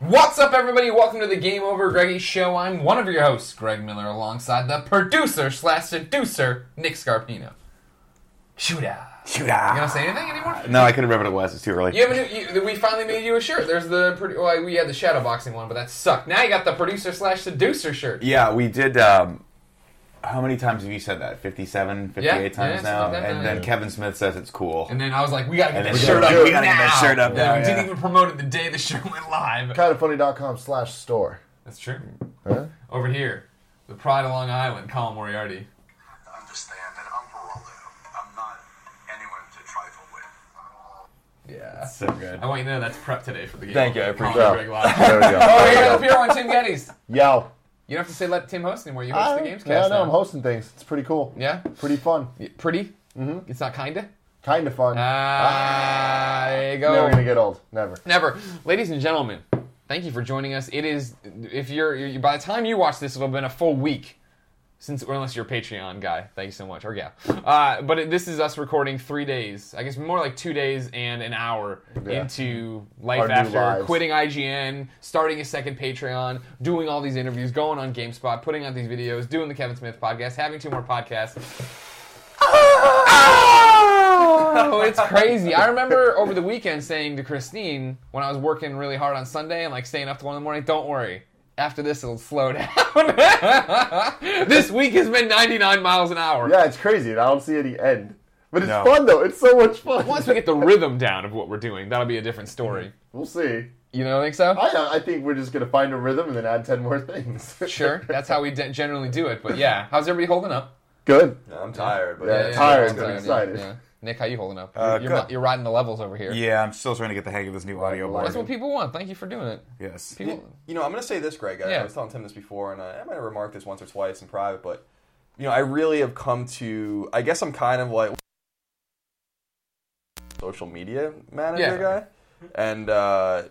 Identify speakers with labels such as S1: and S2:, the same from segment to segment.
S1: What's up, everybody? Welcome to the Game Over Greggy Show. I'm one of your hosts, Greg Miller, alongside the producer slash seducer, Nick Scarpino. Shootout.
S2: Shoot
S1: You gonna say anything anymore?
S2: ah. No, I couldn't remember what it was. It's too early.
S1: You have a new. You, we finally made you a shirt. There's the. produ- Well, we had the shadow boxing one, but that sucked. Now you got the producer slash seducer shirt.
S2: Yeah, we did. Um, how many times have you said that? 57, 58
S1: Yeah,
S2: times
S1: yeah,
S2: now?
S1: something like that,
S2: And
S1: yeah.
S2: then Kevin Smith says it's cool.
S1: And then I was like, we gotta get
S2: And
S1: that
S2: then
S1: shirt
S2: we
S1: up.
S2: gotta- we
S1: now.
S2: gotta get that shirt up
S1: And
S2: now,
S1: we didn't
S2: yeah.
S1: even promote it the day the show went live.
S3: kindoffunny.com slash store.
S1: That's true.
S3: Huh?
S1: Over here, the Pride of Long Island, Colin Moriarty.
S4: understand that I'm Geraldo. I'm not anyone to trifle with.
S1: Yeah.
S2: so good.
S1: I want you to know that's prep today for the game.
S2: Thank you, I appreciate
S1: Colin
S3: it.
S1: Greg Live.
S2: There we go.
S1: Oh, yeah, the pure one, Tim Geddes.
S3: Yo.
S1: You don't have to say let Tim host anymore. You host
S3: I
S1: the
S3: yeah,
S1: games
S3: I
S1: cast.
S3: know,
S1: now.
S3: I'm hosting things. It's pretty cool.
S1: Yeah?
S3: Pretty fun.
S1: Y- Pretty? Mm-hmm. It's not kinda?
S3: Kind of fun.
S1: Uh, Ah, there you go.
S3: Never going to get old. Never.
S1: Never. Ladies and gentlemen, thank you for joining us. It is, if you're, you by the time you watch this, it'll have been a full week. Since, or unless you're a Patreon guy, thank you so much, or yeah. Uh, but it, this is us recording three days, I guess more like two days and an hour
S3: Yeah.
S1: into life
S3: Our new
S1: after
S3: lives.
S1: quitting IGN, starting a second Patreon, doing all these interviews, going on GameSpot, putting out these videos, doing the Kevin Smith podcast, having two more podcasts. Oh, it's crazy. I remember over the weekend saying to Christine when I was working really hard on Sunday and like staying up to one in the morning, don't worry. After this, it'll slow down. this week has been 99 miles an hour.
S3: Yeah, it's crazy. and I don't see any end. But it's
S2: No.
S3: fun, though. It's so much fun.
S1: Once we get the rhythm down of what we're doing, that'll be a different story.
S3: We'll see.
S1: You know, think so?
S3: Mm-hmm. I, I think we're just going to find a rhythm and then add 10 more things.
S1: Sure. That's how we de- generally do it. But yeah, how's everybody holding up?
S3: Good.
S2: I'm tired, but
S3: Yeah,
S2: yeah,
S3: yeah. tired,
S1: I'm
S3: but excited.
S1: Nick, how you holding up?
S2: Uh,
S1: you're,
S2: good.
S1: you're, you're riding the levels over here.
S2: I'm still trying to get the hang of this new audio
S3: well,
S1: That's
S2: board.
S1: what people want. Thank you for doing it.
S2: Yes.
S1: People,
S5: You know, I'm going to say this, Greg. I,
S1: Yeah.
S5: I was telling Tim this before, and I, I might have remarked this once or twice in private, but you know, I really have come to. I guess I'm kind of like social media manager
S1: Yeah.
S5: guy, and uh,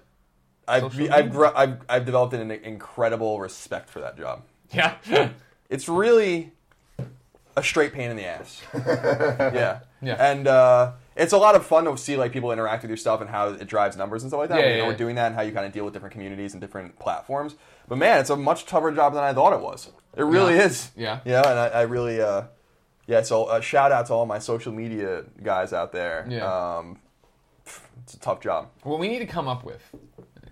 S5: I've,
S1: Social
S5: I've,
S1: media?
S5: gr- I've I've developed an incredible respect for that job.
S1: yeah.
S5: It's really a straight pain in the ass. yeah.
S1: Yeah.
S5: And uh, it's a lot of fun to see like people interact with your stuff and how it drives numbers and stuff like that.
S1: Yeah,
S5: we
S1: yeah,
S5: know
S1: yeah.
S5: we're doing that and how you kind of deal with different communities and different platforms. But man, it's a much tougher job than I thought it was. It really
S1: Yeah.
S5: is.
S1: Yeah.
S5: Yeah. And I, I really, uh, yeah. So uh, shout out to all my social media guys out there.
S1: Yeah.
S5: Um, it's a tough job.
S1: what we need to come up with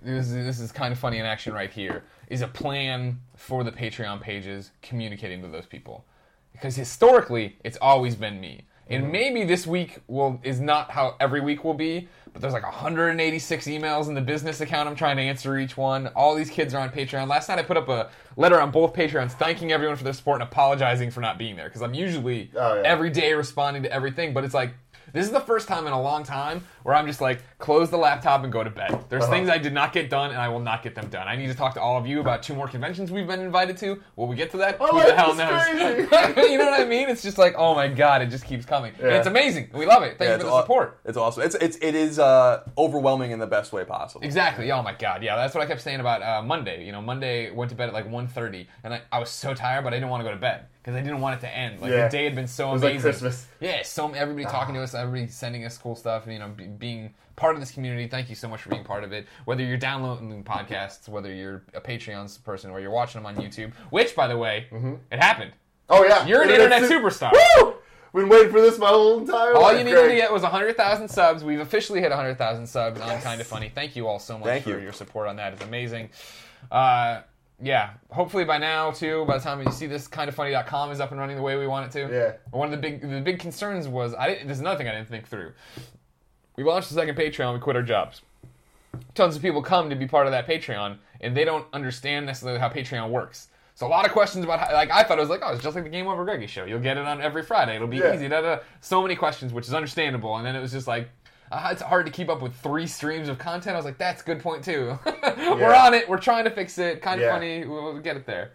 S1: this is, this is kind of funny in action right here is a plan for the patreon pages communicating to those people because historically it's always been me
S3: Mm-hmm.
S1: and maybe this week will is not how every week will be but there's like 186 emails in the business account i'm trying to answer each one all these kids are on patreon last night i put up a letter on both patreons thanking everyone for their support and apologizing for not being there because i'm usually
S3: Oh, yeah.
S1: every day responding to everything, but it's like this is the first time in a long time where I'm just like close the laptop and go to bed. There's
S3: Uh-huh.
S1: things I did not get done and I will not get them done. I need to talk to all of you about two more conventions we've been invited to. Will we get to that? Who the
S3: life
S1: hell
S3: is
S1: knows? you know what I mean? It's just like, oh my god, it just keeps coming. And
S3: Yeah.
S1: it's amazing. We love it. Thank
S5: Yeah,
S1: you for the
S5: aw-
S1: support.
S5: It's awesome. It's it's it is uh, overwhelming in the best way possible.
S1: Exactly. Oh my god. Yeah, that's what I kept saying about uh, Monday. You know, Monday went to bed at like 1.30 and I, I was so tired, but I didn't want to go to bed because I didn't want it to end. Like
S3: Yeah.
S1: the day had been so
S3: It was like
S1: amazing.
S3: Christmas. Ah.
S1: Yeah. So everybody talking to us, everybody sending us cool stuff. You know, be, being part of this community. Thank you so much for being part of it. Whether you're downloading podcasts, whether you're a Patreon person, or you're watching them on YouTube. Which, by the way,
S3: Mm-hmm.
S1: it happened.
S3: Oh, yeah.
S1: You're an internet superstar.
S3: Woo! Been waiting for this my whole entire
S1: All
S3: life,
S1: you needed
S3: Greg.
S1: to get was 100,000 subs. We've officially hit 100,000 subs on Kind of Funny. Thank you all so much
S5: Thank
S1: for
S5: you.
S1: your support on that. It's amazing. Uh, yeah, hopefully by now too. By the time you see this, kindoffunny.com is up and running the way we want it to.
S3: Yeah.
S1: One of the big the big concerns was I didn't, there's another thing I didn't think through. We launched the second Patreon. We quit our jobs. Tons of people come to be part of that Patreon, and they don't understand necessarily how Patreon works. So a lot of questions about how, like I thought it was like oh it's just like the Game Over Greggy show. You'll get it on every Friday. It'll be
S3: Yeah.
S1: easy. Da, da, da. So many questions, which is understandable. And then it was just like. Uh, it's hard to keep up with three streams of content. I was like, "That's a good point too." We're on it. We're trying to fix it. Kind of
S3: Yeah.
S1: funny. We'll we'll get it there.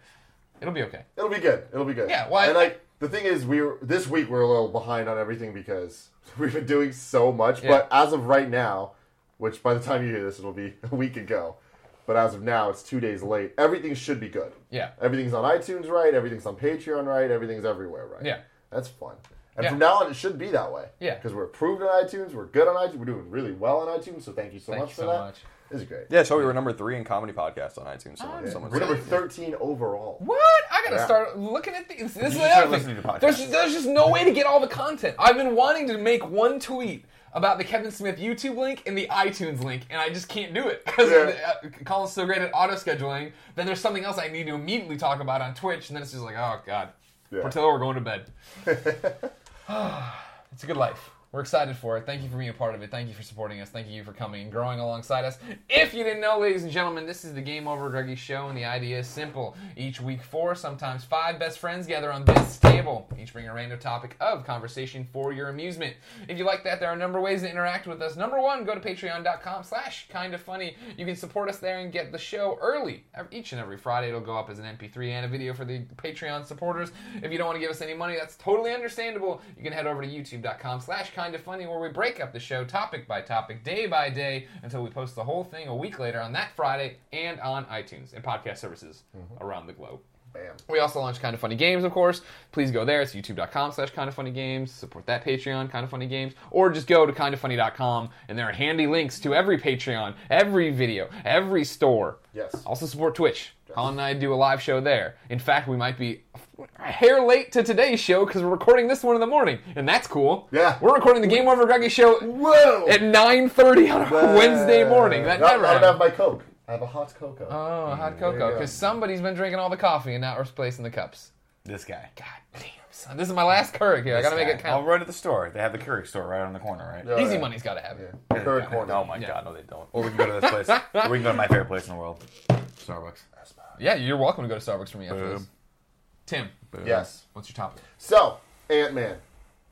S1: It'll be okay.
S3: It'll be good. It'll be good.
S1: Yeah, well, I-
S3: and like the thing is, we were, this week we're a little behind on everything because we've been doing so much.
S1: Yeah.
S3: But as of right now, which by the time you hear this, it'll be a week ago. But as of now, it's two days late. Everything should be good.
S1: Yeah.
S3: Everything's on iTunes right. Everything's on Patreon right. Everything's everywhere right.
S1: Yeah.
S3: That's fun. And
S1: Yeah.
S3: from now on, it should be that way.
S1: Yeah.
S3: Because we're approved on iTunes. We're good on iTunes. We're doing really well on iTunes. So thank you so
S1: Thank
S3: much
S1: you
S3: for
S1: so
S3: that.
S1: much.
S3: This is great.
S5: Yeah, so we were number three in comedy podcasts on iTunes. Someone,
S1: Oh,
S5: someone
S3: We're number
S5: said.
S3: thirteen overall.
S1: What? I gotta
S3: Yeah.
S1: start looking at these. This is
S2: should
S1: the
S2: start
S1: other thing.
S2: listening to podcasts.
S1: There's, there's just no way to get all the content. I've been wanting to make one tweet about the Kevin Smith YouTube link and the iTunes link, and I just can't do it because
S3: Yeah.
S1: uh, Colin's so great at auto scheduling. Then there's something else I need to immediately talk about on Twitch, and then it's just like, oh god,
S3: Yeah.
S1: Portillo, we're going to bed. it's a good life. We're excited for it. Thank you for being a part of it. Thank you for supporting us. Thank you for coming and growing alongside us. If you didn't know, ladies and gentlemen, this is the Game Over Greggy Show, and the idea is simple. Each week, four, sometimes five best friends gather on this table, each bring a random topic of conversation for your amusement. If you like that, there are a number of ways to interact with us. Number one, go to patreon.com slash kind of funny. You can support us there and get the show early. Ev- Each and every Friday, it'll go up as an MP3 and a video for the Patreon supporters. If you don't want to give us any money, that's totally understandable. You can head over to youtube.com slash kind of funny where we break up the show topic by topic, day by day, until we post the whole thing a week later on that Friday and on iTunes and podcast services around the globe.
S3: Bam.
S1: We also launch Kind of Funny Games, of course. Please go there. It's youtube.com slash Kind of Funny Games. Support that Patreon, Kind of Funny Games. Or just go to kindoffunny.com, and there are handy links to every Patreon, every video, every store.
S3: Yes.
S1: Also support Twitch. Colin and I do a live show there. In fact, we might be a hair late to today's show because we're recording this one in the morning, and that's cool.
S3: Yeah.
S1: We're recording the Game Over Greggy show
S3: Whoa.
S1: at 9.30 on a Wednesday morning. That
S3: No,
S1: never
S3: I don't
S1: happens.
S3: have my Coke. I have a hot cocoa.
S1: Oh, hot
S3: There
S1: cocoa.
S3: you go.
S1: Because somebody's been drinking all the coffee and not replacing the cups.
S2: This guy.
S1: God damn, son. This is my last Keurig here. I gotta make it
S2: I'll
S1: count.
S2: run to the store. They have the Keurig store right on the corner, right?
S3: Yeah.
S1: Easy money's gotta have it.
S3: Yeah. Current corner.
S5: Oh my god, no, they don't.
S2: Or we can go to this place. or we can go to my favorite place in the world, Starbucks.
S1: Yeah. you're welcome to go to Starbucks for me after this. Tim,
S3: Yes.
S1: what's your topic?
S3: So Ant Man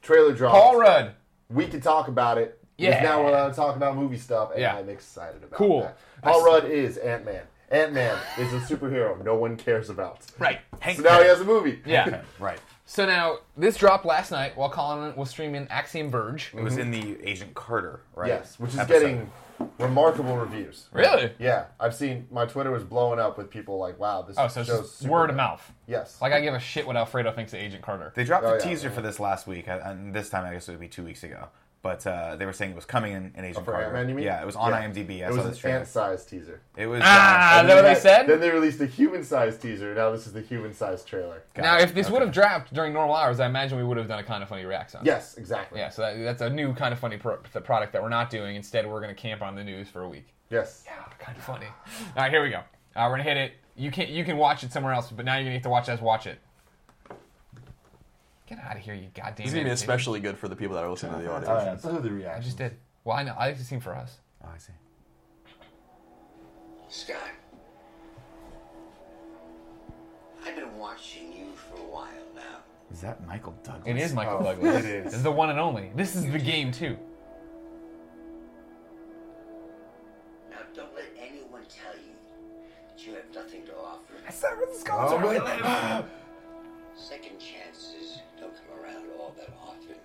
S3: trailer drop.
S1: Paul Rudd.
S3: we can talk about it.
S1: Yeah.
S3: Because now we're allowed to talk about movie stuff, and
S1: Yeah.
S3: I'm excited about
S1: Cool.
S3: that. Paul Rudd is Ant Man. Ant Man is a superhero no one cares about.
S1: Right.
S2: Hank
S3: So now he has a movie.
S1: Yeah.
S2: Right.
S1: so now, this dropped last night while Colin was streaming Axiom Verge.
S2: It was in the Agent Carter, right?
S3: Mm-hmm. Yes, which is
S2: episode.
S3: getting remarkable reviews.
S1: Really?
S3: Yeah, I've seen my Twitter was blowing up with people like, "Wow, this
S1: Oh, so it's
S3: show's
S1: just
S3: super
S1: word of
S3: good."
S1: mouth.
S3: Yes,
S1: Like, I give a shit what Alfredo thinks of Agent Carter.
S2: They dropped
S3: Oh,
S2: a
S3: yeah,
S2: teaser
S3: yeah.
S2: for this last week, I- and this time I guess it would be two weeks ago. But uh, they were saying it was coming in, in Agent
S3: Oh, for
S2: Carter.
S3: Ant-Man, you mean?
S2: Yeah, it was on
S3: Yeah.
S2: IMDb. I
S3: it
S2: saw
S3: was
S2: this
S3: an
S2: trailer.
S3: ant-sized teaser.
S2: It was.
S1: Ah,
S2: um,
S1: that what they
S3: Yeah,
S1: said?
S3: Then they released a human-sized teaser. Now this is the human-sized trailer.
S1: now, if this would have dropped during normal hours, I imagine we would have done a kind of funny reaction.
S3: Yes, exactly.
S1: Yeah, so that, that's a new kind of funny pro- the product that we're not doing. Instead, we're going to camp on the news for a week.
S3: Yes.
S1: kind of funny. All right, here we go. Uh, we're gonna hit it. You can you can watch it somewhere else, but now you're gonna have to watch us watch it. Get out of here, you goddamn.
S5: It's gonna be
S1: idiot.
S5: especially good for the people that are listening to the audio.
S2: so the
S1: I
S2: reaction.
S1: just did. Well, I know. I like to sing for us.
S2: Oh, I see.
S6: Scott, I've been watching you for a while now.
S2: Is that Michael Douglas?
S1: It is Michael
S3: Oh,
S1: Douglas.
S3: it is.
S1: It's the one and only. This is the game too.
S6: Now, don't let anyone tell you that you have nothing to offer.
S2: That's not really
S3: Oh,
S2: Scarlett.
S6: Second chances don't come around all that often.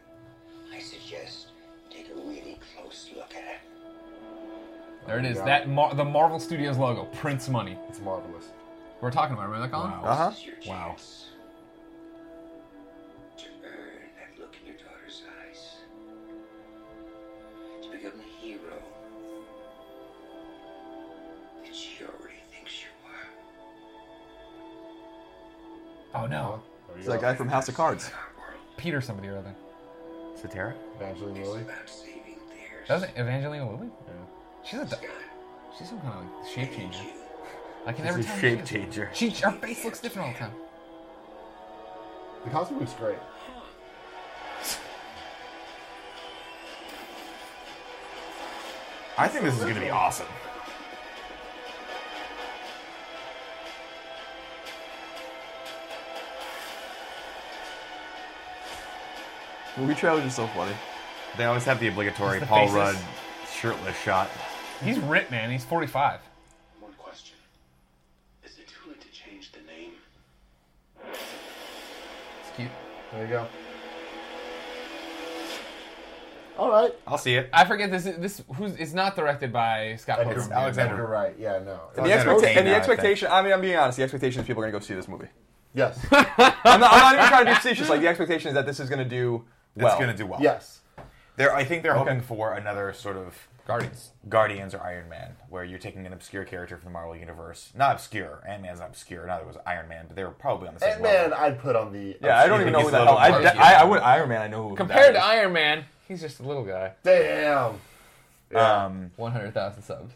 S6: I suggest take a really close look at it.
S1: There it is.
S3: God.
S1: That Mar- the Marvel Studios logo prints money.
S3: It's marvelous.
S1: We're talking about. it, Remember that, Colin?
S2: Wow.
S5: Uh-huh.
S6: This is your
S2: Wow.
S6: chance to earn that look in your daughter's eyes. To become the hero that she already thinks you are.
S1: Oh no,
S5: It's that guy from House of Cards.
S6: Our world
S1: Peter somebody or other.
S2: Satara?
S3: Evangeline Lilly.
S6: is about saving theirs.
S1: Doesn't Evangelina Lilly?
S3: Yeah.
S1: She's a.
S6: Scott,
S1: She's some kind of like shape
S6: I need
S1: changer.
S6: you
S1: I can never
S2: He's
S1: tell.
S2: a
S1: who she
S2: shape
S1: is.
S2: changer.
S1: She her face looks different all the time.
S3: The costume looks great.
S2: I think this is going to be awesome.
S5: Movie trailers are so funny.
S2: They always have the
S1: Just
S2: obligatory
S1: the
S2: Paul
S1: faces.
S2: Rudd shirtless shot.
S1: He's ripped, man. He's 45.
S7: One question. Is it too late to change the name?
S1: It's cute.
S3: There you go. All right.
S2: I'll see it.
S1: I forget this. This who's it's not directed by Scott
S3: Edgar,
S1: Pilgrim.
S2: Alexander.
S3: Edgar Wright. Yeah, no.
S5: And the,
S2: It's
S5: expecta-
S2: entertaining
S5: and the
S2: now, I think.
S5: expectation, I, mean, I'm being honest, the expectation is people are gonna go see this movie.
S3: Yes.
S5: I'm not, I'm not even trying to be facetious. Like, the expectation is that this is gonna do
S2: It's
S5: well.
S2: going to do well.
S3: Yes.
S2: They're, I think they're hoping for another sort of
S1: Guardians.
S2: Guardians or Iron Man, where you're taking an obscure character from the Marvel universe. Not obscure. Ant Man's not obscure. Neither was Iron Man, but they were probably on the same
S3: Ant Man,
S2: level.
S3: I'd put on the.
S5: Yeah, I don't even know who the hell. I,
S1: Marvel.
S5: I, I would Iron Man. I know who.
S1: Compared to
S5: that is.
S1: Iron Man, he's just a little guy.
S3: Damn. Yeah.
S2: Um,
S1: 100,000 subs.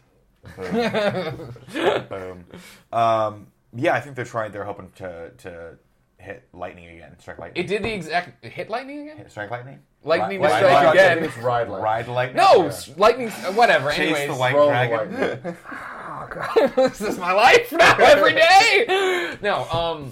S2: boom. Um, yeah, I think they're trying. They're hoping to to hit lightning again. Strike lightning.
S1: It did the exact. it hit lightning again?
S2: strike lightning.
S1: Lightning
S2: Li-
S1: to
S2: li-
S1: strike
S2: li-
S1: again.
S3: I think it's Ride Light.
S2: Ride the lightning.
S1: No!
S2: Yeah.
S1: s- Lightning. uh, Whatever.
S2: Chase
S1: Anyways.
S2: the white
S3: Roll the
S2: dragon.
S3: lightning.
S1: this is my life now every day. No, um,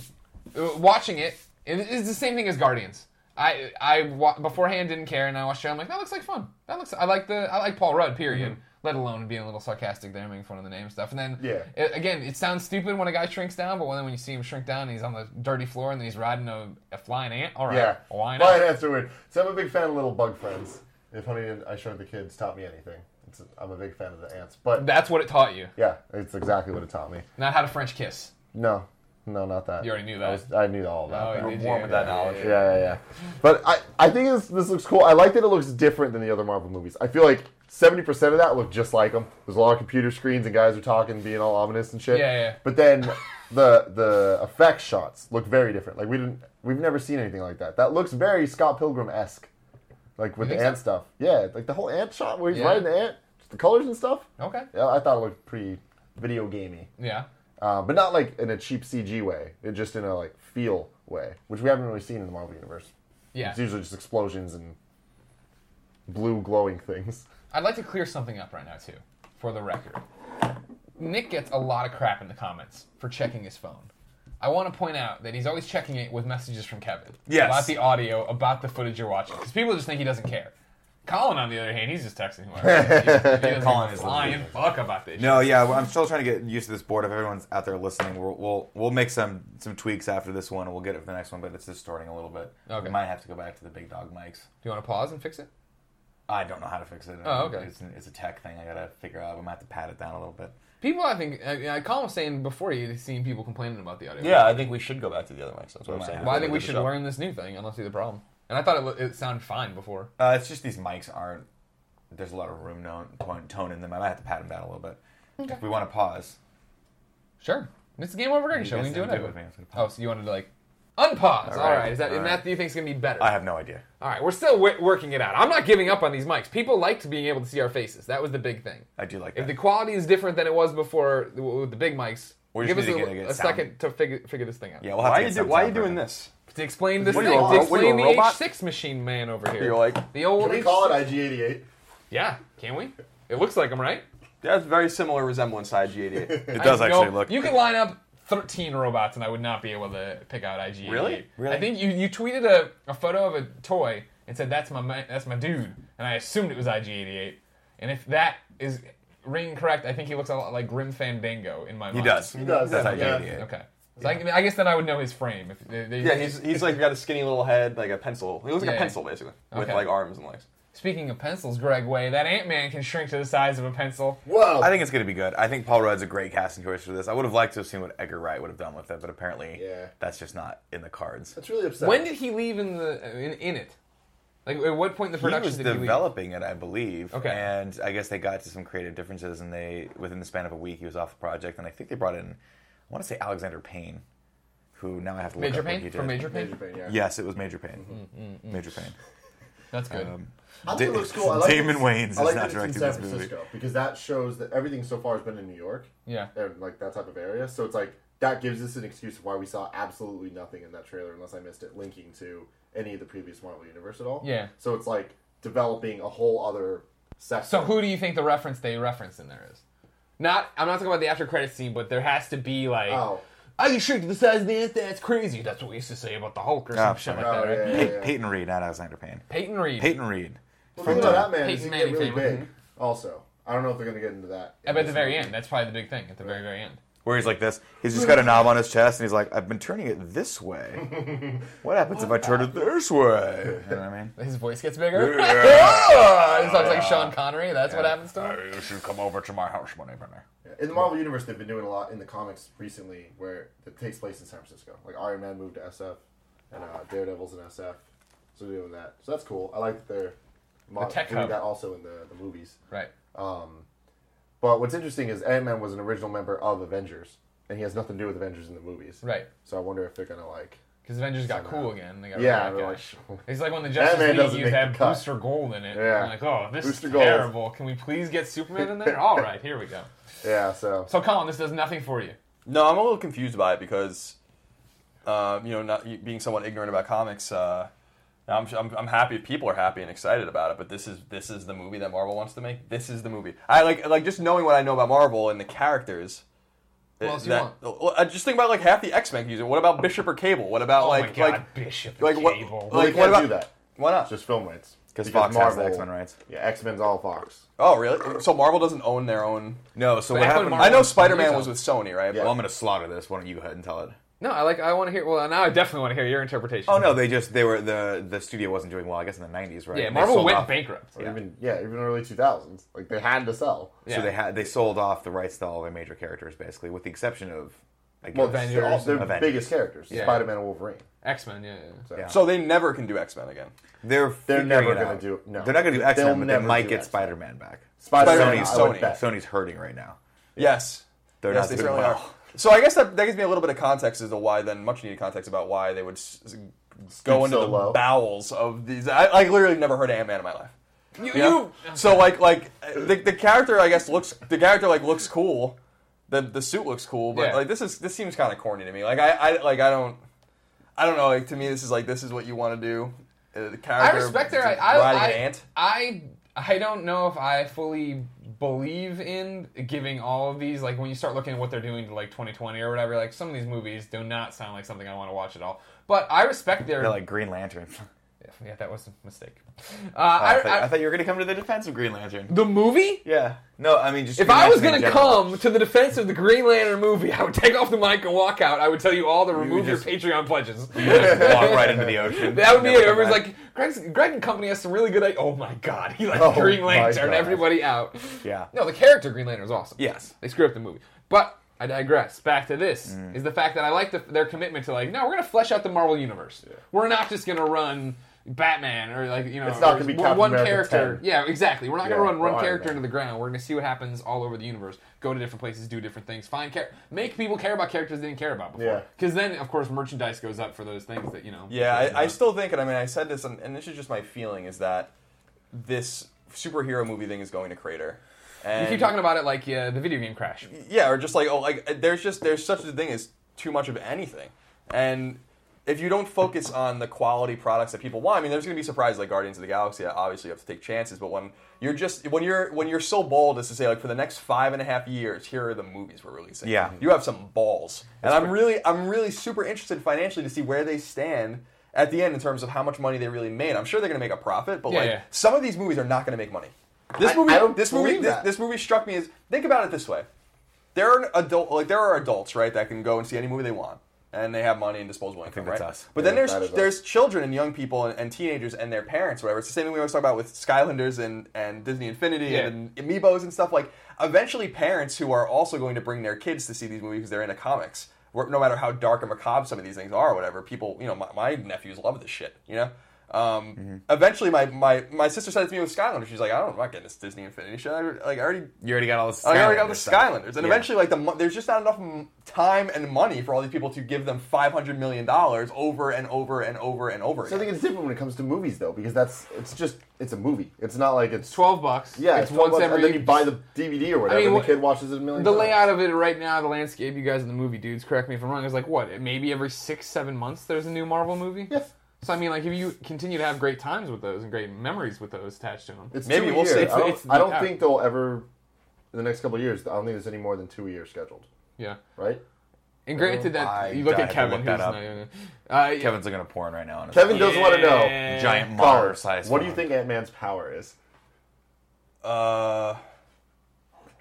S1: uh, watching it, it- it's the same thing as Guardians. I I wa- beforehand didn't care, and I watched it. I'm like, that looks like fun. That looks. I like the. I like Paul Rudd. Period. Let alone being a little sarcastic there, making fun of the name and stuff. And then
S3: Yeah.
S1: it- again, it sounds stupid when a guy shrinks down, but when when you see him shrink down, and he's on the dirty floor and then he's riding a, a flying ant. All right,
S3: Yeah.
S1: why
S3: Flying
S1: not?
S3: ants are weird. So I'm a big fan of Little Bug Friends. If Honey and I Shrunk the Kids taught me anything, it's, I'm a big fan of the ants. But
S1: That's what it taught you,
S3: yeah, it's exactly what it taught me.
S1: not how to French kiss.
S3: No, no, not that.
S1: You already knew
S3: I,
S1: that.
S3: was, I knew all that.
S1: Oh, you did,
S5: Born
S1: yeah.
S5: with that knowledge.
S3: yeah, yeah, yeah. But I, I think this, this looks cool. I like that it looks different than the other Marvel movies. I feel like 70% of that looked just like them. There's a lot of computer screens and guys are talking, being all ominous and shit.
S1: Yeah, yeah.
S3: But then the the effect shots look very different. Like we didn't, we've never seen anything like that. That looks very Scott Pilgrim esque, like with
S1: You
S3: the
S1: think
S3: ant stuff. Yeah, like the whole ant shot where he's
S1: Yeah.
S3: riding the ant, the colors and stuff.
S1: Okay.
S3: Yeah, I thought it looked pretty video gamey.
S1: Yeah.
S3: Uh, but not like in a cheap CG way, it just in a like feel way, which we haven't really seen in the Marvel universe.
S1: Yeah.
S3: It's usually just explosions and blue glowing things.
S1: I'd like to clear something up right now, too, for the record. Nick gets a lot of crap in the comments for checking his phone. I want to point out that he's always checking it with messages from Kevin
S5: Yes.
S1: about the audio, about the footage you're watching, because people just think he doesn't care. Colin, on the other hand, he's just texting whoever. He doesn't- he doesn't
S2: Colin
S1: give a
S2: is
S1: flying fuck about this.
S2: No, yeah, well, I'm still trying to get used to this board. If everyone's out there listening, we'll we'll, we'll make some some tweaks after this one, and we'll get it for the next one. But it's distorting a little bit.
S1: Okay.
S2: We might have to go back to the big dog mics.
S1: Do you want to pause and fix it?
S2: I don't know how to fix it.
S1: Oh, okay.
S2: It's, an- it's a tech thing. I gotta figure out. We might have to pat it down a little bit.
S1: People, I think, I, I Colin was saying before he'd seen people complaining about the audio.
S5: Yeah, I think we should go back to the other mics. That's what I'm
S2: Might
S5: saying.
S2: have
S1: Well, I
S5: Why
S1: think we should learn this new thing, and I'll see the problem. And I thought it, lo- it sounded fine before.
S2: Uh, it's just these mics aren't. There's a lot of room known, tone, tone in them. I might have to pat them down a little bit. If we want to pause,
S1: Sure. It's a game over Greg show. We
S2: guys
S1: can do it.
S2: didn't do
S1: anyway.
S2: it, man. It's gonna
S1: Oh, so you wanted to like unpause? All right. Is that
S2: all
S1: and
S2: right.
S1: that do you think is gonna be better?
S2: I have no idea.
S1: All right. We're still w- working it out. I'm not giving up on these mics. People liked being able to see our faces. That was the big thing.
S2: I do like
S1: If
S2: that.
S1: the quality is different than it was before the- with the big mics,
S2: We just
S1: give us a,
S2: need to get- get
S1: a
S2: sound.
S1: second to figure figure this thing out.
S2: yeah, we'll have to
S5: are you
S2: get
S5: do,
S2: some
S5: Why are
S2: sound
S5: you doing
S2: for it.
S5: this?
S1: To explain this
S5: What are
S1: thing,
S5: you, a
S1: to
S5: ro- what are you,
S1: explain
S5: a
S1: the
S5: robot?
S1: H6 machine man over here.
S5: You're like,
S1: the old.
S3: Can we
S1: H-
S3: call it IG88?
S1: Yeah. Can we? It looks like him, right?
S5: that's very similar resemblance to IG88.
S2: It does
S1: I
S2: actually
S1: know-
S2: look.
S1: You could line up 13 robots, and I would not be able to pick out IG.
S5: Really?
S2: Really?
S1: I think you, you tweeted a, a photo of a toy and said that's my ma- that's my dude, and I assumed it was IG88. And if that is ring correct, I think he looks a lot like Grim Fandango in my
S2: He
S1: mind.
S2: does.
S3: does,
S2: That's
S3: yeah.
S2: IG88.
S1: Okay. So I, I guess then I would know his frame. If they, they-
S5: yeah, he's he's like got a skinny little head, like a pencil. He looks like
S1: Yeah.
S5: a pencil basically, with
S1: Okay.
S5: like arms and legs.
S1: Speaking of pencils, Greg Way, that Ant Man can shrink to the size of a pencil.
S3: Whoa!
S2: I think it's going to be good. I think Paul Rudd's a great casting choice for this. I would have liked to have seen what Edgar Wright would have done with it, but apparently
S3: Yeah.
S2: that's just not in the cards.
S3: that's really upsetting.
S1: When did he leave in the in, in it? Like at what point in the
S2: He
S1: production
S2: was
S1: did he leave?
S2: developing it, I believe.
S1: Okay.
S2: And I guess they got to some creative differences, and they within the span of a week he was off the project, and I think they brought in, I want to say Alexander Payne, who now I have to look
S1: Major
S2: up what
S1: Pain
S2: he
S1: from
S2: did.
S1: Major Mm, Pain.
S3: Major Pain, yeah.
S2: Yes, it was Major Pain. Major Pain.
S1: That's good.
S3: I think it
S2: Da-
S3: looks cool. I like
S2: Damon
S3: that it's-
S2: Wayans is
S3: I like
S2: not
S3: that it's
S2: directing
S3: in San
S2: this movie.
S3: Francisco because that shows that everything so far has been in New York
S1: yeah.
S3: and like that type of area. So it's like that gives us an excuse of why we saw absolutely nothing in that trailer, unless I missed it, linking to any of the previous Marvel universe at all.
S1: Yeah.
S3: So it's like developing a whole other sector.
S1: So who do you think the reference they referenced in there is? Not I'm not talking about the after credit scene, but there has to be like
S3: Oh.
S1: I can shrink to the size of the ant. That's crazy. That's what we used to say about the Hulk or some shit like
S3: Oh,
S1: that. Right?
S3: yeah, yeah,
S2: Pey-
S3: yeah.
S2: Peyton Reed, not Alexander Payne.
S1: Peyton Reed.
S2: Peyton Reed.
S3: Well, think about that man.
S1: Peyton
S3: He's gonna get
S1: Manning
S3: really
S1: came in.
S3: big. Also, I don't know if they're gonna get into that.
S1: I bet at the very end. That's probably the big thing at the very very end.
S2: Where he's like this, he's just got a knob on his chest, and he's like, "I've been turning it this way. What happens if I turn it this way?" You know what I mean?
S1: His voice gets bigger. he sounds like Sean Connery. That's what happens to him.
S2: you should come over to my house, my neighbor.
S3: In the Marvel universe, they've been doing a lot in the comics recently, where it takes place in San Francisco. Like Iron Man moved to SF, and uh, Daredevil's in SF. So So they're doing that. So that's cool. I like that they're mod-
S1: tech
S3: doing
S1: hub.
S3: that also in the, the movies. Um,
S1: Right.
S3: But what's interesting is Ant Man was an original member of Avengers, and he has nothing to do with Avengers in the movies.
S1: Right.
S3: So I wonder if they're gonna like.
S1: Because Avengers got
S3: Somehow.
S1: cool again. They got rid of
S3: Yeah,
S1: that
S3: they're
S1: guy.
S3: like, sure.
S1: it's like when the Justice
S3: man
S1: League
S3: doesn't
S1: used to
S3: make the
S1: have
S3: cut.
S1: Booster Gold in it.
S3: Yeah.
S1: I'm like, oh, this
S3: Booster
S1: is
S3: Gold.
S1: terrible. Can we please get Superman in there? All right, here we go.
S3: Yeah. So.
S1: So, Colin, this does nothing for you.
S5: No, I'm a little confused by it because, um, you know, not you- being somewhat ignorant about comics, uh, I'm, I'm, I'm happy people are happy and excited about it. But this is this is the movie that Marvel wants to make. This is the movie. I like like just knowing what I know about Marvel and the characters. oh,
S1: What else you
S5: Well, I just think about like half the X Men using. What about Bishop or Cable? What about
S1: Oh
S5: like
S1: my God,
S5: like
S1: Bishop and
S5: like what
S1: Cable.
S3: Well,
S5: like
S3: they
S5: what
S3: can't
S5: about
S3: do that.
S5: why not?
S3: It's just film rights.
S2: because Fox has the X Men rights.
S3: Yeah, X Men's all Fox.
S5: oh really? So Marvel doesn't own their own.
S2: No, so
S1: But X-Men
S2: what happened?
S1: Marvel-
S5: I know Spider Man
S1: Marvel.
S5: was with Sony, right?
S2: Well, I'm going to slaughter this. Why don't you go ahead and tell it?
S1: No, I like. I want to hear. Well, now I definitely want to hear your interpretation.
S2: Oh no, they just they were the the studio wasn't doing well. I guess in the 90s, right?
S1: Yeah,
S2: They
S1: Marvel
S2: sold
S1: went
S2: off-
S1: bankrupt.
S3: Or Even yeah, even early two thousands. Like they had to sell.
S1: Yeah.
S2: So they had they sold off the rights to all their major characters, basically, with the exception of I guess,
S3: Well, they're all
S1: Avengers
S3: their
S2: and- Avengers.
S3: biggest characters:
S1: Yeah.
S3: Spider Man and Wolverine.
S1: X Men. Yeah, yeah. yeah.
S2: Yeah.
S5: So they never can do X Men again.
S2: They're
S3: They're
S2: figuring
S3: never
S2: it
S3: gonna
S2: out.
S3: do- no.
S2: They're not going to do X
S3: They'll
S2: Men, but they
S3: never
S2: might
S3: do
S2: get
S3: X-Men.
S2: Spider Man back.
S3: Spider-Man,
S2: Sony's
S3: I would
S5: Sony.
S3: bet.
S2: Sony's hurting right now.
S5: Yes.
S2: They're not
S5: yes, they
S2: doing
S5: certainly
S2: well.
S5: are. So I guess that, that gives me a little bit of context as to why, then much needed context about why they would s- s- go into
S3: so
S5: the
S3: low.
S5: bowels of these. I, I literally never heard of Ant Man in my life.
S1: You,
S5: Yeah?
S1: you-
S5: So like like the, the character I guess looks the character like looks cool. The the suit looks cool, but
S1: Yeah.
S5: like this is this seems kind of corny to me. Like I, I like I don't I don't know. Like to me, this is like this is what you want to do. Uh, the
S1: I
S5: character
S1: respect their. I,
S5: riding
S1: I, I,
S5: an ant.
S1: I I don't know if I fully believe in giving all of these. Like when you start looking at what they're doing to like 2020 or whatever, like some of these movies do not sound like something I want to watch at all. But I respect their.
S2: They're like Green Lantern.
S1: yeah, that was a mistake. Uh,
S2: I,
S1: I,
S2: thought,
S1: I-
S2: I thought you were going to come to the defense of Green Lantern.
S1: the movie.
S2: Yeah. No, I mean just
S1: If
S2: Green
S1: I was
S2: Lantern
S1: going
S2: in
S1: to
S2: general.
S1: come to the defense of the Green Lantern movie, I would take off the mic and walk out. I would tell you all to remove
S2: just-
S1: your Patreon pledges.
S2: Just walk right into the ocean.
S1: That would be
S2: Never
S1: it.
S2: come
S1: Everyone's
S2: back.
S1: like, Greg's, Greg and Company has some really good. i- Oh my god, he like
S3: Oh
S1: Green
S3: my
S1: Lantern
S3: God.
S1: everybody out.
S2: Yeah.
S1: No, the character Green Lantern is awesome.
S2: Yes.
S1: they screw up the movie, but I digress. Back to this
S3: Mm.
S1: is the fact that I like the, their commitment to like, no, we're gonna flesh out the Marvel universe. We're not just gonna run Batman or like you know,
S3: It's not
S1: or
S3: gonna be
S1: one-
S3: Captain
S1: one
S3: America
S1: character.
S3: 10.
S1: Yeah, exactly. We're not gonna
S3: Yeah,
S1: run one
S3: or Iron
S1: character
S3: Man.
S1: into the ground. We're gonna see what happens all over the universe. Go to different places, do different things, find care, make people care about characters they didn't care about before.
S3: Yeah.
S1: Because then, of course, merchandise goes up for those things that you know.
S5: Yeah,
S1: people
S5: I, I
S1: want.
S5: still think, and I mean, I said this, and, and this is just my feeling, is that this superhero movie thing is going to crater. And
S1: You keep talking about it like yeah, the video game crash.
S5: yeah, or just like oh, like there's just there's such a thing as too much of anything, and if you don't focus on the quality products that people want, I mean, there's going to be surprises like Guardians of the Galaxy. Obviously, you have to take chances, but when you're just when you're when you're so bold as to say like for the next five and a half years, here are the movies we're releasing.
S2: Yeah.
S5: you have some balls, and I'm really I'm really super interested financially to see where they stand. At the end, in terms of how much money they really made, I'm sure they're going to make a profit, but
S1: Yeah,
S5: like
S1: yeah.
S5: some of these movies are not going to make money. This
S3: I-
S5: movie,
S3: I don't
S5: this movie,
S3: believe
S5: this,
S3: that.
S5: this movie struck me as think about it this way: there are adult like there are adults right that can go and see any movie they want and they have money and disposable income
S2: that's
S5: right
S2: us.
S5: but
S3: Yeah,
S5: then
S3: that is
S5: there's
S3: us.
S5: there's children and young people and, and teenagers and their parents whatever it's the same thing we always talk about with Skylanders and, and Disney Infinity
S1: Yeah.
S5: and Amiibos and stuff like eventually parents who are also going to bring their kids to see these movies because they're into comics where- no matter how dark and macabre some of these things are or whatever people you know my, my nephews love this shit you know um,
S3: Mm-hmm.
S5: eventually my, my, my sister said it to me with Skylanders she's like I don't I'm not getting this Disney Infinity shit I, like I already
S2: You already got all the
S1: "Oh,
S2: Skylanders.
S5: I already got Oh, the
S2: stuff.
S5: Skylanders, and
S2: Yeah.
S5: eventually, like the mo- there's just not enough m- time and money for all these people to give them five hundred million dollars over and over and over and over.
S3: So I
S5: Again.
S3: think it's different when it comes to movies though, because that's it's just it's a movie. It's not like it's
S1: Twelve bucks.
S3: Yeah,
S1: it's,
S3: it's, twelve
S1: once
S3: bucks,
S1: every.
S3: and then you buy the DVD or whatever.
S1: I mean,
S3: and the
S1: wh-
S3: kid watches it a million.
S1: the
S3: times.
S1: layout of it right now, the landscape. You guys in the movie, dudes, correct me if I'm wrong. Is like what? Maybe every six, seven months, there's a new Marvel movie.
S3: Yes.
S1: So I mean, like, if you continue to have great times with those and great memories with those attached to them,
S3: It's
S5: Maybe
S3: two a
S5: we'll
S3: year.
S5: see.
S3: I don't,
S1: It's- it's
S3: I don't
S1: the-
S3: think they'll ever in the next couple of years. I don't think there's any more than two a year scheduled,
S1: yeah.
S3: right?
S1: And granted that
S2: I
S1: you look
S2: died
S1: at
S2: to
S1: Kevin,
S2: look
S1: who's
S2: that up.
S1: not even. Uh, yeah.
S2: Kevin's looking at porn right now. on his
S3: Kevin
S2: phone.
S3: does want to know.
S1: Yeah.
S2: giant monitor
S3: Colin,
S2: size.
S3: what do you
S2: phone.
S3: think Ant Man's power is
S5: uh,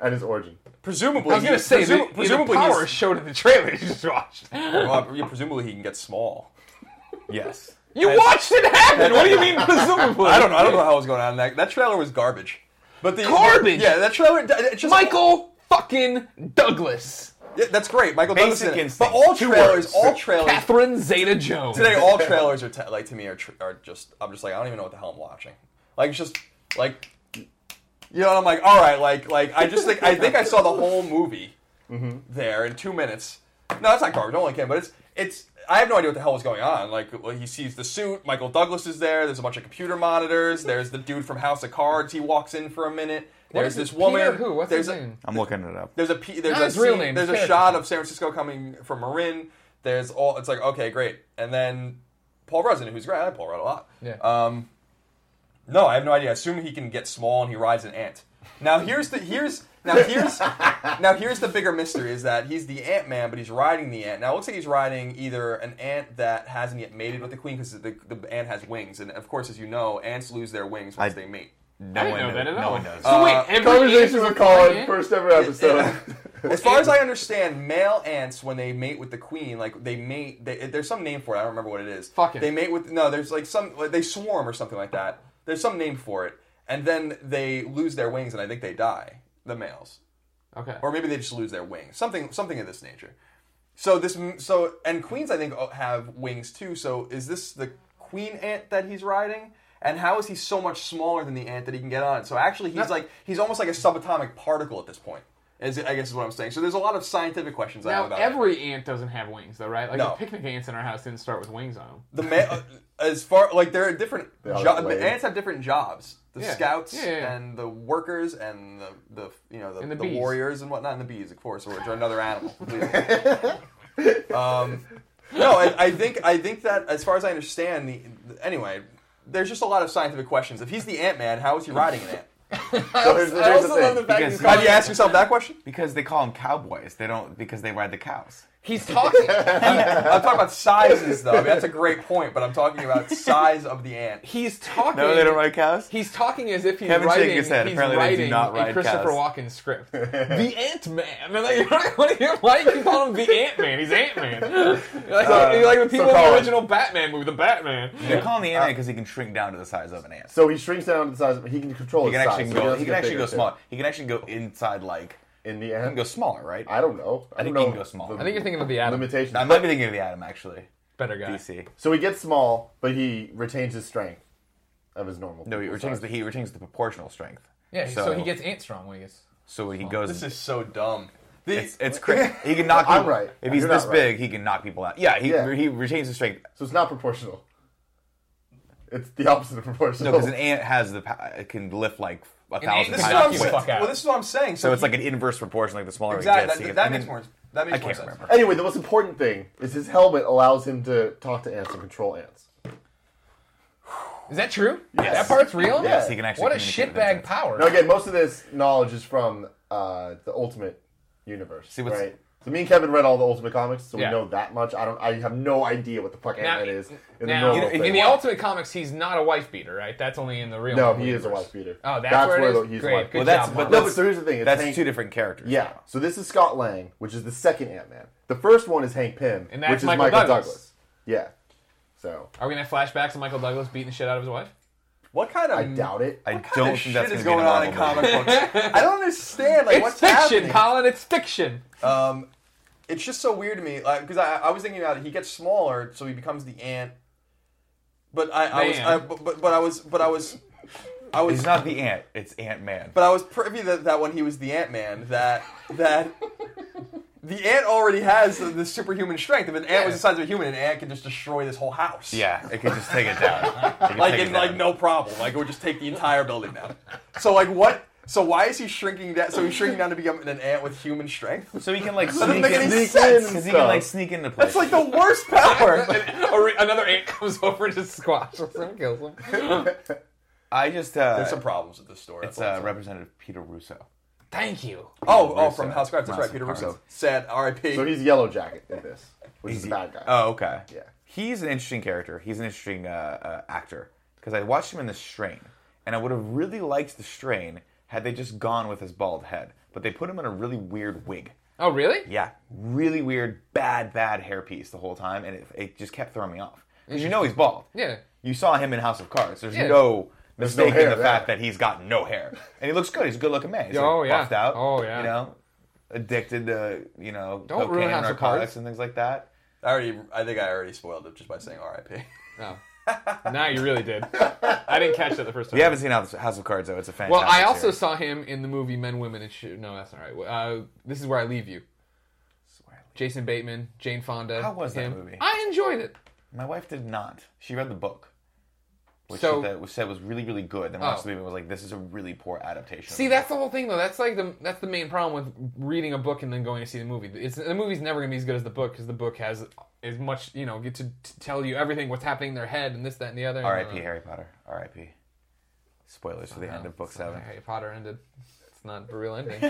S3: and his origin?
S5: presumably,
S1: I was gonna
S5: he-
S1: say
S5: presum-
S1: the,
S5: presumably,
S1: the power
S5: he's-
S1: showed in the trailer you just watched.
S5: well, yeah, presumably he can get small.
S2: Yes.
S1: You watched it happen. What do you mean presumably?
S5: I don't know. I don't know how it was going on. That that trailer was garbage. But the
S1: Garbage!
S5: Yeah, that trailer. It's just
S1: Michael fucking Douglas.
S5: Yeah, that's great, Michael Douglas. is in it.
S2: Basic
S5: But
S2: instinct.
S5: all
S2: Two
S5: trailers,
S2: words.
S5: all trailers
S1: Catherine Zeta Jones.
S5: today, all trailers are te- like to me are, tr- are just. I'm just like I don't even know what the hell I'm watching. Like it's just like you know I'm like all right, like like I just think I think I saw the whole movie
S1: Mm-hmm.
S5: there in two minutes. No, it's not garbage. Only can, but it's it's. I have no idea what the hell was going on. Like well, he sees the suit. Michael Douglas is there. There's a bunch of computer monitors. There's the dude from House of Cards. He walks in for a minute. There's
S1: is
S5: this
S1: it?
S5: woman.
S1: Peter who? What's
S5: there's
S1: his
S5: a-
S1: name?
S2: I'm looking it up.
S5: there's a pe- there's
S1: Not
S5: a
S1: his real
S5: scene-
S1: name,
S5: There's a
S1: his character.
S5: shot of San Francisco coming from Marin. There's all. It's like okay, great. And then Paul Rudd, who's great. I like Paul Rudd a lot.
S1: Yeah.
S5: Um, no, I have no idea. I assume he can get small and he rides an ant. Now here's the here's now here's now here's the bigger mystery is that he's the ant man, but he's riding the ant. Now it looks like he's riding either an ant that hasn't yet mated with the queen because the, the ant has wings, and of course, as you know, ants lose their wings once
S2: I-
S5: they mate.
S2: No
S1: I didn't
S2: one
S1: know
S2: knows-
S1: that at
S2: No
S1: all.
S2: one does.
S1: So wait,
S5: Uh,
S1: every ant is
S3: Conversations with
S1: a fucking
S3: Colin,
S1: ant?
S3: first ever episode.
S5: As far as I understand, male ants when they mate with the queen, like they mate. They, there's some name for it. I don't remember what it is.
S1: Fuck it.
S5: They mate with no. There's like some. like, They swarm or something like that. There's some name for it, and then they lose their wings, and I think they die. The males,
S1: Okay.
S5: or maybe they just lose their wings. Something, something of this nature. So this, m- so and queens, I think, oh, have wings too. So is this the queen ant that he's riding? And how is he so much smaller than the ant that he can get on? So actually, he's like he's almost like a subatomic particle at this point. Is I guess is what I'm saying. So there's a lot of scientific questions I have
S1: now
S5: about it.
S1: every ant doesn't have wings though, right? Like
S5: No.
S1: the picnic ants in our house didn't start with wings on them.
S5: the ma- uh, as far like there are different
S3: all
S5: jo-
S3: have
S5: the
S3: legs.
S5: ants have different jobs. The
S1: Yeah.
S5: scouts
S1: Yeah, yeah, yeah.
S5: and the workers and the, the you know the,
S1: And
S5: the,
S1: the bees.
S5: warriors and whatnot and the bees of course or or another animal. please. um, no, I, I think I think that as far as I understand the anyway, there's just a lot of scientific questions. If he's the Ant Man, how is he riding an ant?
S3: so here's the-
S1: I
S3: here's the
S1: also
S3: thing.
S1: love the fact
S2: Because-
S1: he's,
S5: Have you
S1: calling,
S5: asked yourself that question?
S2: Because they call them cowboys. They don't because they ride the cows.
S1: he's talking.
S5: I'm talking about sizes though. I mean, that's a great point, but I'm talking about size of the ant.
S1: He's talking.
S2: No, they don't ride cows.
S1: He's talking as if he's
S2: Kevin's shaking
S1: writing.
S2: his head.
S1: He's
S2: Apparently they do
S1: writing
S2: not
S1: a
S2: ride
S1: Christopher
S2: cows.
S1: Walken script. the Ant Man. I'm like, what do you- why do you call him the Ant Man? He's Ant Man. Like, like the people in
S3: Colin-
S1: the original Batman movie, the Batman.
S2: They call him the ant because he can shrink down to the size of an ant.
S3: So he shrinks down to the size. of- He can control
S2: He can
S3: his
S2: actually
S3: size. so
S2: go.
S3: doesn't
S2: He can
S3: get
S2: actually
S3: bigger,
S2: go
S3: too.
S2: small. He can actually go inside like.
S3: In the
S2: He can
S3: end,
S2: go smaller, right?
S3: I don't know. I,
S2: think
S3: don't
S2: he
S3: know
S2: can go small.
S3: the
S2: I
S1: I think you're thinking of the Adam.
S3: limitations.
S2: I might be thinking of the atom actually.
S1: Better guy.
S2: DC.
S3: So he gets small, but he retains his strength of his normal.
S2: No, he
S3: people
S2: retains
S3: size.
S2: the he retains the proportional strength.
S1: Yeah, so, he gets ant strong when he gets.
S2: So he goes.
S5: This is so dumb. The-
S2: it's, it's crazy. He can knock.
S3: I'm
S2: people-
S3: right.
S2: If he's
S3: You're not
S2: this
S3: right.
S2: big, he can knock people out. Yeah, he
S3: Yeah.
S2: he retains his strength.
S3: So it's not proportional. It's the opposite of proportional.
S2: No, because an ant has the pow- it can lift like a
S1: ant
S2: thousand
S1: can
S5: This is
S1: knock
S5: what I'm
S2: times
S1: you
S2: weight.
S5: saying.
S1: fuck out.
S5: Well, this is what I'm saying.
S2: So it's like an inverse proportion. Like the smaller
S5: exactly
S2: it gets,
S5: that,
S2: he
S5: that,
S2: gets- and
S5: makes
S2: then-
S5: more. That makes
S2: I can't
S5: more sense.
S2: remember.
S3: Anyway, the most important thing is his helmet allows him to talk to ants and control ants.
S1: Is that true?
S3: Yes.
S1: That part's real.
S3: Yes,
S2: he can actually
S1: What a
S2: communicate with
S1: shitbag
S2: insects.
S1: power.
S3: Now, again, most of this knowledge is from uh, the Ultimate Universe,
S2: See, what's-
S3: right? So me and Kevin read all the Ultimate comics, so
S1: Yeah.
S3: we know that much. I don't. I have no idea what the fuck
S1: Now-
S3: Ant Man is in the
S1: now,
S3: normal.
S2: You know,
S3: thing.
S1: in the Ultimate Comics, he's not a wife beater, right? That's only in the real.
S3: no,
S1: Marvel
S3: he is a
S1: universe.
S3: wife beater.
S1: Oh, that's where it is?
S3: he's
S1: Great,
S3: a wife
S1: good
S3: beater.
S2: Well, that's
S1: job,
S2: but
S1: Mom.
S3: no,
S2: that's,
S3: but so here's the thing. It's
S2: that's
S3: Hank-
S2: two different characters.
S3: Yeah. So this is Scott Lang, which is the second Ant Man. The first one is Hank Pym,
S1: And that's
S3: which is
S1: Michael
S3: Michael,
S1: Douglas.
S3: Douglas. Yeah. So
S1: Are we gonna have flashbacks of Michael Douglas beating the shit out of his wife?
S5: What kind of
S3: I
S1: Mm.
S3: doubt it.
S2: I
S5: What kind
S2: don't
S5: of
S2: think
S5: shit
S2: that's
S5: is
S2: gonna be
S5: going on
S2: a
S5: in
S2: Marvel
S5: comic books? I don't understand. Like
S1: It's
S5: what's
S1: fiction,
S5: happening?
S1: Colin. It's fiction.
S5: Um, it's just so weird to me because I, I was thinking about it. He gets smaller, so he becomes the ant. But I, I was,
S1: Man.
S5: I, but, but- but I was, but I was, I was.
S2: He's not the ant. It's Ant Man.
S5: but I was privy that, that when he was the Ant Man, that that the ant already has the, the superhuman strength. If an ant was the size of a human, an ant can just destroy this whole house.
S2: yeah, it could just take it down. It could
S5: like
S2: take it
S5: in like
S2: down.
S5: no problem. Like it would just take the entire building down. So like what? So why is he shrinking down? So he's shrinking down to become an ant with human strength.
S2: So he can like
S5: doesn't
S2: sneak
S5: make
S2: in.
S5: any
S2: Because
S5: sense.
S3: and
S2: he can like
S3: stuff.
S2: sneak into places.
S5: That's like the worst power.
S1: A re- Another ant comes over to squash him and kills him.
S2: I just uh,
S5: There's some problems with this story.
S2: It's
S5: that's all
S2: uh,
S5: I'm saying.
S2: Representative Peter Russo.
S1: Thank you.
S5: oh, oh,
S2: Russo.
S5: from House of Cards. That's
S2: House
S5: right.
S2: of
S5: Peter
S2: Cards.
S5: Russo said R.I.P.
S3: So he's Yellow Jacket in this, which is
S2: He's-
S3: a bad guy.
S2: Oh, okay.
S3: Yeah.
S2: He's an interesting character. He's an interesting uh, uh, actor because I watched him in The Strain, and I would have really liked The Strain had they just gone with his bald head, but they put him in a really weird wig.
S1: Oh, really?
S2: Yeah, really weird, bad, bad hairpiece the whole time, and it, it just kept throwing me off because you know he's bald.
S1: Yeah.
S2: You saw him in House of Cards. There's
S1: Yeah.
S2: no
S3: no
S2: mistake in
S3: hair
S2: the
S3: there.
S2: fact that he's got no hair, and he looks good. He's a good-looking man. He's
S1: Oh,
S2: like,
S1: yeah.
S2: buffed out.
S1: Oh, yeah.
S2: You know, addicted to you know
S1: Don't ruin
S2: cocaine and
S1: House of
S2: narcotics
S1: Cards.
S2: and things like that.
S5: I already, I think I already spoiled it just by saying R.I.P.
S1: No. now Oh. you really did. I didn't catch that the first time.
S2: If you haven't seen House House of Cards though, it's a fantastic.
S1: Well, I also
S2: series.
S1: saw him in the movie Men, Women, and Shoot. No, that's not right. Uh, this is where I leave you. Jason Bateman, Jane Fonda.
S2: How was that
S1: him.
S2: movie?
S1: I enjoyed it.
S2: My wife did not. She read the book, which
S1: So-
S2: she said, which said was really really good. Then watched
S1: Oh.
S2: the movie and was like, this is a really poor adaptation.
S1: See, that's the whole thing, though. That's like the that's the main problem with reading a book and then going to see the movie. It's the movie's never gonna be as good as the book because the book has as much you know get to, to tell you everything what's happening in their head and this that and the other. and,
S2: R.I.P.
S1: uh,
S2: Harry Potter. R.I.P. Spoilers for the end of book
S1: it's not how
S2: seven.
S1: Harry Potter ended. It's not the real ending.
S5: I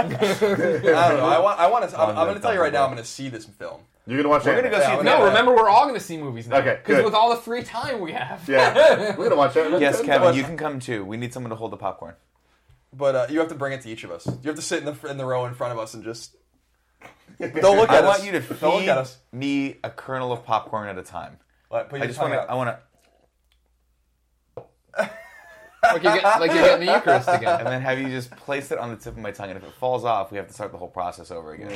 S5: don't know. I want. I want to. I'm, I'm going
S2: the
S5: to tell you right now.
S2: Thunderbolt.
S5: I'm going to see this film.
S3: You're gonna watch.
S2: We're gonna
S3: anime.
S2: go see.
S5: Yeah,
S2: it
S5: no,
S1: no,
S2: together.
S1: remember we're all gonna see movies now.
S3: Okay,
S1: Because
S3: good.
S1: with all the free time we have.
S3: Yeah, we're gonna watch that.
S2: Yes, Kevin, you can come too. We need someone to hold the popcorn.
S5: But uh, you have to bring it to each of us. You have to sit in the in the row in front of us and just. Don't look
S2: I
S5: at us.
S2: want you to
S5: Don't look at
S2: feed
S5: us.
S2: me a kernel of popcorn at a time.
S5: Like, put your
S2: I just want to.
S5: tongue
S2: I
S5: out.
S2: want to,
S1: like you're, get, like you're getting the Eucharist
S2: and
S1: again.
S2: then have you just place it on the tip of my tongue, and if it falls off, we have to start the whole process over again.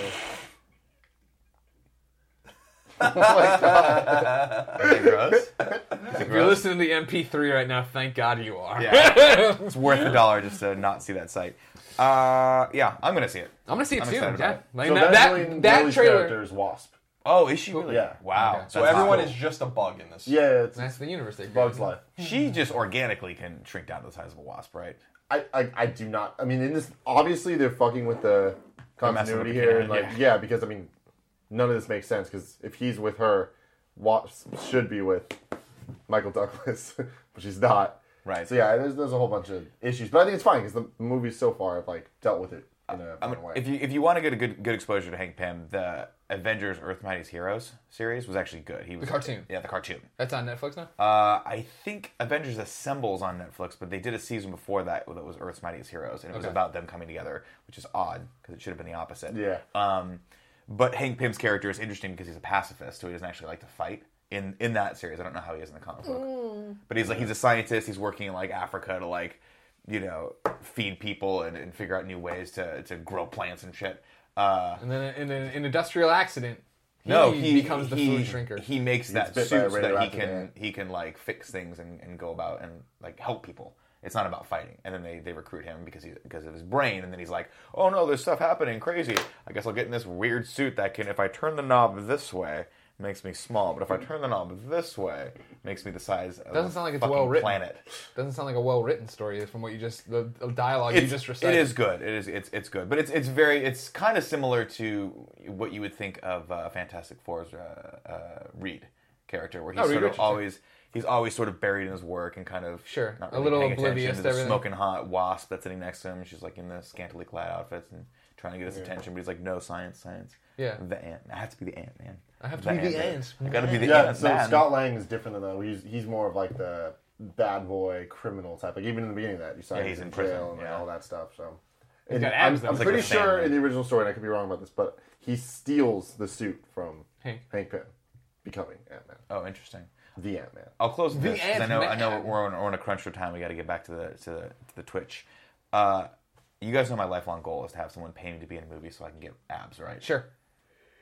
S2: Is it gross?
S1: If you're listening to the MP3 right now, thank God you are.
S2: It's worth a dollar just to not see that site. Uh, yeah, I'm gonna see it.
S1: I'm gonna see it
S2: I'm
S1: too.
S2: excited
S1: Yeah,
S2: about it.
S1: like,
S3: So
S1: that
S3: that's
S1: that,
S3: really-
S1: that
S3: really
S1: trailer.
S3: character's Wasp.
S2: Oh, is she really?
S3: Yeah.
S2: Wow.
S1: Okay.
S5: So
S2: that's
S5: everyone
S2: cool.
S5: is just a bug in this.
S3: Yeah, it's
S1: That's the universe. they
S3: Bugs
S1: created.
S3: Life.
S2: She just organically can shrink down to the size of a wasp, right?
S3: I, I I do not. I mean, in this, obviously they're fucking with the
S2: messing with
S3: continuity
S2: the
S3: here, and like,
S2: canon,
S3: yeah. because I mean, none of this makes sense because if he's with her, Wasp should be with Michael Douglas, but she's not.
S2: Right.
S3: So yeah, there's there's a whole bunch of issues, but I think it's fine because the movies so far have like dealt with it in a
S2: I mean,
S3: fun way.
S2: if you if you want to get a good good exposure to Hank Pym, the Avengers Earth Mightiest Heroes series was actually good. He was
S1: The cartoon.
S2: Yeah, the cartoon.
S1: That's on Netflix now.
S2: Uh, I think Avengers Assembles on Netflix, but they did a season before that that was Earth's Mightiest Heroes, and it was
S1: Okay.
S2: about them coming together, which is odd because it should have been the opposite.
S3: Yeah.
S2: Um, but Hank Pym's character is interesting because he's a pacifist, so he doesn't actually like to fight. In in that series, I don't know how he is in the comic book, but he's like he's a scientist. He's working in like Africa to like you know feed people and, and figure out new ways to to grow plants and shit. Uh,
S1: And then in an, an industrial accident, he
S2: no, he
S1: becomes the
S2: he-
S1: food shrinker.
S2: He makes that
S3: bit
S2: suit
S3: by a
S2: so that he
S3: radioactive
S2: can
S3: ant.
S2: he can like fix things and, and go about and like help people. It's not about fighting. And then they, they recruit him because he because of his brain. And then he's like, oh no, there's stuff happening crazy. I guess I'll get in this weird suit that can if I turn the knob this way makes me small, but if I turn the knob this way makes me the size of
S1: Doesn't
S2: a
S1: sound like it's
S2: fucking
S1: well written.
S2: planet.
S1: Doesn't sound like a well-written story from what you just the, the dialogue you
S2: It's,
S1: just
S2: it
S1: recited.
S2: is good. It is it's it's good, but it's it's very it's kind of similar to what you would think of uh, Fantastic Four's uh, uh, Reed character, where he's
S1: Oh, Reed
S2: sort of
S1: Richards, yeah.
S2: always he's always sort of buried in his work and kind of
S1: Sure.
S2: not
S1: A
S2: really
S1: little
S2: paying attention
S1: oblivious
S2: to
S1: to
S2: the
S1: everything.
S2: smoking hot wasp that's sitting next to him. She's like in the scantily clad outfits and trying to get his attention, but he's like, no science, science.
S1: Yeah.
S2: the ant. I have to be the ant man.
S1: I have to be the ant
S2: I gotta be the
S3: yeah,
S2: ant
S3: so
S2: man.
S3: Scott Lang is different than that. He's he's more of like the bad boy criminal type. Like even in the beginning of that, you saw
S2: Yeah,
S3: him
S2: he's in
S3: in
S2: prison,
S3: jail and
S2: yeah.
S3: all that stuff. So And
S1: got abs, though.
S3: I'm, I'm
S1: It's like
S3: pretty
S2: the
S3: sure
S2: Sandman.
S3: in the original story, and I could be wrong about this, but he steals the suit from
S1: Hank.
S3: Pym, becoming Ant Man,
S2: Oh, interesting.
S3: the Ant Man.
S2: I'll close with this 'cause I
S1: Ant
S2: know I know
S1: Man.
S2: we're on, we're on a crunch for time. We got to get back to the to the, to the Twitch. Uh, you guys know my lifelong goal is to have someone pay me to be in a movie so I can get abs, right?
S1: Sure.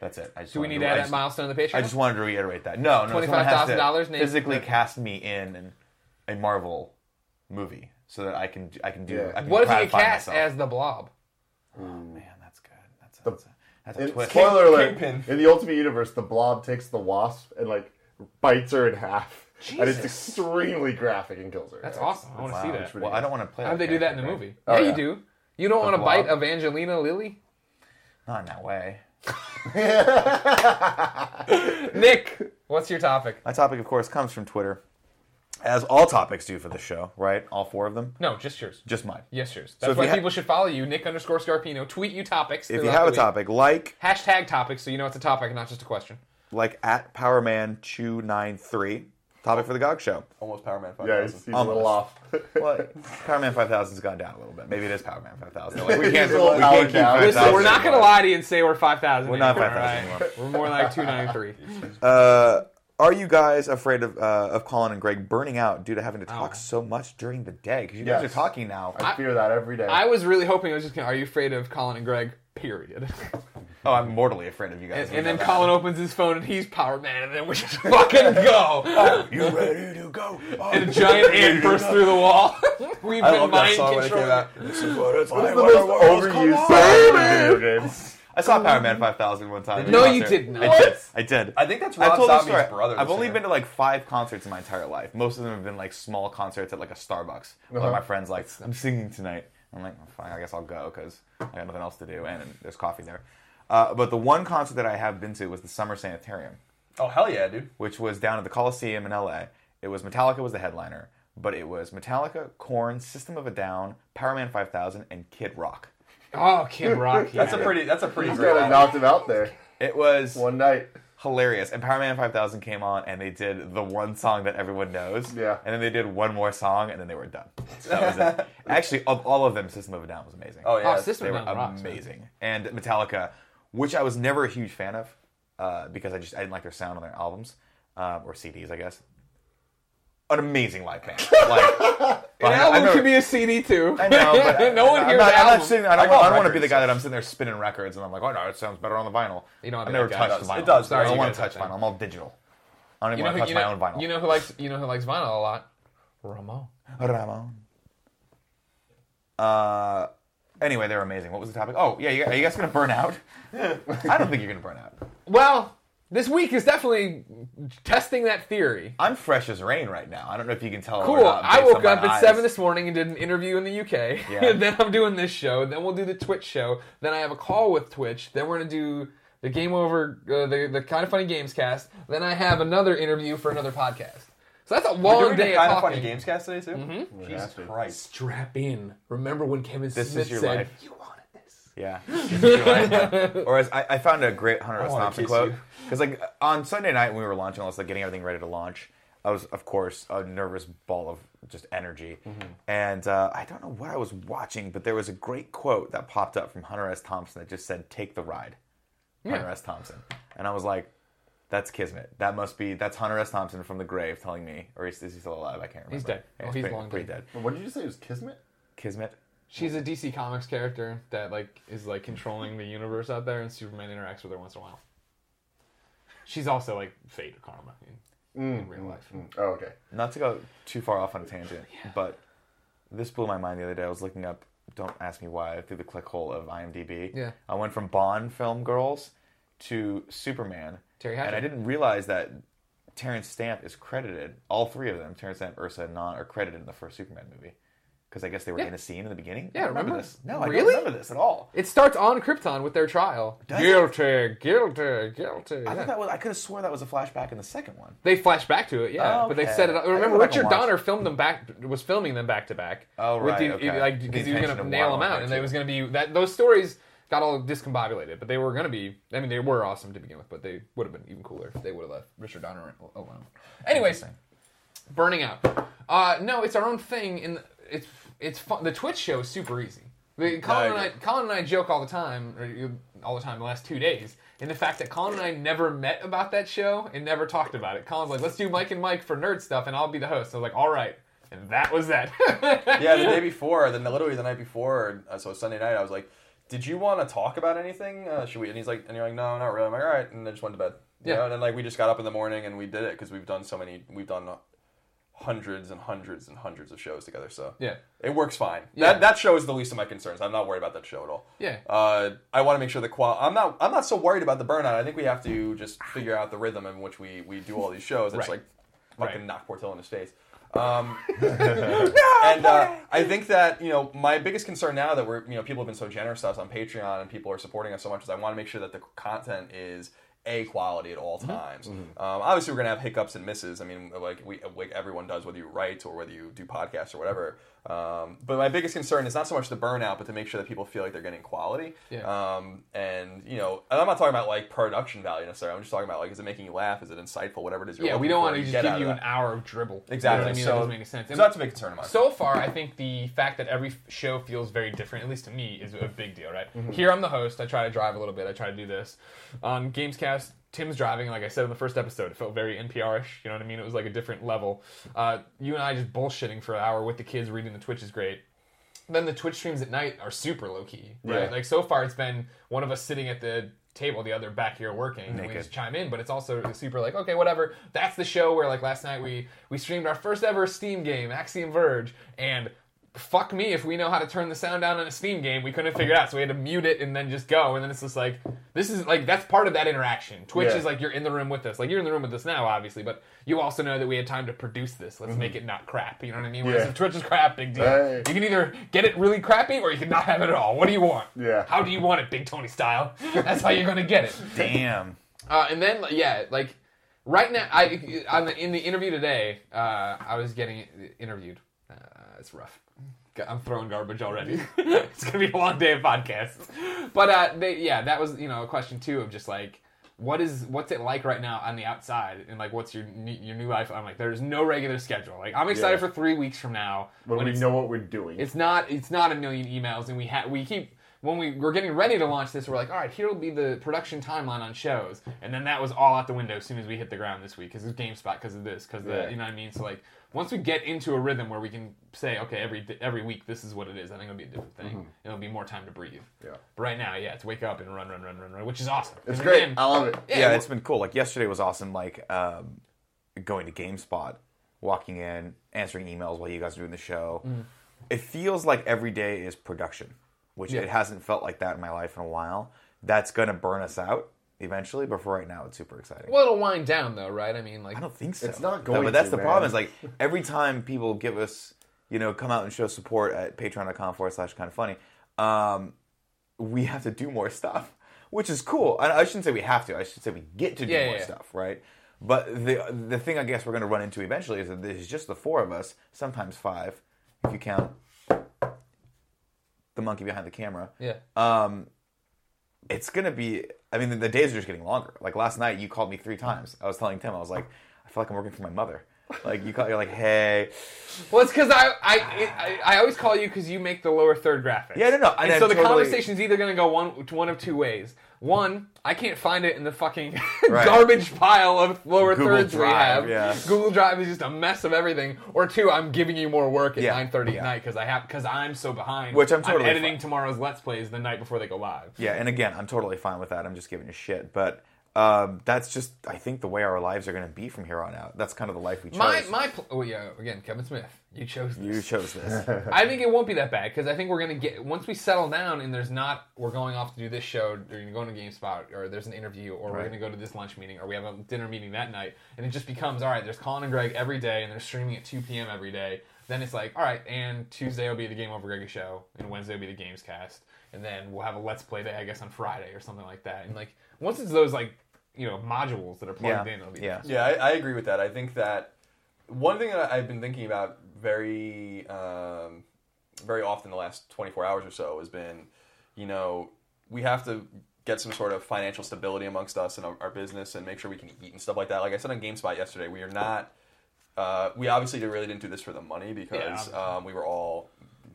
S2: That's it. I just
S1: Do we
S2: wanted
S1: need to
S2: to- I
S1: add that
S2: just-
S1: milestone on the Patreon?
S2: I just wanted to reiterate that. No, no, someone has to
S1: $25,000 named-
S2: Physically cast me in an, a Marvel movie so that I can I can do.
S3: Yeah.
S2: I can
S1: what if you get
S2: gratify
S1: cast
S2: myself.
S1: as the Blob?
S2: Man, that's good. That's a, that's a, that's a
S3: And
S2: twist.
S3: spoiler alert:
S5: Kingpin.
S3: in the Ultimate Universe, the Blob takes the Wasp and like bites her in half, and it's
S1: Jesus.
S3: extremely graphic and kills her.
S1: That's awesome. I want to
S3: uh,
S1: see that.
S2: Well, I don't want to play.
S1: How
S2: that
S1: do they do that in
S2: character,
S1: the
S2: right?
S1: movie? yeah, you do. You don't want to
S2: Oh, Blob.
S1: bite Evangelina Lilly?
S2: Not in that way.
S1: Nick, what's your topic?
S2: My topic, of course, comes from Twitter, as all topics do for the show, right? All four of them,
S1: No, just yours.
S2: just mine.
S1: Yes, yours.
S2: So
S1: That's
S2: if
S1: why
S2: you ha-
S1: people should follow you, Nick underscore Scarpino. Tweet you topics.
S2: If you
S1: throughout
S2: have
S1: the
S2: a
S1: week.
S2: topic, like
S1: hashtag topics, so you know it's a topic, not just a question.
S2: like at Powerman two nine three, topic for the Gog Show.
S5: Almost Power Man.
S3: Yeah,
S5: 5000.
S3: he's, he's a little off.
S2: Well, Powerman five thousand's gone down a little bit. Maybe it is Powerman five thousand. Like, we can't, we
S3: a little
S2: can't keep
S3: down.
S2: five
S3: Listen,
S1: Listen,
S2: thousand.
S1: we're not going to lie to you and say we're 5,000.
S2: We're not
S1: anymore,
S2: 5,000
S1: all right? We're more like 293.
S2: Uh, Are you guys afraid of uh, of Colin and Greg burning out due to having to talk
S1: Ow.
S2: so much during the day? Because you guys
S3: Yes.
S2: are talking now.
S3: I, fear that every day.
S1: I was really hoping it was just going to, are you afraid of Colin and Greg? Period.
S2: oh, I'm mortally afraid of you guys.
S1: And, and
S2: We
S1: then
S2: know that.
S1: Colin opens his phone and he's Power Man, and then we just fucking go.
S2: You ready to go?
S1: And a giant ant bursts through the wall. We've
S5: I
S1: been
S5: love that
S1: mind
S5: song when it came out.
S1: controlled.
S2: This is what it's
S3: This
S2: like
S3: is the
S2: when
S3: most
S2: our worlds
S3: overused
S2: collide.
S3: song in video games.
S2: I saw Power Man 5000 one time.
S1: No,
S2: at a
S1: you
S2: concert.
S1: did not.
S2: I did.
S1: What?
S2: I did.
S5: I think that's
S2: I've
S5: Rob
S2: told this
S5: Zombie's
S2: story.
S5: brother, the
S2: I've only
S5: singer.
S2: been to like five concerts in my entire life. Most of them have been like small concerts at like a Starbucks. Where
S3: Uh-huh.
S2: my friends like, I'm singing tonight. I'm like, "Oh, fine, I guess I'll go because I got nothing else to do and there's coffee there. Uh, but the one concert that I have been to was the Summer Sanitarium,
S5: Oh hell yeah, dude!
S2: which was down at the Coliseum in LA. It was Metallica was the headliner, but it was Metallica, Korn, System of a Down, Power Man 5000, and Kid Rock.
S1: Oh, Kid Rock.
S5: That's
S1: yeah.
S5: a pretty. That's a pretty
S3: He's
S5: great.
S3: got to
S5: album.
S3: knocked him out there
S2: It was
S3: one night.
S2: hilarious. And Power Man 5000 came on and they did the one song that everyone knows.
S3: Yeah.
S2: And then they did one more song and then they were done. So that was it. Actually, of all of them, System of a Down was amazing.
S5: Oh yeah,
S1: Oh, System
S2: They
S1: of
S2: were
S1: a Down rocks, man.
S2: amazing. And Metallica, which I was never a huge fan of uh, because I just I didn't like their sound on their albums um, or CDs, I guess. An amazing live band. Like,
S1: An
S2: I- I
S1: album
S2: remember-
S1: could be a CD too.
S2: I know, but
S1: no
S2: I-
S1: one
S2: I'm
S1: hears
S2: not, I'm not
S1: albums.
S2: sitting, I don't,
S5: I love
S2: I don't want to be the
S5: records.
S2: guy that I'm sitting there spinning records and I'm like, oh no, it sounds better on the vinyl.
S1: You don't wanna
S2: I've
S1: be
S2: never
S1: that guy.
S2: touched
S1: It
S2: the vinyl.
S5: does. It does.
S2: I
S1: Sorry,
S2: don't
S1: you
S2: want to
S1: guys
S2: touch
S1: are saying.
S2: vinyl. I'm all digital. I don't
S1: You know,
S2: even want
S1: who,
S2: to touch
S1: you,
S2: my
S1: know-
S2: own vinyl.
S1: you know who likes you know who likes vinyl a lot? Ramon.
S2: Ramon. Uh, anyway, they're amazing. What was the topic? Oh, yeah, you, are you guys gonna burn out? I don't think you're gonna burn out.
S1: Well, this week is definitely testing that theory.
S2: I'm fresh as rain right now. I don't know if you can tell. Or
S1: Cool.
S2: Oh, not
S1: I
S2: based on
S1: woke
S2: my
S1: up at
S2: eyes.
S1: seven this morning and did an interview in the UK.
S2: Yeah.
S1: then I'm doing this show. Then we'll do the Twitch show. Then I have a call with Twitch. Then we're gonna do the Game Over, uh, the the Kind of Funny Games cast. Then I have another interview for another podcast. So that's a long
S5: We're doing
S1: day
S5: a kind
S1: of
S5: of funny
S1: talking. Mm-hmm.
S5: games cast today too. Jesus
S3: Exactly.
S5: Christ!
S1: Strap in. Remember when Kevin
S2: This
S1: Smith
S2: is your
S1: said,
S2: life.
S1: "You wanted this."
S2: Yeah. or as I, I found a great Hunter S.
S5: wanna
S2: Thompson
S5: kiss
S2: quote
S5: you.
S2: because like on Sunday night when we were launching, I was like getting everything ready to launch. I was of course a nervous ball of just energy,
S1: Mm-hmm.
S2: and uh, I don't know what I was watching, but there was a great quote that popped up from Hunter S. Thompson that just said, "Take the ride." Hunter S. Thompson, and I was like. That's kismet. That must be. That's Hunter S. Thompson from the grave telling me, or is, is he still alive? I can't remember.
S1: He's dead.
S2: Yeah,
S1: Oh, he's
S2: pretty,
S1: long
S2: pretty
S1: dead.
S2: dead.
S3: What did you say? It was Kismet?
S2: Kismet.
S1: She's a DC Comics character that like is like controlling the universe out there, and Superman interacts with her once in a while. She's also like fate or karma in,
S2: Mm,
S1: in real life.
S3: Oh, okay.
S2: not to go too far off on a tangent, but this blew my mind the other day. I was looking up, don't ask me why, through the click hole of IMDb.
S1: Yeah.
S2: I went from Bond film girls to Superman.
S1: Terry
S2: and I
S1: Hatcher.
S2: didn't realize that Terrence Stamp is credited. All three of them, Terrence Stamp, Ursa, and Non, are credited in the first Superman movie. Because I guess they were in a scene in the beginning.
S1: Yeah,
S2: I don't remember
S1: remember?
S2: this? No, I
S1: Really?
S2: don't remember this at all.
S1: It starts on Krypton with their trial.
S2: Does
S1: guilty, guilty, guilty.
S2: I
S1: yeah.
S2: thought that was. I could have swore that was a flashback in the second one.
S1: They flash back to it, yeah.
S2: Oh,
S1: But they
S2: okay.
S1: set it up.
S2: I
S1: Remember,
S2: go back
S1: Richard
S2: and watch.
S1: Donner filmed them back, was filming them back to back.
S2: Oh,
S1: With
S2: right,
S1: the,
S2: okay.
S1: Like
S2: The
S1: because he was
S2: intention
S1: gonna
S2: of
S1: nail
S2: Warlock
S1: them out, and it
S2: there, too.
S1: was gonna be that. Those stories got all discombobulated, but they were gonna be. I mean, they were awesome to begin with, but they would have been even cooler if they would have left Richard Donner alone. Anyways, burning out. Uh, no, it's our own thing, and it's it's fun. The Twitch show is super easy. The, Colin, and I, Colin and I joke all the time, or you- all the time, the last two days, in the fact that Colin and I never met about that show and never talked about it. Colin's like, "Let's do Mike and Mike for nerd stuff, and I'll be the host." I was like, "All right," and that was that.
S5: Yeah, the day before, then literally the night before, uh, so Sunday night, I was like, "Did you want to talk about anything? Uh, should we?" And he's like, "And you're like, no, not really." I'm like, "All right," and I just went to bed. You
S1: Yeah.
S5: know, and then like we just got up in the morning and we did it because we've done so many, we've done hundreds and hundreds and hundreds of shows together. So
S1: Yeah.
S5: it works fine.
S1: Yeah.
S5: That that show is the least of my concerns. I'm not worried about that show at all.
S1: Yeah.
S5: Uh, I want to make sure the qual. I'm not. I'm not so worried about the burnout. I think we have to just figure out the rhythm in which we we do all these shows. It's
S1: Right.
S5: like fucking
S1: Right.
S5: knock Portillo in his face. Um, and uh, I think that you know my biggest concern now that we're you know people have been so generous to us on Patreon and people are supporting us so much is I want to make sure that the content is a quality at
S1: Mm-hmm.
S5: all times. Um, obviously, we're gonna have hiccups and misses. I mean, like we like everyone does, whether you write or whether you do podcasts or whatever. Um, but my biggest concern is not so much the burnout, but to make sure that people feel like they're getting quality.
S1: Yeah.
S5: Um, and you know, and I'm not talking about like production value necessarily. I'm just talking about like is it making you laugh? Is it insightful? Whatever it is. You're
S1: yeah, we don't
S5: looking for,
S1: want to just
S5: get
S1: give
S5: out of
S1: you
S5: that.
S1: an hour of dribble.
S5: Exactly.
S1: You know what I mean? that
S5: so
S1: doesn't make any sense.
S5: So that's a big concern of mine.
S1: so far, I think the fact that every show feels very different, at least to me, is a big deal, right? Here I'm the host. I try to drive a little bit. I try to do this. On Gamescast, Tim's driving, like I said in the first episode, it felt very NPR-ish. You know what I mean? It was like a different level. Uh, you and I just bullshitting for an hour with the kids, reading the Twitch is great. Then the Twitch streams at night are super low key, right?
S3: Yeah.
S1: Like so far, it's been one of us sitting at the table, the other back here working, and we
S2: Naked.
S1: just chime in. But it's also super like, okay, whatever. That's the show where like last night we we streamed our first ever Steam game, Axiom Verge, and fuck me if we know how to turn the sound down on a Steam game. We couldn't figure it out, so we had to mute it and then just go. And then it's just like this is like that's part of that interaction. Twitch
S3: Yeah.
S1: is like you're in the room with us. Like you're in the room with us now, obviously, but you also know that we had time to produce this. Let's make it not crap. You know what I mean? Whereas
S3: Mm-hmm. Yeah.
S1: if Twitch is crap, big deal.
S3: Hey.
S1: You can either get it really crappy or you can not have it at all. What do you want?
S3: Yeah.
S1: How do you want it, Big Tony style? That's how you're gonna get it.
S2: Damn.
S1: Uh, and then yeah, like right now, I on the in the interview today, uh, I was getting interviewed. Uh, it's rough. I'm throwing garbage already. it's gonna be a long day of podcasts. But uh, they, yeah, that was you know a question too of just like what is what's it like right now on the outside and like what's your new- your new life? I'm like there's no regular schedule. Like I'm excited
S3: Yeah.
S1: for three weeks from now
S3: When, we
S1: it's-
S3: know what we're doing.
S1: it's not it's not a million emails and we ha- we keep when we were getting ready to launch this we're like all right here will be the production timeline on shows and then that was all out the window as soon as we hit the ground this week because of gamespot because of this because
S3: Yeah.
S1: the you know what i mean so like once we get into a rhythm where we can say okay every d- every week this is what it is i think it'll be a different thing it'll be more time to breathe
S3: Mm-hmm. Yeah.
S1: but right now yeah it's wake up and run run run run run which is awesome
S3: It's
S1: And
S3: great.
S1: again,
S3: I love it.
S2: Yeah, it's been cool. Like yesterday was awesome. Like um, going to GameSpot, walking in, answering emails while you guys are doing the show. It feels like every day is production, which
S1: Yeah.
S2: it hasn't felt like that in my life in a while. That's gonna burn us out eventually, but for right now, it's super exciting.
S1: well it'll wind down though right i mean like
S2: I don't think so.
S3: It's not
S2: No,
S3: going
S2: but that's
S3: to,
S2: the
S3: man.
S2: problem. Is like every time people give us, you know, come out and show support at patreon.com forward slash kind of funny, um, we have to do more stuff, which is cool. I, I shouldn't say we have to. I should say we get to do
S1: Yeah,
S2: more
S1: yeah.
S2: stuff, right? But the the thing I guess we're going to run into eventually is that there's just the four of us, sometimes five, if you count the monkey behind the camera
S1: yeah
S2: Um, it's gonna be. I mean, the, the days are just getting longer. Like last night, you called me three times. I was telling Tim, I was like, I feel like I'm working for my mother. Like you call, you're like, hey,
S1: Well, it's because I I, I I always call you because you make the lower third graphics.
S2: Yeah, no, no,
S1: And,
S2: and I
S1: so the
S2: totally-
S1: conversation's either going to go one one of two ways. One, I can't find it in the fucking
S2: Right.
S1: garbage pile of lower
S2: Google
S1: thirds we have.
S2: Drive, yeah.
S1: Google Drive is just a mess of everything. Or two, I'm giving you more work at
S2: Yeah,
S1: 9:30 at
S2: yeah.
S1: night because I have because I'm so behind.
S2: Which I'm totally
S1: editing
S2: fine.
S1: tomorrow's Let's Plays the night before they go live.
S2: yeah. And again, I'm totally fine with that. I'm just giving a shit. But um, that's just, I think, the way our lives are gonna be from here on out. That's kind of the life we chose.
S1: My my pl- oh yeah again Kevin Smith you chose this.
S2: you chose this.
S1: I think it won't be that bad because I think we're gonna get once we settle down and there's not we're going off to do this show or you're going to GameSpot or there's an interview or we're
S2: Right.
S1: gonna go to this lunch meeting or we have a dinner meeting that night and it just becomes all right. There's Colin and Greg every day and they're streaming at 2 p.m. every day. Then it's like all right, and Tuesday will be the Game Over Greggy show and Wednesday will be the Games Cast and then we'll have a Let's Play day I guess on Friday or something like that. And like once it's those like you know modules that are plugged
S2: Yeah,
S1: in, it'll be
S2: yeah.
S5: Yeah, I, I agree with that. I think that one thing that I've been thinking about very, um, very often the last 24 hours or so has been, you know, we have to get some sort of financial stability amongst us and our, our business and make sure we can eat and stuff like that. Like I said on GameSpot yesterday, we are not. Uh, we obviously did- really didn't do this for the money because
S1: obviously.
S5: um, we were all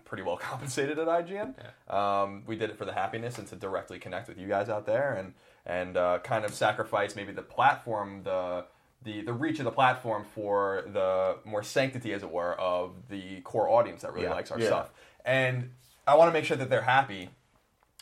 S5: pretty well compensated at IGN. Um, we did it for the happiness and to directly connect with you guys out there and and uh, kind of sacrifice maybe the platform, the the the reach of the platform for the more sanctity, as it were, of the core audience that really
S2: Yeah.
S5: likes our
S3: Yeah.
S5: stuff. And I want to make sure that they're happy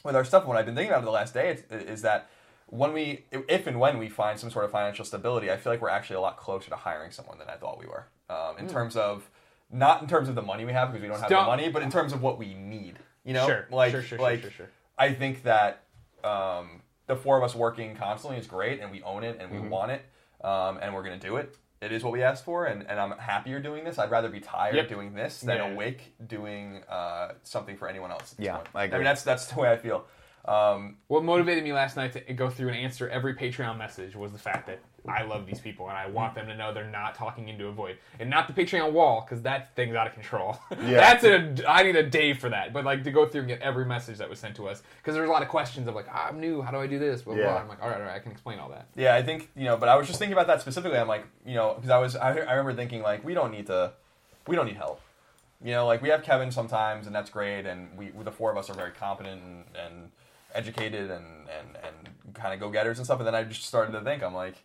S5: with our stuff, what I've been thinking about it the last day is, is that when we, if and when we find some sort of financial stability, I feel like we're actually a lot closer to hiring someone than I thought we were. Um,
S1: Hmm.
S5: in terms of, not in terms of the money we have because we don't have
S1: Stop.
S5: the money, but in terms of what we need. You know,
S1: Sure.
S5: like,
S1: Sure, sure, sure,
S5: like
S1: sure, sure.
S5: I think that um, the four of us working constantly is great, and we own it, and we
S1: Mm-hmm.
S5: want it, um, and we're gonna do it. It is what we asked for, and, and I'm happier doing this. I'd rather be tired
S1: Yep.
S5: doing this than
S1: Yeah.
S5: awake doing uh, something for anyone else. At this
S2: Yeah,
S5: point.
S2: I agree.
S5: mean, that's that's the way I feel. Um,
S1: What motivated me last night to go through and answer every Patreon message was the fact that I love these people and I want them to know they're not talking into a void and not the Patreon wall because that thing's out of control. That's a I need a day for that. But like to go through and get every message that was sent to us because there's a lot of questions of like I'm new, how do I do this? Blah, blah,
S3: Yeah.
S1: blah. I'm like, all right, all right, I can explain all that.
S5: yeah, I think you know, but I was just thinking about that specifically. I'm like, you know, because I was I, I remember thinking like we don't need to, we don't need help. You know, like we have Kevin sometimes, and that's great, and we the four of us are very competent and and educated and and and kind of go getters and stuff. And then I just started to think, I'm like,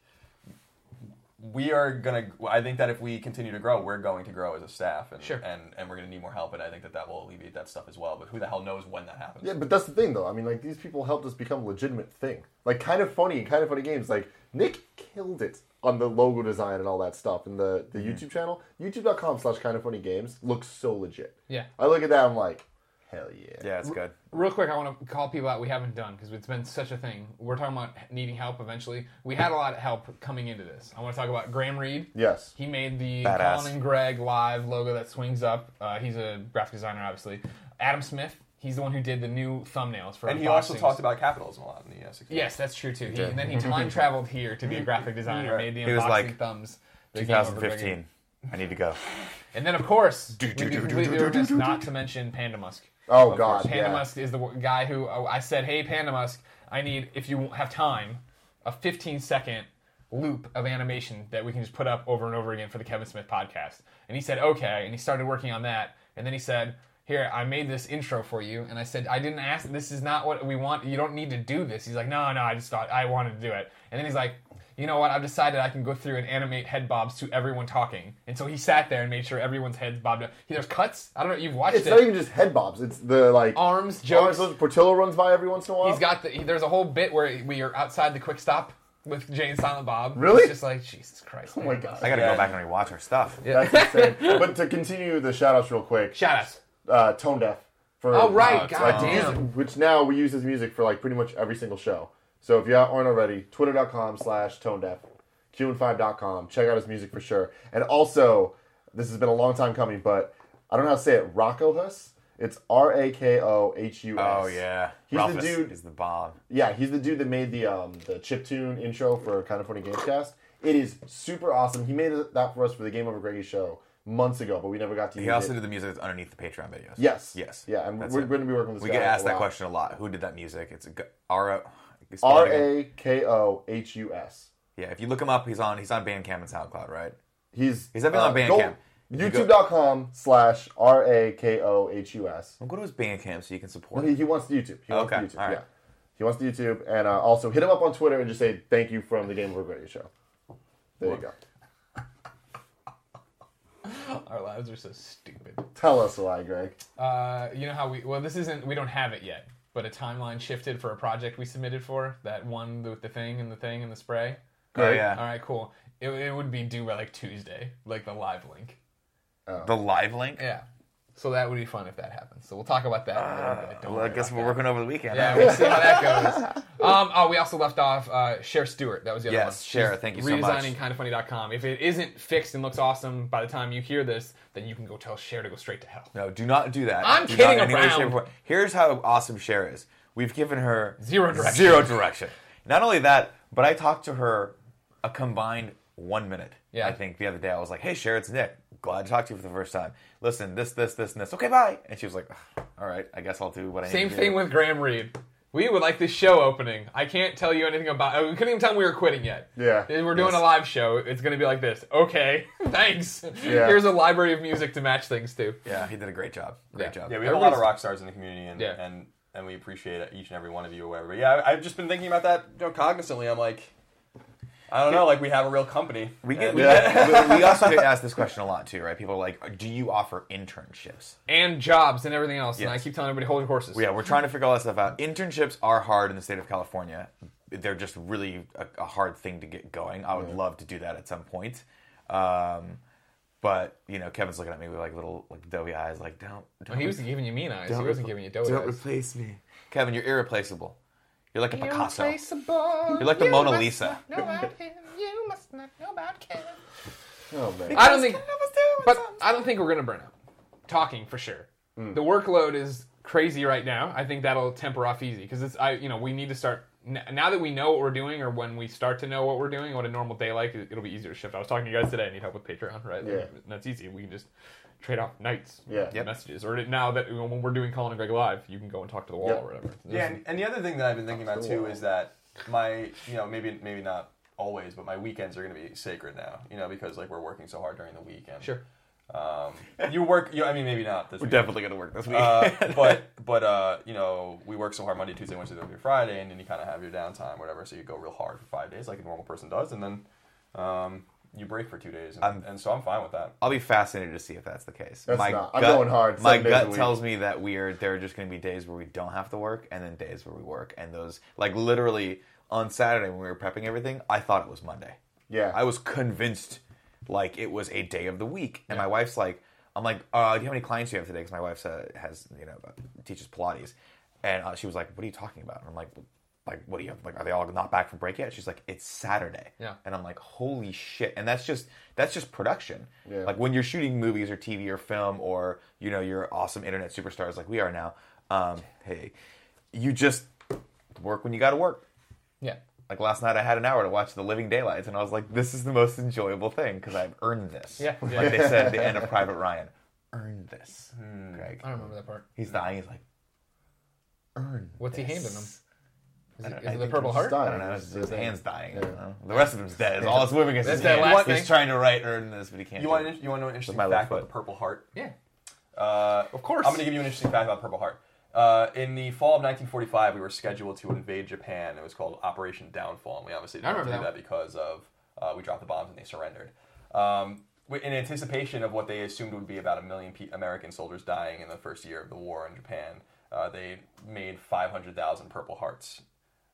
S5: we are gonna. I think that if we continue to grow, we're going to grow as a staff, and
S1: Sure.
S5: and and we're gonna need more help. And I think that that will alleviate that stuff as well. But who the hell knows when that happens?
S3: Yeah, but that's the thing, though. I mean, like these people helped us become a legitimate thing. Like, kind of funny, kind of funny games. Like Nick killed it on the logo design and all that stuff, and the
S1: Mm-hmm.
S3: the YouTube channel, YouTube.com/slash Kind of Funny Games, looks so legit.
S1: Yeah.
S3: I look at that, I'm like, hell yeah.
S2: Yeah, it's good.
S1: Real quick, I want to call people out we haven't done because it's been such a thing. We're talking about needing help eventually. We had a lot of help coming into this. I want to talk about Graham Reed.
S3: Yes.
S1: He made the
S2: Badass.
S1: Colin and Greg live logo that swings up. Uh, he's a graphic designer, obviously. Adam Smith, he's the one who did the new thumbnails for.
S5: And he also
S1: unboxings.
S5: talked about capitalism a lot in the uh, 60s.
S1: Yes, that's true too. He, and then he time traveled here to be a graphic designer,
S5: Right.
S1: made the
S2: He was
S1: unboxing
S2: like,
S1: thumbs. the Game Over Greg.
S2: 2015. I need to go.
S1: And then, of course,
S2: Do,
S1: we'd
S2: do,
S1: be
S2: do, do,
S1: completely
S2: do, do,
S1: remiss
S2: do, do,
S1: not to mention Panda Musk.
S3: Oh,
S1: Of
S3: God,
S1: course, Panda
S3: yeah.
S1: Musk is the w- guy who oh, I said, "Hey, Panda Musk, I need if you have time, a 15 second loop of animation that we can just put up over and over again for the Kevin Smith podcast." And he said, "Okay," and he started working on that. And then he said. Here, I made this intro for you, and I said I didn't ask. This is not what we want. You don't need to do this. He's like, no, no, I just thought I wanted to do it. And then he's like, you know what? I've decided I can go through and animate head bobs to everyone talking. And so he sat there and made sure everyone's heads bobbed. Up. He, there's cuts. I don't know. You've watched
S3: It's
S1: it
S3: not even just head bobs. It's the like
S1: arms
S3: Jones
S1: jokes.
S3: Portillo runs by every once in a while.
S1: He's got the. He, there's a whole bit where we are outside the quick stop with Jay and Silent Bob.
S3: Really?
S1: It's just like Jesus Christ. Oh
S3: my God.
S2: I gotta
S5: Yeah.
S2: go back and rewatch our stuff.
S3: That's insane. but to continue the shout outs real quick,
S1: Shout outs.
S3: uh, Tone Deaf. For,
S1: Oh right.
S2: Oh, it's
S1: God
S2: on.
S1: damn.
S3: which now we use his music for like pretty much every single show. So if you aren't already, twitter.com slash tone deaf, qn5.com, check out his music for sure. And also, this has been a long time coming, but I don't know how to say it, Rakohus? It's R A K O H U S.
S2: Oh yeah,
S3: He's
S2: Ralph
S3: the
S2: is,
S3: dude-
S2: is the bomb.
S3: Yeah, he's the dude that made the um, the chiptune intro for Kind of Funny Gamescast. It is super awesome. He made it- that for us for the Game Over Greggy show months ago, but we never got to use
S2: He also
S3: it.
S2: did the music that's underneath the Patreon videos.
S3: Yes.
S2: Yes.
S3: Yeah, and
S2: That's
S3: we're
S2: it.
S3: going to be working with this
S2: We
S3: guy
S2: get asked
S3: a
S2: that
S3: lot.
S2: question a lot. Who did that music? It's a g- R O it's spelled
S3: R
S2: again.
S3: A K O H U S.
S2: Yeah, if you look him up, he's on he's on Bandcamp and SoundCloud, right?
S3: He's uh,
S2: He's definitely on Bandcamp. If you go-
S3: YouTube.com slash R A K O H U S.
S2: Well, go to his Bandcamp so you can support.
S3: He,
S2: him.
S3: he wants the YouTube. He wants
S2: Okay,
S3: the YouTube.
S2: all right.
S3: Yeah. He wants the YouTube. And uh, also hit him up on Twitter and just say thank you from the Game Over Radio show. There you go.
S1: Our lives are so stupid.
S3: Tell us why, Greg.
S1: Uh, you know how we? Well, this isn't. We don't have it yet. But a timeline shifted for a project we submitted for that one with the thing and the thing and the spray.
S2: Oh yeah,
S1: All right, cool. It, it would be due by like Tuesday, like the live link.
S2: the live link.
S1: Yeah. So that would be fun if that happens. So we'll talk about that. in a little bit. Don't
S2: Well, I
S1: worry
S2: guess
S1: about
S2: we're
S1: that.
S2: working over the weekend.
S1: Yeah,
S2: huh?
S1: we'll see how that goes. Um, oh, we also left off uh, Cher Stewart. That was the other
S2: Yes,
S1: one.
S2: Cher,
S1: She's
S2: thank you so much.
S1: Redesigning kindoffunny.com. If it isn't fixed and looks awesome by the time you hear this, then you can go tell Cher to go straight to hell.
S2: No, do not do that.
S1: I'm
S2: do
S1: kidding
S2: not in any way,
S1: around.
S2: shape, or form. Here's how awesome Cher is. We've given her
S1: Zero direction.
S2: Zero direction. Not only that, but I talked to her a combined one minute.
S1: Yeah.
S2: I think the other day I was like, "Hey, Cher, it's Nick. Glad to talk to you for the first time. Listen, this, this, this, and this. Okay, bye." And she was like, "Ugh, "All right, I guess I'll do what I
S1: Same
S2: need to do."
S1: thing with Graham Reed. We would like this show opening. I can't tell you anything about. oh, We couldn't even tell him we were quitting yet.
S3: Yeah.
S1: we're doing
S2: Yes.
S1: a live show. It's going to be like this. Okay, thanks. Here's a library of music to match things to.
S2: Yeah, he did a great job. Great
S1: Yeah.
S2: job.
S5: Yeah, we have a lot of
S1: Everybody's-
S5: rock stars in the community, and
S1: Yeah.
S5: and and we appreciate each and every one of you, or whatever. But yeah, I- I've just been thinking about that, you know, cognizantly. I'm like, I don't know, like we have a real company.
S2: We get,
S5: And-
S2: we, get- we- we also get asked this question a lot too, right? People are like, "Do you offer internships?"
S1: And jobs and everything else. And I
S2: Yes.
S1: keep telling everybody, hold your horses.
S2: Yeah, we're trying to figure all that stuff out. Internships are hard in the state of California. They're just really a, a hard thing to get going. I would love to do that at some point. Um, but you know, Kevin's looking at me with like little like doughy eyes, like don't. don't
S1: He was giving you mean eyes. He
S2: don't
S1: wasn't
S2: repl-
S1: giving you dough
S2: don't
S1: eyes.
S2: replace me, Kevin. You're irreplaceable. You're like a Picasso.
S1: Irreplaceable.
S2: You're like the
S1: You
S2: Mona
S1: must
S2: Lisa.
S1: not know about him. You must not know about him.
S3: Oh, man.
S1: I don't think, but I don't think we're gonna burn out. Talking for sure. The workload is crazy right now. I think that'll temper off easy because it's I you know we need to start n- now that we know what we're doing or when we start to know what we're doing what a normal day like it- it'll be easier to shift. I was talking to you guys today. I need help with Patreon, right?
S3: Yeah.
S1: that's easy. We can just trade off nights,
S3: Yeah. Yep.
S1: messages. Or now that when we're doing Colin and Greg live, you can go and talk to the wall
S3: Yep.
S1: or whatever.
S5: Yeah, and, and the other thing that I've been thinking about too is that my, you know, maybe maybe not always, but my weekends are going to be sacred now. You know, because like we're working so hard during the weekend.
S1: Sure.
S5: Um, you work. You, I mean, maybe not. This
S2: We're
S5: week.
S2: definitely gonna work this week.
S5: Uh, but but uh, you know, we work so hard Monday, Tuesday, Wednesday, Thursday, Friday, and then you kind of have your downtime, whatever. So you go real hard for five days, like a normal person does, and then um, you break for two days, and, and so I'm fine with that.
S2: I'll be fascinated to see if that's the case.
S3: That's not- I'm going hard,
S2: My
S3: seven days a
S2: gut
S3: week.
S2: tells me that we are there are just going to be days where we don't have to work, and then days where we work, and those like literally on Saturday when we were prepping everything, I thought it was Monday.
S3: Yeah.
S2: I was convinced like it was a day of the week, and my wife's like, I'm like, uh, do you have any clients you have today? Because my wife uh, has you know teaches Pilates, and uh, she was like, what are you talking about? And I'm like. Like what do you have? Like, are they all not back from break yet? She's like, it's Saturday,
S1: Yeah.
S2: and I'm like, holy shit! And that's just that's just production.
S3: Yeah.
S2: Like when you're shooting movies or TV or film or you know you're awesome internet superstars like we are now, um, hey, you just work when you got to work.
S1: Yeah.
S2: Like last night, I had an hour to watch The Living Daylights, and I was like, this is the most enjoyable thing because I've earned this.
S1: Yeah.
S2: Like
S1: Yeah.
S2: they said at the end of Private Ryan, earned this. Greg,
S1: I don't remember that part.
S2: he's dying. He's like, earned.
S1: What's he
S2: this."
S1: handing him? Is
S2: I
S1: it, is it
S2: think
S1: the Purple
S2: it's
S1: Heart?
S3: done.
S2: I don't know. His, his
S3: Yeah.
S2: hand's dying. I don't know. The rest of him's dead. All that's moving is his
S1: That's that
S2: hand.
S1: last
S2: He's
S1: thing.
S2: trying to write earn this, but he can't.
S5: You
S2: do
S5: want
S2: it.
S5: an, you want to know an interesting
S2: my left
S5: fact about
S2: foot.
S5: the Purple Heart?
S1: Yeah.
S5: Uh,
S1: Of course.
S5: I'm going to give you an interesting fact about Purple Heart. Uh, in the fall of 1945, we were scheduled to invade Japan. It was called Operation Downfall, and we obviously
S1: I
S5: didn't do
S1: remember
S5: that
S1: that
S5: because of uh, we dropped the bombs and they surrendered. Um, wi- in anticipation of what they assumed would be about a million pe- American soldiers dying in the first year of the war in Japan, uh, they made 500,000 Purple Hearts.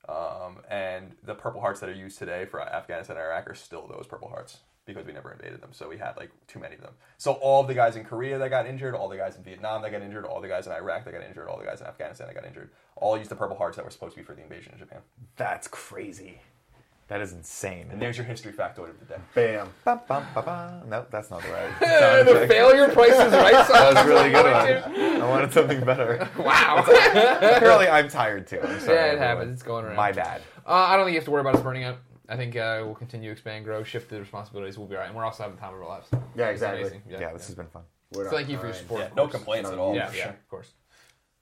S5: Um, and the Purple Hearts that are used today for Afghanistan and Iraq are still those Purple Hearts because we never invaded them. So we had like too many of them. So all the guys in Korea that got injured, all the guys in Vietnam that got injured, all the guys in Iraq that got injured, all the guys in Afghanistan that got injured, all used the Purple Hearts that were supposed to be for the invasion of Japan.
S2: That's crazy. That is insane.
S5: And there's your history factoid of the day.
S3: Bam.
S2: Bum, bum, bum, bum. Nope, that's not the right.
S1: Uh,
S2: sound
S1: the
S2: effect.
S1: failure prices right
S2: that
S1: song.
S2: was a really good one. I wanted something better.
S1: Wow.
S2: Apparently, I'm tired too. I'm sorry.
S1: Yeah, it
S2: everyone.
S1: happens. It's going around.
S2: My bad.
S1: Uh, I don't think you have to worry about us burning out. I think uh, we'll continue to expand, grow, shift the responsibilities. We'll be all right. And we're also having the time of our lives.
S3: Yeah,
S1: It's
S3: exactly.
S1: amazing.
S2: Yeah,
S1: Yeah.
S2: this has been fun.
S3: We're not
S1: Thank you for your
S3: fine.
S1: support.
S5: Yeah,
S1: of
S5: no
S1: course.
S5: complaints at all.
S1: Yeah,
S5: for
S1: yeah,
S5: sure.
S1: of course.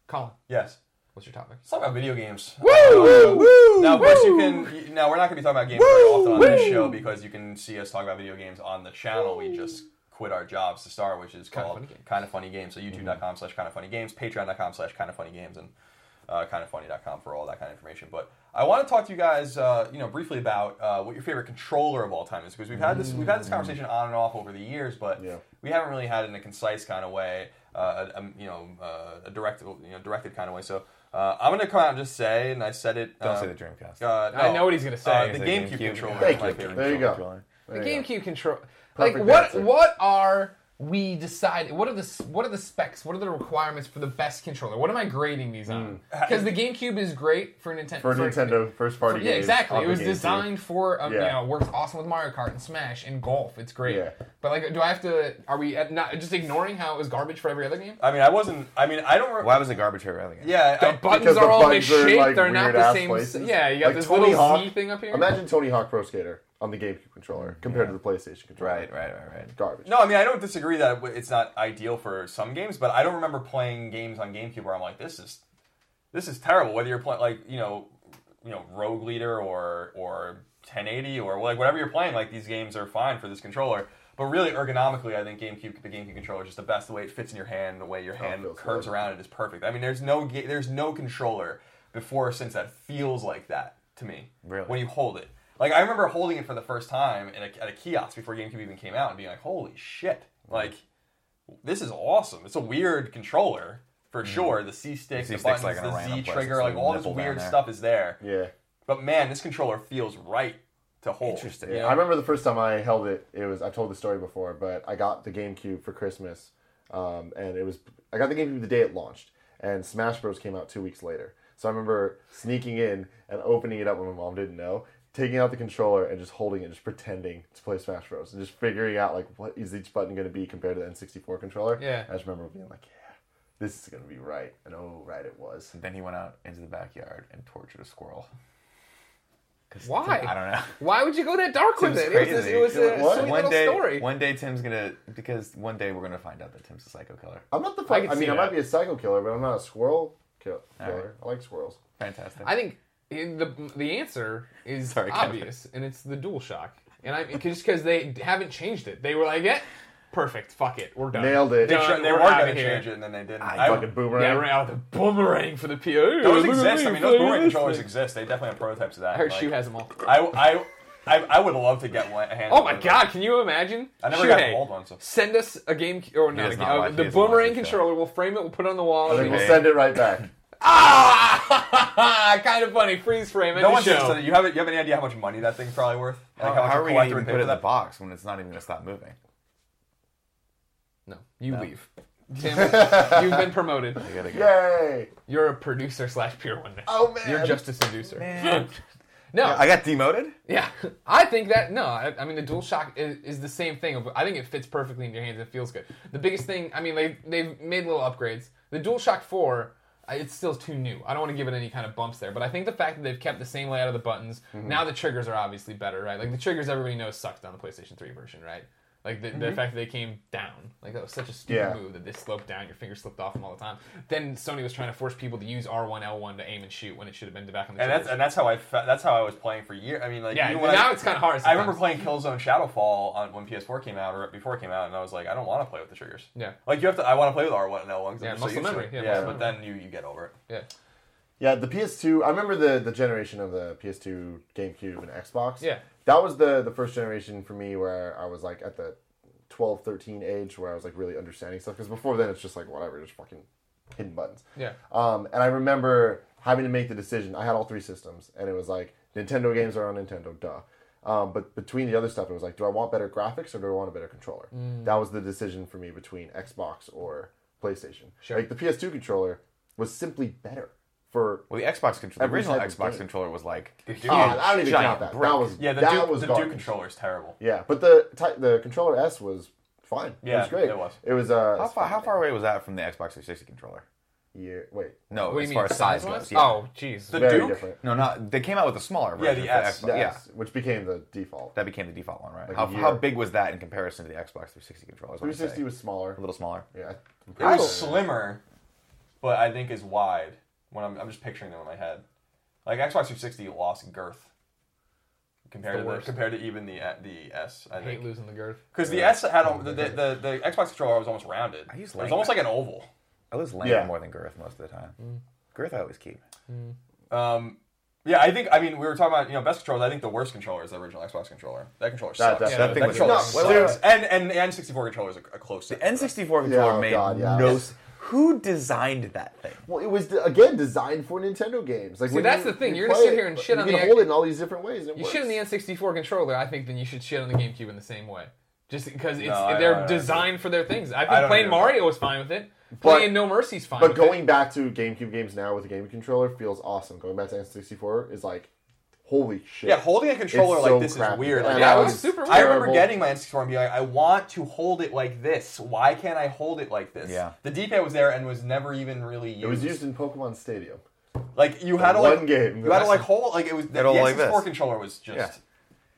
S1: Colin,
S5: Yes.
S1: what's your topic?
S5: Let's talk about video games.
S1: Woo! Woo!
S5: Now, of course, you
S1: Woo!
S5: can. You, now, we're not going to be talking about games very often on this show because you can see us talk about video games on the channel. We just quit our jobs to start, which is
S1: Kinda
S5: called
S1: Funny Games. Mm-hmm.
S5: Kind of Funny Games. So, youtube.com slash kind of funny games, patreon.com slash kind of funny games, and uh, kindoffunny.com for all that kind of information. But I want to talk to you guys, uh, you know, briefly about uh, what your favorite controller of all time is because we've had this we've had this conversation on and off over the years, but
S3: Yeah.
S5: we haven't really had it in a concise kind of way, uh, a, a- you know, uh, a directed you know directed kind of way. So. Uh, I'm gonna come out and just say, and I said it.
S2: Don't
S5: uh,
S2: say the Dreamcast.
S5: uh,
S1: I
S5: no.
S1: know what he's gonna say.
S5: Uh, the
S2: Is it
S5: GameCube,
S2: GameCube?
S5: controller.
S2: Thank
S5: is my
S3: you.
S1: uh,
S5: favorite
S3: There you
S5: controller.
S1: The
S3: go. There you go.
S1: GameCube control.
S3: Perfect
S1: like what?
S3: answer.
S1: What are we decide? What are the s- what are the specs? What are the requirements for the best controller? What am I grading these on? Because the GameCube is great for Nintendo.
S3: Hmm. For Nintendo first party
S1: Yeah,
S3: games
S1: exactly.
S3: on
S1: It
S3: the
S1: was
S3: GameCube.
S1: designed for, um, you
S3: Yeah.
S1: know, it works awesome with Mario Kart and Smash and golf. It's great.
S3: Yeah.
S1: But like, do I have to? Are we at not just ignoring how it was garbage for every other game?
S5: I mean, I wasn't. I mean, I don't. Re-
S2: Why was it garbage for everything?
S5: Yeah,
S1: The
S5: I,
S1: buttons
S3: Because
S1: are
S3: the
S1: all
S3: buttons are in,
S1: misshaped.
S3: like,
S1: They're not the
S3: weird-ass
S1: same.
S3: places.
S1: Yeah, you got
S3: Like
S1: this
S3: Tony
S1: little
S3: Hawk.
S1: Z thing up here.
S3: Imagine Tony Hawk Pro Skater on the GameCube controller compared to the PlayStation controller.
S2: Right, right, right, right.
S3: Garbage.
S5: no, I mean, I don't disagree that it- it's not ideal for some games, but I don't remember playing games on GameCube where I'm like, this is, this is terrible. Whether you're playing like you know, you know, Rogue Leader or or 1080 or like whatever you're playing, like these games are fine for this controller. But really, ergonomically, I think GameCube, the GameCube controller, is just the best. The way it fits in your hand, the way your hand
S3: Oh, feels
S5: curves
S3: good.
S5: around it is perfect. I mean, there's no ga- there's no controller before or since that feels like that to me.
S2: Really?
S5: When you hold it, like I remember holding it for the first time in a, at a kiosk before GameCube even came out, and being like, "Holy shit!" Like this is awesome. It's a weird controller for sure. The C stick,
S2: Mm. C
S5: the,
S2: stick's
S5: buttons,
S2: like in a
S5: the
S2: random
S5: Z
S2: place.
S5: trigger,
S2: It's
S5: like
S2: a
S5: all this
S2: nipple down
S5: weird
S2: there.
S5: stuff is there.
S3: Yeah.
S5: But man, this controller feels right to hold.
S2: Interesting.
S5: you know?
S3: I remember the first time I held it. It was I told the story before, but I got the GameCube for Christmas, um, and it was I got the GameCube the day it launched, and Smash Bros came out two weeks later. So I remember sneaking in and opening it up when my mom didn't know, taking out the controller and just holding it, just pretending to play Smash Bros, and just figuring out like what is each button going to be compared to the N64 controller.
S1: Yeah.
S3: I just remember being like, yeah, this is going to be right, and oh right it was.
S2: Then he went out into the backyard and tortured a squirrel. 'Cause
S1: Why?
S2: Tim- I don't know.
S1: Why would you go that dark with
S2: Tim's
S1: it? It was,
S2: crazy.
S1: it was a
S3: What?
S1: sweet
S2: one
S1: little
S2: day,
S1: story.
S2: one day Tim's gonna because one day we're gonna find out that Tim's a psycho killer.
S3: I'm not the
S1: I
S3: fuck.
S1: can
S3: I, mean,
S1: see
S3: I
S1: that.
S3: might be a psycho killer, but I'm not a squirrel kill-
S2: All right.
S3: killer. I like squirrels.
S2: Fantastic.
S1: I think in the the answer is
S2: Sorry, Kevin.
S1: obvious, and it's the DualShock. And I just because they haven't changed it, they were like, "Yeah, Perfect. Fuck it. We're done.
S3: Nailed it.
S5: They,
S1: Done.
S5: tr- they
S1: We're
S5: were
S1: outta
S5: going to
S1: here.
S5: change it, and then they didn't.
S3: I fucking boomerang.
S1: Yeah, right out the boomerang for the PO.
S5: those exist. I mean, those boomerang controllers exist. They definitely have prototypes of that.
S1: I heard
S5: Like,
S1: Shu has them all.
S5: I, I, I, I would love to get one. a hand
S1: Oh my
S2: uh,
S5: of those.
S1: god, can you imagine?
S5: I never
S1: Shuhei,
S5: got a hold one. So.
S1: Send us a game or not,
S2: does
S1: a
S2: not
S1: game- uh,
S2: like- he
S1: the
S2: doesn't like
S1: boomerang
S2: this guy.
S1: controller. We'll frame it. We'll put it on the wall.
S3: And
S1: and
S3: then
S1: we-
S3: we'll send it right back.
S1: Ah! kind of funny. Freeze frame.
S5: No
S1: No
S5: one
S1: show.
S5: thinks that you have you have any idea how much money that thing's probably worth?
S2: how,
S5: Like much
S2: how
S5: a
S2: are we
S5: collector
S2: going to even
S5: would pay
S2: put it
S5: for
S2: in the
S5: that?
S2: box when it's not even going to stop moving?
S1: No, you leave. Tim, you've been promoted.
S2: I gotta go.
S3: Yay!
S1: You're a producer slash pure one now.
S2: Oh, man.
S1: You're just a seducer.
S2: Man.
S1: No,
S2: I got demoted?
S1: yeah, I think that no, I, I mean the DualShock is, is the same thing. I think it fits perfectly in your hands. It feels good. The biggest thing, I mean, they they've made little upgrades. The DualShock Four, I- it's still too new. I don't want to give it any kind of bumps there, but I think the fact that they've kept the same layout of the buttons
S5: Mm-hmm.
S1: now, the triggers are obviously better, right? Like the triggers, everybody knows sucked on the PlayStation Three version, right? Like the,
S5: Mm-hmm.
S1: the fact that they came down, like that was such a stupid
S3: Yeah.
S1: move that they sloped down, your fingers slipped off them all the time. Then Sony was trying to force people to use R one L one to aim and shoot when it should have been back on the.
S5: And that's
S1: triggers.
S5: and that's how I fe- that's how I was playing for years. I mean, like
S1: yeah.
S5: even when
S1: now
S5: I,
S1: it's kind of hard.
S5: I remember
S1: sometimes.
S5: playing Killzone Shadowfall on when PS4 came out or before it came out, and I was like, I don't want to play with the triggers.
S1: Yeah.
S5: Like you have to. I want to play with R1 and L1. 'cause
S1: Yeah,
S5: I'm just so
S1: muscle
S5: used to
S1: memory.
S5: it.
S1: Yeah,
S5: Yeah,
S1: muscle
S5: but then you you get over it.
S1: Yeah.
S3: Yeah, the PS2. I remember the the generation of the PS2, GameCube, and Xbox.
S1: Yeah.
S3: that was the the first generation for me where I was like at the 12, 13 age where I was like really understanding stuff. Because before then, it's just like whatever, just fucking hidden buttons.
S1: Yeah.
S3: Um, and I remember having to make the decision. I had all three systems, and it was like Nintendo games are on Nintendo, duh. Um, but between the other stuff, it was like, do I want better graphics or do I want a better controller?
S5: Mm.
S3: That was the decision for me between Xbox or PlayStation.
S1: Sure.
S3: Like the PS2 controller was simply better for.
S2: Well, the Xbox controller, the
S3: Every
S2: original
S3: type of
S2: Xbox
S3: game.
S2: controller was like,
S5: Dude,
S3: Ah, I don't even
S2: giant
S3: count that.
S2: brick.
S3: That was
S5: yeah, the
S3: that
S5: Duke,
S3: was
S5: the
S3: garbage.
S5: Duke controller is terrible.
S3: Yeah, but the ty- the controller S was fine. it
S5: Yeah,
S3: was great.
S5: it was.
S3: It was uh.
S2: how far, how far away was that from the Xbox 360 controller?
S3: Yeah, wait.
S2: No,
S1: What do
S2: as
S1: you
S2: far
S1: mean
S2: as size
S1: size-wise?
S2: goes. Yeah.
S1: Oh, jeez.
S5: The
S3: Very
S5: Duke.
S3: different.
S2: No, not they came out with a smaller
S5: Yeah,
S2: version.
S5: the
S2: for
S5: S.
S2: Xbox-
S3: Oh. The
S2: yeah.
S3: S, which became the default.
S2: That became the default one, right?
S3: Like
S2: how,
S3: a year.
S2: how big was that in comparison to the Xbox 360 controller? is what I'm
S3: 360
S2: saying.
S3: was smaller.
S2: a little smaller.
S3: Yeah.
S5: It was slimmer, but I think is wide. When I'm, I'm just picturing them in my head, like Xbox 360 lost girth compared
S1: the
S5: to the,
S1: worst.
S5: compared to even the uh, the S. I
S1: I hate
S5: think
S1: losing the girth.
S5: because the S had al- the, the, the the Xbox controller was almost rounded.
S2: I use
S5: it was
S2: Lang-
S5: almost like an oval.
S2: I lose length
S3: Yeah.
S2: more than girth most of the time. Girth I always keep.
S5: Um, yeah, I think I mean we were talking about you know best controllers. I think the worst controller is the original Xbox controller. That controller
S3: That-
S5: sucks.
S3: that-
S5: Yeah,
S1: that
S5: that
S1: thing
S2: was-
S5: controller
S2: No,
S5: sucks.
S3: seriously.
S5: And and the N64 controller is a, a close.
S2: The
S5: second.
S2: N64 controller
S3: oh
S2: made
S3: God, yeah.
S2: no. s- Who designed that thing?
S3: Well, it was again designed for Nintendo games. Like, when
S1: that's
S3: you-
S1: the thing.
S3: you
S1: You're gonna
S3: play
S1: sit here and
S3: it,
S1: shit
S3: you
S1: on
S3: can
S1: the
S3: hold
S1: act-
S3: it in all these different ways. And it
S1: You shit on the N64 controller, I think, then you should shit on the GameCube in the same way. Just because it's
S5: No, I-
S1: they're
S5: I- I-
S1: designed for their things. I
S5: I
S1: think
S5: don't
S1: playing
S5: either.
S1: Mario was fine with it.
S3: But-
S1: playing No Mercy's fine.
S3: But
S1: with
S3: going
S1: it.
S3: back to GameCube games now with a GameCube controller feels awesome. Going back to N64 is like, holy shit.
S5: Yeah, holding a controller
S3: It's
S5: like
S3: so
S5: this
S3: crappy.
S5: is weird.
S3: And
S5: Like,
S1: that
S5: I
S1: was
S5: was
S1: super
S5: I remember
S3: terrible.
S5: getting my N64 and being like, I want to hold it like this. Why can't I hold it like this?
S2: Yeah.
S5: The D-pad was there and was never even really used.
S3: It was used in Pokemon Stadium.
S5: like you had to like
S3: one game.
S5: You had to like hold like it was the,
S2: It'll
S5: the
S2: like
S5: N64
S2: this.
S5: controller was just
S2: Yeah.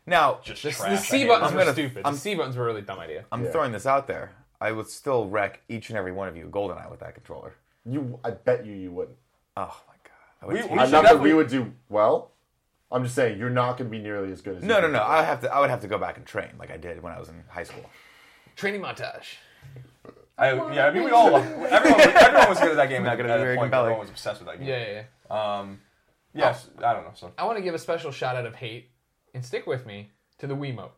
S2: Now,
S5: just
S1: the,
S5: trash.
S1: the
S5: I
S1: C
S5: hate
S1: buttons
S5: it.
S1: were
S2: gonna-
S1: stupid.
S2: I'm-
S1: the C buttons were a really dumb idea.
S2: I'm
S3: Yeah.
S2: throwing this out there. I would still wreck each and every one of you, Goldeneye, with that controller.
S3: You, I bet you, you wouldn't.
S2: Oh my god. I would
S5: We-
S2: tear-
S5: we
S3: I'm
S5: should
S3: not that
S5: definitely-
S3: we would do well. I'm just saying you're not going to be nearly as good as.
S2: no,
S3: you
S2: no,
S3: did.
S2: no. I have to. I would have to go back and train like I did when I was in high school.
S1: Training montage.
S5: I, yeah, I mean we all everyone everyone was good at that game.
S2: Not
S5: at
S2: gonna
S5: that
S2: be very
S5: point,
S2: compelling.
S5: Everyone was obsessed with that game.
S1: Yeah, yeah, yeah.
S5: Um, yes, I don't know. So
S1: I want to give a special shout out of hate and stick with me to the Wiimote.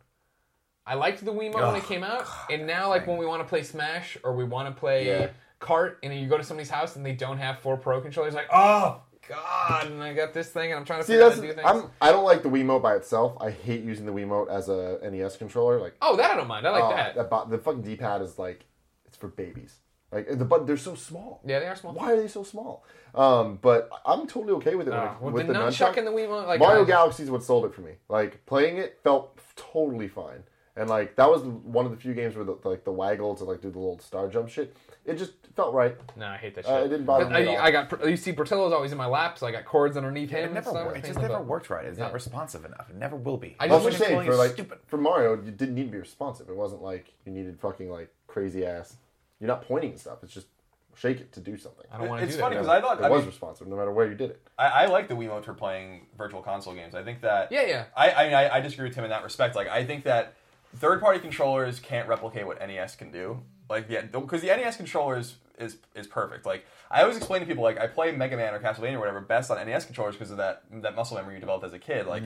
S1: I liked the Wiimote when it
S2: Ugh,
S1: came out, and now like when we want to play Smash or we want to play
S3: Yeah.
S1: Kart, and you go to somebody's house and they don't have four Pro controllers, like oh god, and I got this thing, and I'm trying to
S3: See,
S1: figure out
S3: that's
S1: how to do things.
S3: I'm. I don't like the Wiimote by itself. I hate using the Wiimote as a NES controller. Like,
S1: oh, that I don't mind. I like
S3: uh,
S1: that.
S3: that bo- the fucking D-pad is like, it's for babies. Like the button, they're so small.
S1: Yeah, they are small.
S3: Why are they so small? Um, but I'm totally okay with it.
S1: Uh,
S3: when
S1: with,
S3: it with
S1: the, nunchuck and the Wiimote, like
S3: Mario
S1: I-
S3: Galaxy is what sold it for me. Like playing it felt totally fine, and like that was one of the few games where the, like the waggle to like do the little star jump shit. It just felt right.
S1: No, I hate that shit.
S3: Uh, it didn't bother
S1: But
S3: me at all.
S1: I, I got you see, Portillo's always in my lap, so I got cords underneath him.
S2: It
S1: and
S2: never
S1: stuff,
S2: worked. It
S1: things
S2: just
S1: like
S2: never
S1: that.
S2: worked right. It's
S1: Yeah.
S2: not responsive enough. It never will be.
S1: I just
S3: That's
S1: That's what
S3: what I'm saying. For
S2: Controlling
S3: like
S2: is stupid.
S3: for Mario, you didn't need to be responsive. It wasn't like you needed fucking like crazy ass. You're not pointing and stuff. It's just shake it to do something.
S1: I don't want to
S5: it's
S1: do
S5: funny
S1: that.
S5: because I thought
S3: It
S5: I
S3: was
S5: mean,
S3: responsive, no matter where you did it.
S5: I, I like the Wiimote for playing virtual console games. I think that.
S1: Yeah, yeah.
S5: I I, mean, I I disagree with him in that respect. Like I think that third party controllers can't replicate what NES can do. Like yeah, because the NES controller is, is is perfect. Like I always explain to people, like I play Mega Man or Castlevania or whatever best on NES controllers because of that that muscle memory you developed as a kid. Like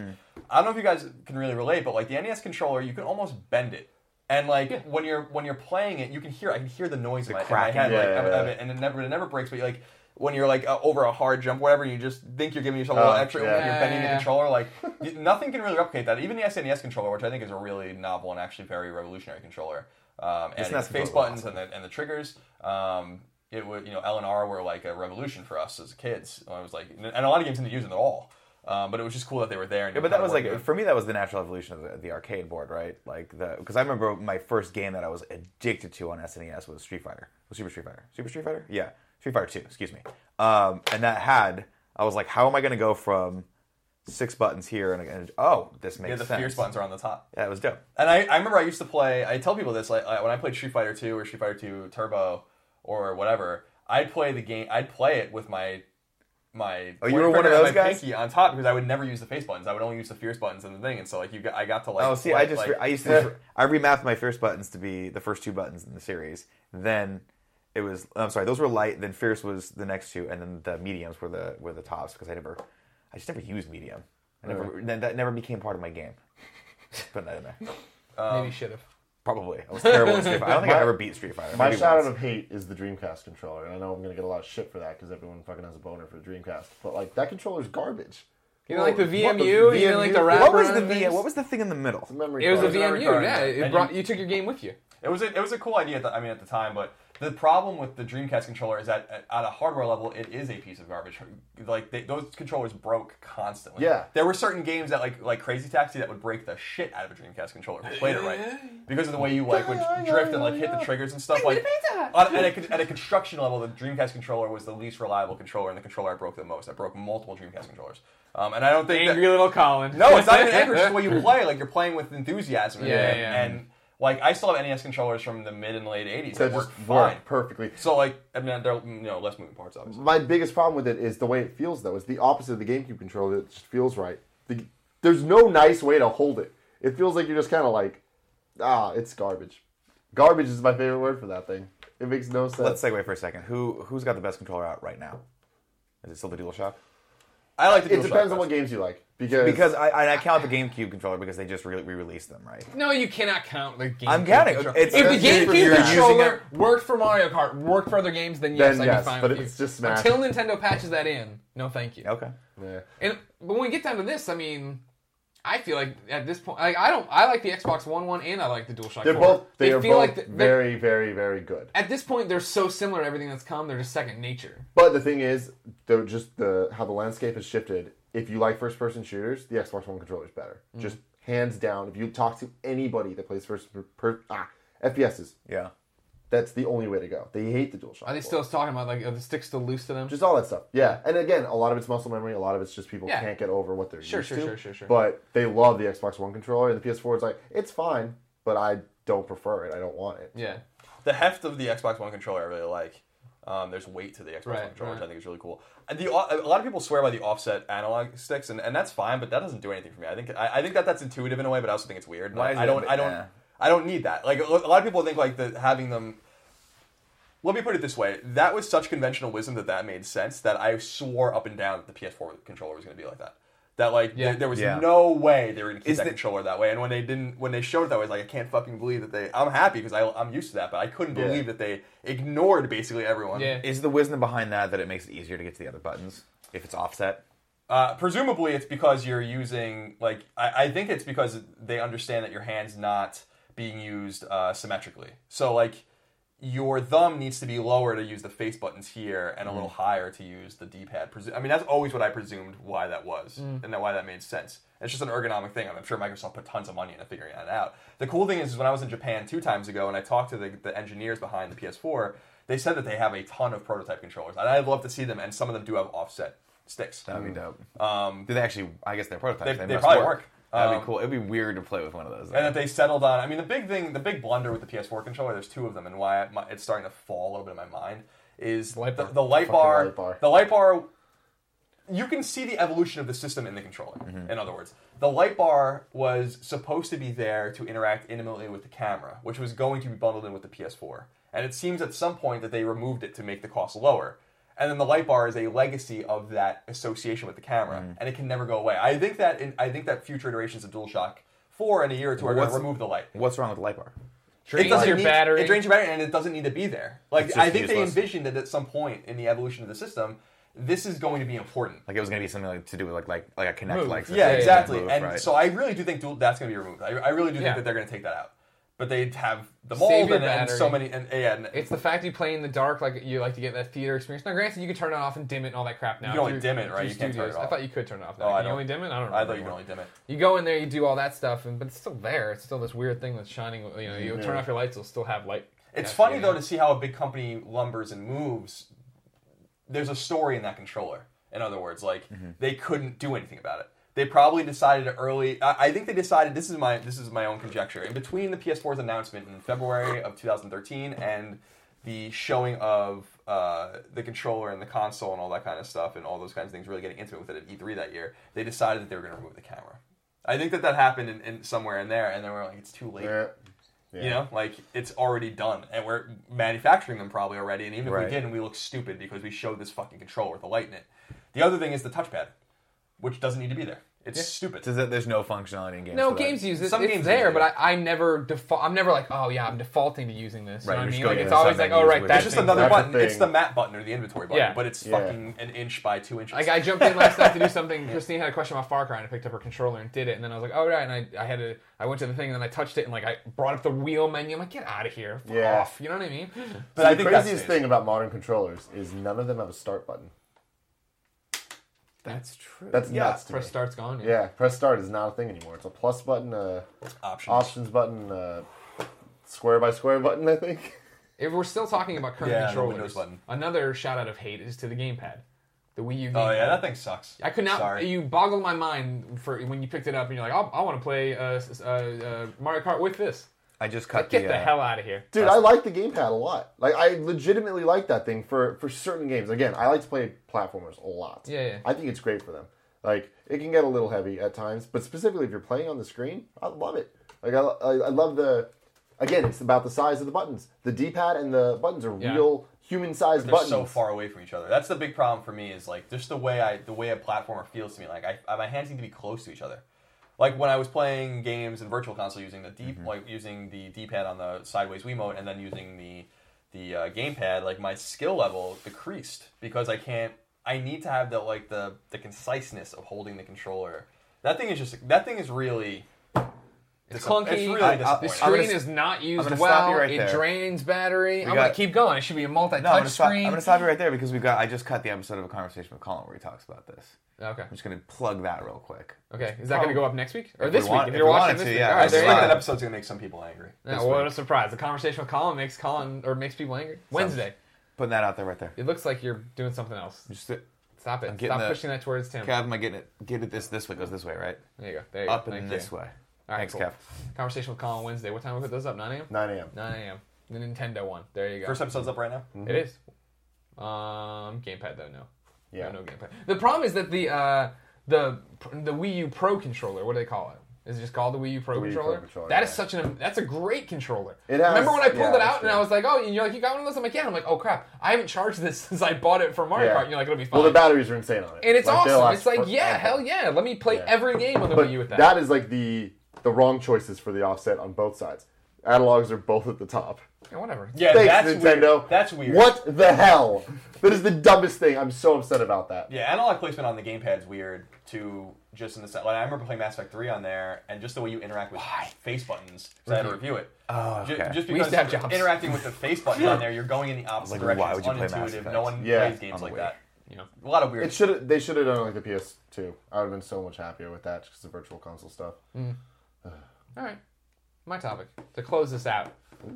S5: I don't know if you guys can really relate, but like the NES controller, you can almost bend it. And like when you're when you're playing it, you can hear I can hear the noise in, my, in my
S2: cracking,
S5: head, like,
S3: yeah,
S5: of-
S3: yeah,
S5: of
S3: yeah.
S5: it, and it never it never breaks. But like when you're like uh, over a hard jump, whatever, and you just think you're giving yourself a little
S3: Oh,
S5: extra,
S3: yeah.
S5: you're bending
S1: Yeah,
S5: the
S1: yeah.
S5: controller. Like y- nothing can really replicate that. Even the SNES controller, which I think is a really novel and actually very revolutionary controller, um, and the
S2: SNES
S5: face
S2: controller
S5: buttons and the and the triggers. Um, it would you know L and R were like a revolution for us as kids. I was like, and a lot of games didn't use them at all. Um, but it was just cool that they were there. And
S2: Yeah,
S5: it
S2: but that
S5: kinda
S2: was
S5: worked
S2: like
S5: out.
S2: for me, that was the natural evolution of the, the arcade board, right? Like the because I remember my first game that I was addicted to on SNES was Street Fighter, was Super Street Fighter, Super Street Fighter, yeah, Street Fighter Two, excuse me. Um, and that had I was like, how am I going to go from six buttons here and, and oh, this makes
S5: yeah, the
S2: sense.
S5: fierce buttons are on the top.
S2: Yeah, it was dope.
S5: And I, I remember I used to play. I tell people this like I, when I played Street Fighter Two or Street Fighter Two Turbo or whatever. I'd play the game. I'd play it with my my.
S2: Oh, you were
S5: pointer
S2: one of
S5: and
S2: those
S5: my
S2: guys?
S5: pinky on top because I would never use the face buttons. I would only use the fierce buttons and the thing. And so like you, got, I got to like.
S2: Oh, see,
S5: play-
S2: I just
S5: like-
S2: I used to just, I remapped my fierce buttons to be the first two buttons in the series. Then it was oh, I'm sorry, those were light. Then fierce was the next two, and then the mediums were the were the tops because I never I just never used medium. I never then that never became part of my game. Put that in there.
S1: Maybe should have.
S2: Probably I was terrible at Street Fighter. I don't think I ever beat Street Fighter.
S3: My
S2: Maybe
S3: shout out
S2: once.
S3: of hate is the Dreamcast controller, and I know I'm gonna get a lot of shit for that because everyone fucking has a boner for the Dreamcast. But like that controller's garbage.
S1: You know, like the
S3: What
S1: VMU, you didn't like the
S3: VMU?
S1: wrap-
S2: what was the
S1: Background
S2: V?
S1: things?
S2: What was the thing in the middle?
S3: Memory
S1: It was a
S3: card.
S1: VMU.
S5: card,
S1: Yeah,
S5: yeah.
S1: it
S5: And
S1: brought
S5: you-
S1: you took your game with you.
S5: It was a, it was a cool idea. At the, I mean, at the time, but the problem with the Dreamcast controller is that at, at a hardware level, it is a piece of garbage. Like they, those controllers broke constantly.
S3: Yeah.
S5: there were certain games that like like Crazy Taxi that would break the shit out of a Dreamcast controller if you played it right because of the way you like would drift and like hit the triggers and stuff. Like on, at, a, con- at a construction level, the Dreamcast controller was the least reliable controller and the controller I broke the most. I broke multiple Dreamcast controllers, um, and I don't think that-
S1: Angry little Colin.
S5: no, it's not even angry. It's just the way you play. Like you're playing with enthusiasm. and-
S1: Yeah,
S5: and,
S1: yeah.
S5: and, like I still have NES controllers from the mid and late '80s
S3: That
S5: that
S3: just
S5: work
S3: worked
S5: fine.
S3: perfectly.
S5: So like, I mean, they're you know less moving parts, obviously.
S3: My biggest problem with it is the way it feels, though. It's the opposite of the GameCube controller. It just feels right. The, there's no nice way to hold it. It feels like you're just kind of like, ah, it's garbage. Garbage is my favorite word for that thing. It makes no sense.
S2: Let's segue for a second. Who who's got the best controller out right now? Is it still the DualShock?
S5: I like the.
S3: it
S5: DualShock
S3: depends on
S5: best.
S3: what games you like because
S2: Because I, I I count the GameCube controller because they just re- re-released them, right?
S1: No, you cannot count the game.
S2: I'm counting.
S1: Controller.
S2: It's-
S1: if the
S2: you're- you're
S1: GameCube
S2: using
S1: controller worked for Mario Kart, worked for other games, then yes,
S3: Then
S1: I'd
S3: yes,
S1: be fine
S3: but
S1: with
S3: it's
S1: you.
S3: just Smash.
S1: Until Nintendo patches that in, no, thank you.
S2: Okay.
S3: Yeah.
S1: And but when we get down to this, I mean, I feel like at this point, like I don't, I like the Xbox One one, and I like the DualShock.
S3: they're
S1: 4.
S3: both they, are
S1: feel
S3: both
S1: like the, they're-
S3: very very very good.
S1: At this point, they're so similar to everything that's come. They're just second nature.
S3: But the thing is, though, just the how the landscape has shifted. If you like first person shooters, the Xbox One controller is better, just hands down. If you talk to anybody that plays first per, per, ah, FPSs,
S2: Yeah.
S3: that's the only way to go. They hate the DualShock.
S1: Are they still
S3: four.
S1: talking about like are the sticks still loose to them?
S3: just all that stuff? Yeah, and again, a lot of it's muscle memory. A lot of it's just people
S1: Yeah.
S3: can't get over what they're
S1: Sure,
S3: used
S1: sure,
S3: to.
S1: sure, sure, sure.
S3: But they love the Xbox One controller, and the PS4 is like it's fine, but I don't prefer it. I don't want it.
S1: yeah.
S5: the heft of the Xbox One controller I really like. Um, there's weight to the Xbox One
S1: Right,
S5: controller, which I
S1: right.
S5: think is really cool. And the uh, a lot of people swear by the offset analog sticks, and, and that's fine, but that doesn't do anything for me. I think I, I think that that's intuitive in a way, but I also think it's weird.
S2: Why
S5: Like,
S2: is
S5: I
S2: it-
S5: don't I don't
S2: yeah.
S5: I don't need that. Like a lo- a lot of people think like the having them. Let me put it this way: that was such conventional wisdom that that made sense. That I swore up and down that the PS4 controller was going to be like that. That like
S1: Yeah.
S5: there, there was
S2: Yeah.
S5: no way they were going to keep
S2: Is
S5: that
S2: the-
S5: controller that way. And when they didn't, when they showed it that way, I was like, I can't fucking believe that they. I'm happy because I- I'm used to that, but I couldn't
S3: Yeah.
S5: believe that they ignored basically everyone.
S1: Yeah.
S2: Is the wisdom behind that that it makes it easier to get to the other buttons if it's offset?
S5: Uh, presumably, it's because you're using like I, I think it's because they understand that your hand's not being used uh, symmetrically. So like your thumb needs to be lower to use the face buttons here and a little higher to use the D-pad. Presu- I mean, that's always what I presumed why that was and that why that made sense. It's just an ergonomic thing. I'm sure Microsoft put tons of money into figuring that out. The cool thing is, is when I was in Japan two times ago and I talked to the, the engineers behind the PS4, they said that they have a ton of prototype controllers. And I'd love to see them, and some of them do have offset sticks.
S2: That'd be dope. Um, Do they actually? I guess they're prototypes.
S5: they- they
S2: must
S5: probably work.
S2: That'd
S5: Um,
S2: be cool. It'd be weird to play with one of those.
S5: and that they settled on. I mean, the big thing, the big blunder with the PS4 controller, there's two of them, and why my, it's starting to fall a little bit in my mind is
S1: Light
S5: the,
S1: bar.
S5: the light
S3: Fucking
S5: bar,
S3: light bar.
S5: The light bar you can see the evolution of the system in the controller.
S2: Mm-hmm.
S5: In other words, the light bar was supposed to be there to interact intimately with the camera, which was going to be bundled in with the PS4. And it seems at some point that they removed it to make the cost lower. And then the light bar is a legacy of that association with the camera,
S2: Mm-hmm.
S5: and it can never go away. I think that in, I think that future iterations of DualShock Four in a year or two are going to
S2: What's-
S5: remove the light.
S2: What's wrong with the light bar?
S1: Drains your
S5: need,
S1: battery.
S5: It drains your battery, and it doesn't need to be there. Like
S2: It's
S5: I
S2: just
S5: think
S2: useless.
S5: they envisioned that at some point in the evolution of the system, this is going to be important.
S2: Like it was gonna be something like to do with like like like a connect
S1: Move.
S2: like
S5: yeah,
S1: yeah,
S5: exactly.
S2: move,
S5: and
S2: right.
S5: so I really do think dual, that's going to be removed. I, I really do
S1: Yeah.
S5: think that they're going to take that out. But they would have the
S1: Save
S5: mold
S1: your
S5: and, and so
S1: battery.
S5: many and yeah. And,
S1: It's the fact you play in the dark, like you like to get that theater experience. Now, granted, you can turn it off and dim it and all that crap. Now
S5: You can only
S1: through-
S5: dim it, right?
S1: through
S5: You can't turn
S1: studios.
S5: it off.
S1: I thought you could turn it off.
S5: No, I
S1: Can you
S5: don't.
S1: only dim it. I don't. Remember
S5: I thought you could
S1: anymore.
S5: only dim it.
S1: You go in there, you do all that stuff, and but it's still there. It's still this weird thing that's shining. You know, you turn off your lights, it'll still have light.
S5: It's
S1: casting
S5: funny
S1: in
S5: though
S1: it.
S5: to see how a big company lumbers and moves. There's a story in that controller. In other words, like they couldn't do anything about it. They probably decided early. I, I think they decided this is my this is my own conjecture. In between the PS4's announcement in February of 2013 and the showing of uh, the controller and the console and all that kind of stuff and all those kinds of things, really getting intimate with it at E3 that year, they decided that they were going to remove the camera. I think that that happened in, in somewhere in there, and they were like, it's too late.
S3: Yeah.
S5: You know, like it's already done, and we're manufacturing them probably already. And even if
S2: Right.
S5: we didn't, we look stupid because we showed this fucking controller with the light in it. The other thing is the touchpad, which doesn't need to be there. It's stupid.
S2: Does it, there's no functionality in games.
S1: No,
S2: for that.
S1: games use it.
S5: Some
S1: it's
S5: games
S1: there,
S5: use it.
S1: but I, I never default. I'm never like, oh yeah, I'm defaulting to using this. You
S2: Right,
S1: know what I
S2: you're just
S1: mean?
S2: going
S1: Like
S2: into
S1: it's always
S2: some
S1: like,
S2: menus
S1: oh right,
S2: with
S1: that
S5: It's just
S1: thing.
S5: another
S3: That's the
S5: button. It's
S3: thing.
S5: the map button or the inventory button,
S1: Yeah.
S5: but it's
S3: Yeah.
S5: fucking an inch by two inches.
S1: Like I jumped in last night to do something. Christine had a question about Far Cry, and I picked up her controller and did it. And then I was like, "Oh right!" And I, I had to. I went to the thing, and then I touched it, and like I brought up the wheel menu. I'm like, "Get out of here! Fuck
S3: Yeah.
S1: off!" You know what I mean?
S5: but I
S3: The
S5: think that's
S3: craziest thing about modern controllers is none of them have a start button.
S1: That's true.
S3: That's
S5: Yeah,
S3: nuts to
S1: Press
S3: me.
S1: start's gone. Yeah.
S3: Yeah, press start is not a thing anymore. It's a plus button, a
S5: option.
S3: options button, a square by square button. I think.
S1: If we're still talking about current
S5: Yeah, the
S1: controllers,
S5: Windows button.
S1: another shout out of hate is to the gamepad, the Wii U.
S5: Oh yeah,
S1: gamepad.
S5: that thing sucks.
S1: I could not.
S5: Sorry.
S1: You boggled my mind for when you picked it up, and you're like, "I, I want to play uh, s- uh, uh, Mario Kart with this."
S2: I just cut
S1: Get
S2: the,
S1: the
S2: uh,
S1: hell out of here.
S3: Dude, I like the gamepad a lot. Like, I legitimately like that thing for for certain games. Again, I like to play platformers a lot.
S1: Yeah, yeah.
S3: I think it's great for them. Like, it can get a little heavy at times, but specifically if you're playing on the screen, I love it. Like, I, I, I love the. Again, it's about the size of the buttons. The D-pad and the buttons are
S1: Yeah.
S3: real human-sized
S5: they're
S3: buttons.
S5: so far away from each other. That's the big problem for me is like just the way I the way a platformer feels to me. Like I, I my hands need to be close to each other. Like when I was playing games in Virtual Console using the D
S3: Mm-hmm.
S5: like using the D pad on the sideways Wiimote and then using the the uh, gamepad, like my skill level decreased because I can't. I need to have the like the the conciseness of holding the controller. That thing is just that thing is really.
S1: It's
S5: dis-
S1: clunky.
S5: It's really
S1: I-
S5: disappointing.
S1: the
S2: I'm
S1: screen
S2: gonna s-
S1: is not used
S2: gonna stop
S1: well.
S2: you right
S1: it
S2: there.
S1: drains battery. I'm
S2: got-
S1: gonna keep going. It should be a multi-touch
S2: No, I'm gonna, stop, I'm
S1: screen.
S2: gonna stop you right there because we got. I just cut the episode of a conversation with Colin where he talks about this.
S1: Okay.
S2: I'm just gonna plug that real quick.
S1: Okay. Is that gonna go up next week or
S2: If
S1: this
S2: we
S1: week?
S2: want-
S1: if
S2: if
S1: you're
S2: we
S1: watching
S2: wanted
S1: this
S2: to,
S1: week,
S2: yeah,
S1: all
S5: I
S1: right,
S2: it's
S1: there you
S5: suspect
S1: go.
S5: that episode's gonna make some people angry.
S1: Yeah,
S2: this
S1: well,
S2: week.
S1: what a surprise! The conversation with Colin makes Colin or makes people angry. Wednesday.
S2: Putting that out there right there.
S1: It looks like you're doing something else.
S2: Just uh,
S1: Stop it.
S2: getting
S1: Stop
S2: the-
S1: pushing that towards Tim.
S2: Cav, am I getting it? Get it this this way goes this way, right?
S1: There you go. There you
S2: Up
S1: go.
S2: and
S1: Thank
S2: this
S1: you.
S2: way.
S1: All right,
S2: Thanks,
S1: cool.
S2: Cav.
S1: Conversation with Colin Wednesday. What time we put those up? 9 a.m.
S3: 9 a.m.
S1: 9 a.m. The Nintendo one. There you go.
S5: First episode's up right now.
S1: It
S3: Mm-hmm.
S1: is. Um, gamepad though, no.
S3: Yeah.
S1: No, no gamepad. The problem is that the uh, the the Wii U Pro controller. What do they call it? Is it just called the Wii U Pro
S3: Wii U Pro
S1: controller? That is
S3: controller, yeah.
S1: such an that's a great controller.
S3: It has-
S1: Remember when I
S3: yeah,
S1: pulled it
S3: that's
S1: out and
S3: true.
S1: I was like, oh, and you're like, you got one of those? I'm like, yeah. I'm like, oh crap, I haven't charged this since I bought it for Mario
S3: Yeah.
S1: Kart. And you're like, it'll be fine.
S3: Well, the batteries are insane on it,
S1: and it's
S3: Like, they
S1: awesome.
S3: last
S1: It's like, yeah,
S3: forever.
S1: hell yeah. Let me play
S3: Yeah.
S1: every game on the
S3: But
S1: Wii U with that.
S3: that is like the the wrong choices for the offset on both sides. Analogs are both at the top.
S1: Yeah, whatever.
S5: Yeah,
S3: Thanks,
S5: that's
S3: Nintendo.
S5: Weird. That's weird.
S3: What the hell? That is the dumbest thing. I'm so upset about that.
S5: Yeah, analog placement on the gamepad's weird too. Just in the set, like I remember playing Mass Effect three on there, and just the way you interact with face buttons. Because I had to review it. Oh,
S2: okay.
S5: just because
S1: We used to have jobs.
S5: interacting with the face button on there, you're going in the opposite
S2: Like,
S5: direction.
S2: why would you play
S5: it's
S2: Mass
S5: unintuitive.
S2: Effect?
S5: No one
S3: Yeah.
S5: plays games
S2: I'm
S5: like
S2: aware.
S5: that.
S1: You know.
S5: A lot of weird.
S3: It should they should have done it like the PS2. I would have been so much happier with that because the virtual console stuff.
S1: All right, my topic to close this out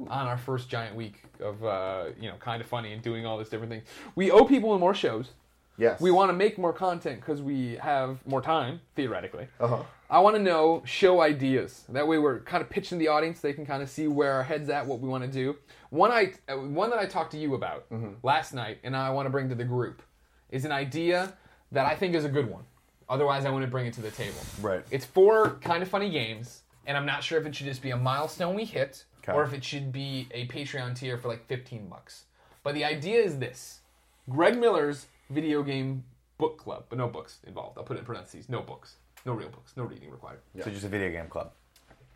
S1: on our first giant week of uh, you know kind of funny and doing all this different things. We owe people more shows.
S3: Yes,
S1: We want to make more content because we have more time theoretically.
S3: Uh-huh.
S1: I want to know show ideas. That way, we're kind of pitching the audience. They can kind of see where our heads at, what we want to do. One I uh, one that I talked to you about last night, and I want to bring to the group is an idea that I think is a good one. Otherwise, I wouldn't bring it to the table.
S2: Right.
S1: It's four kind of funny games, and I'm not sure if it should just be a milestone we hit or if it should be a Patreon tier for like 15 bucks. But the idea is this Greg Miller's video game book club, but no books involved. I'll put it in parentheses no books, no real books, no reading required.
S2: So just a video game club.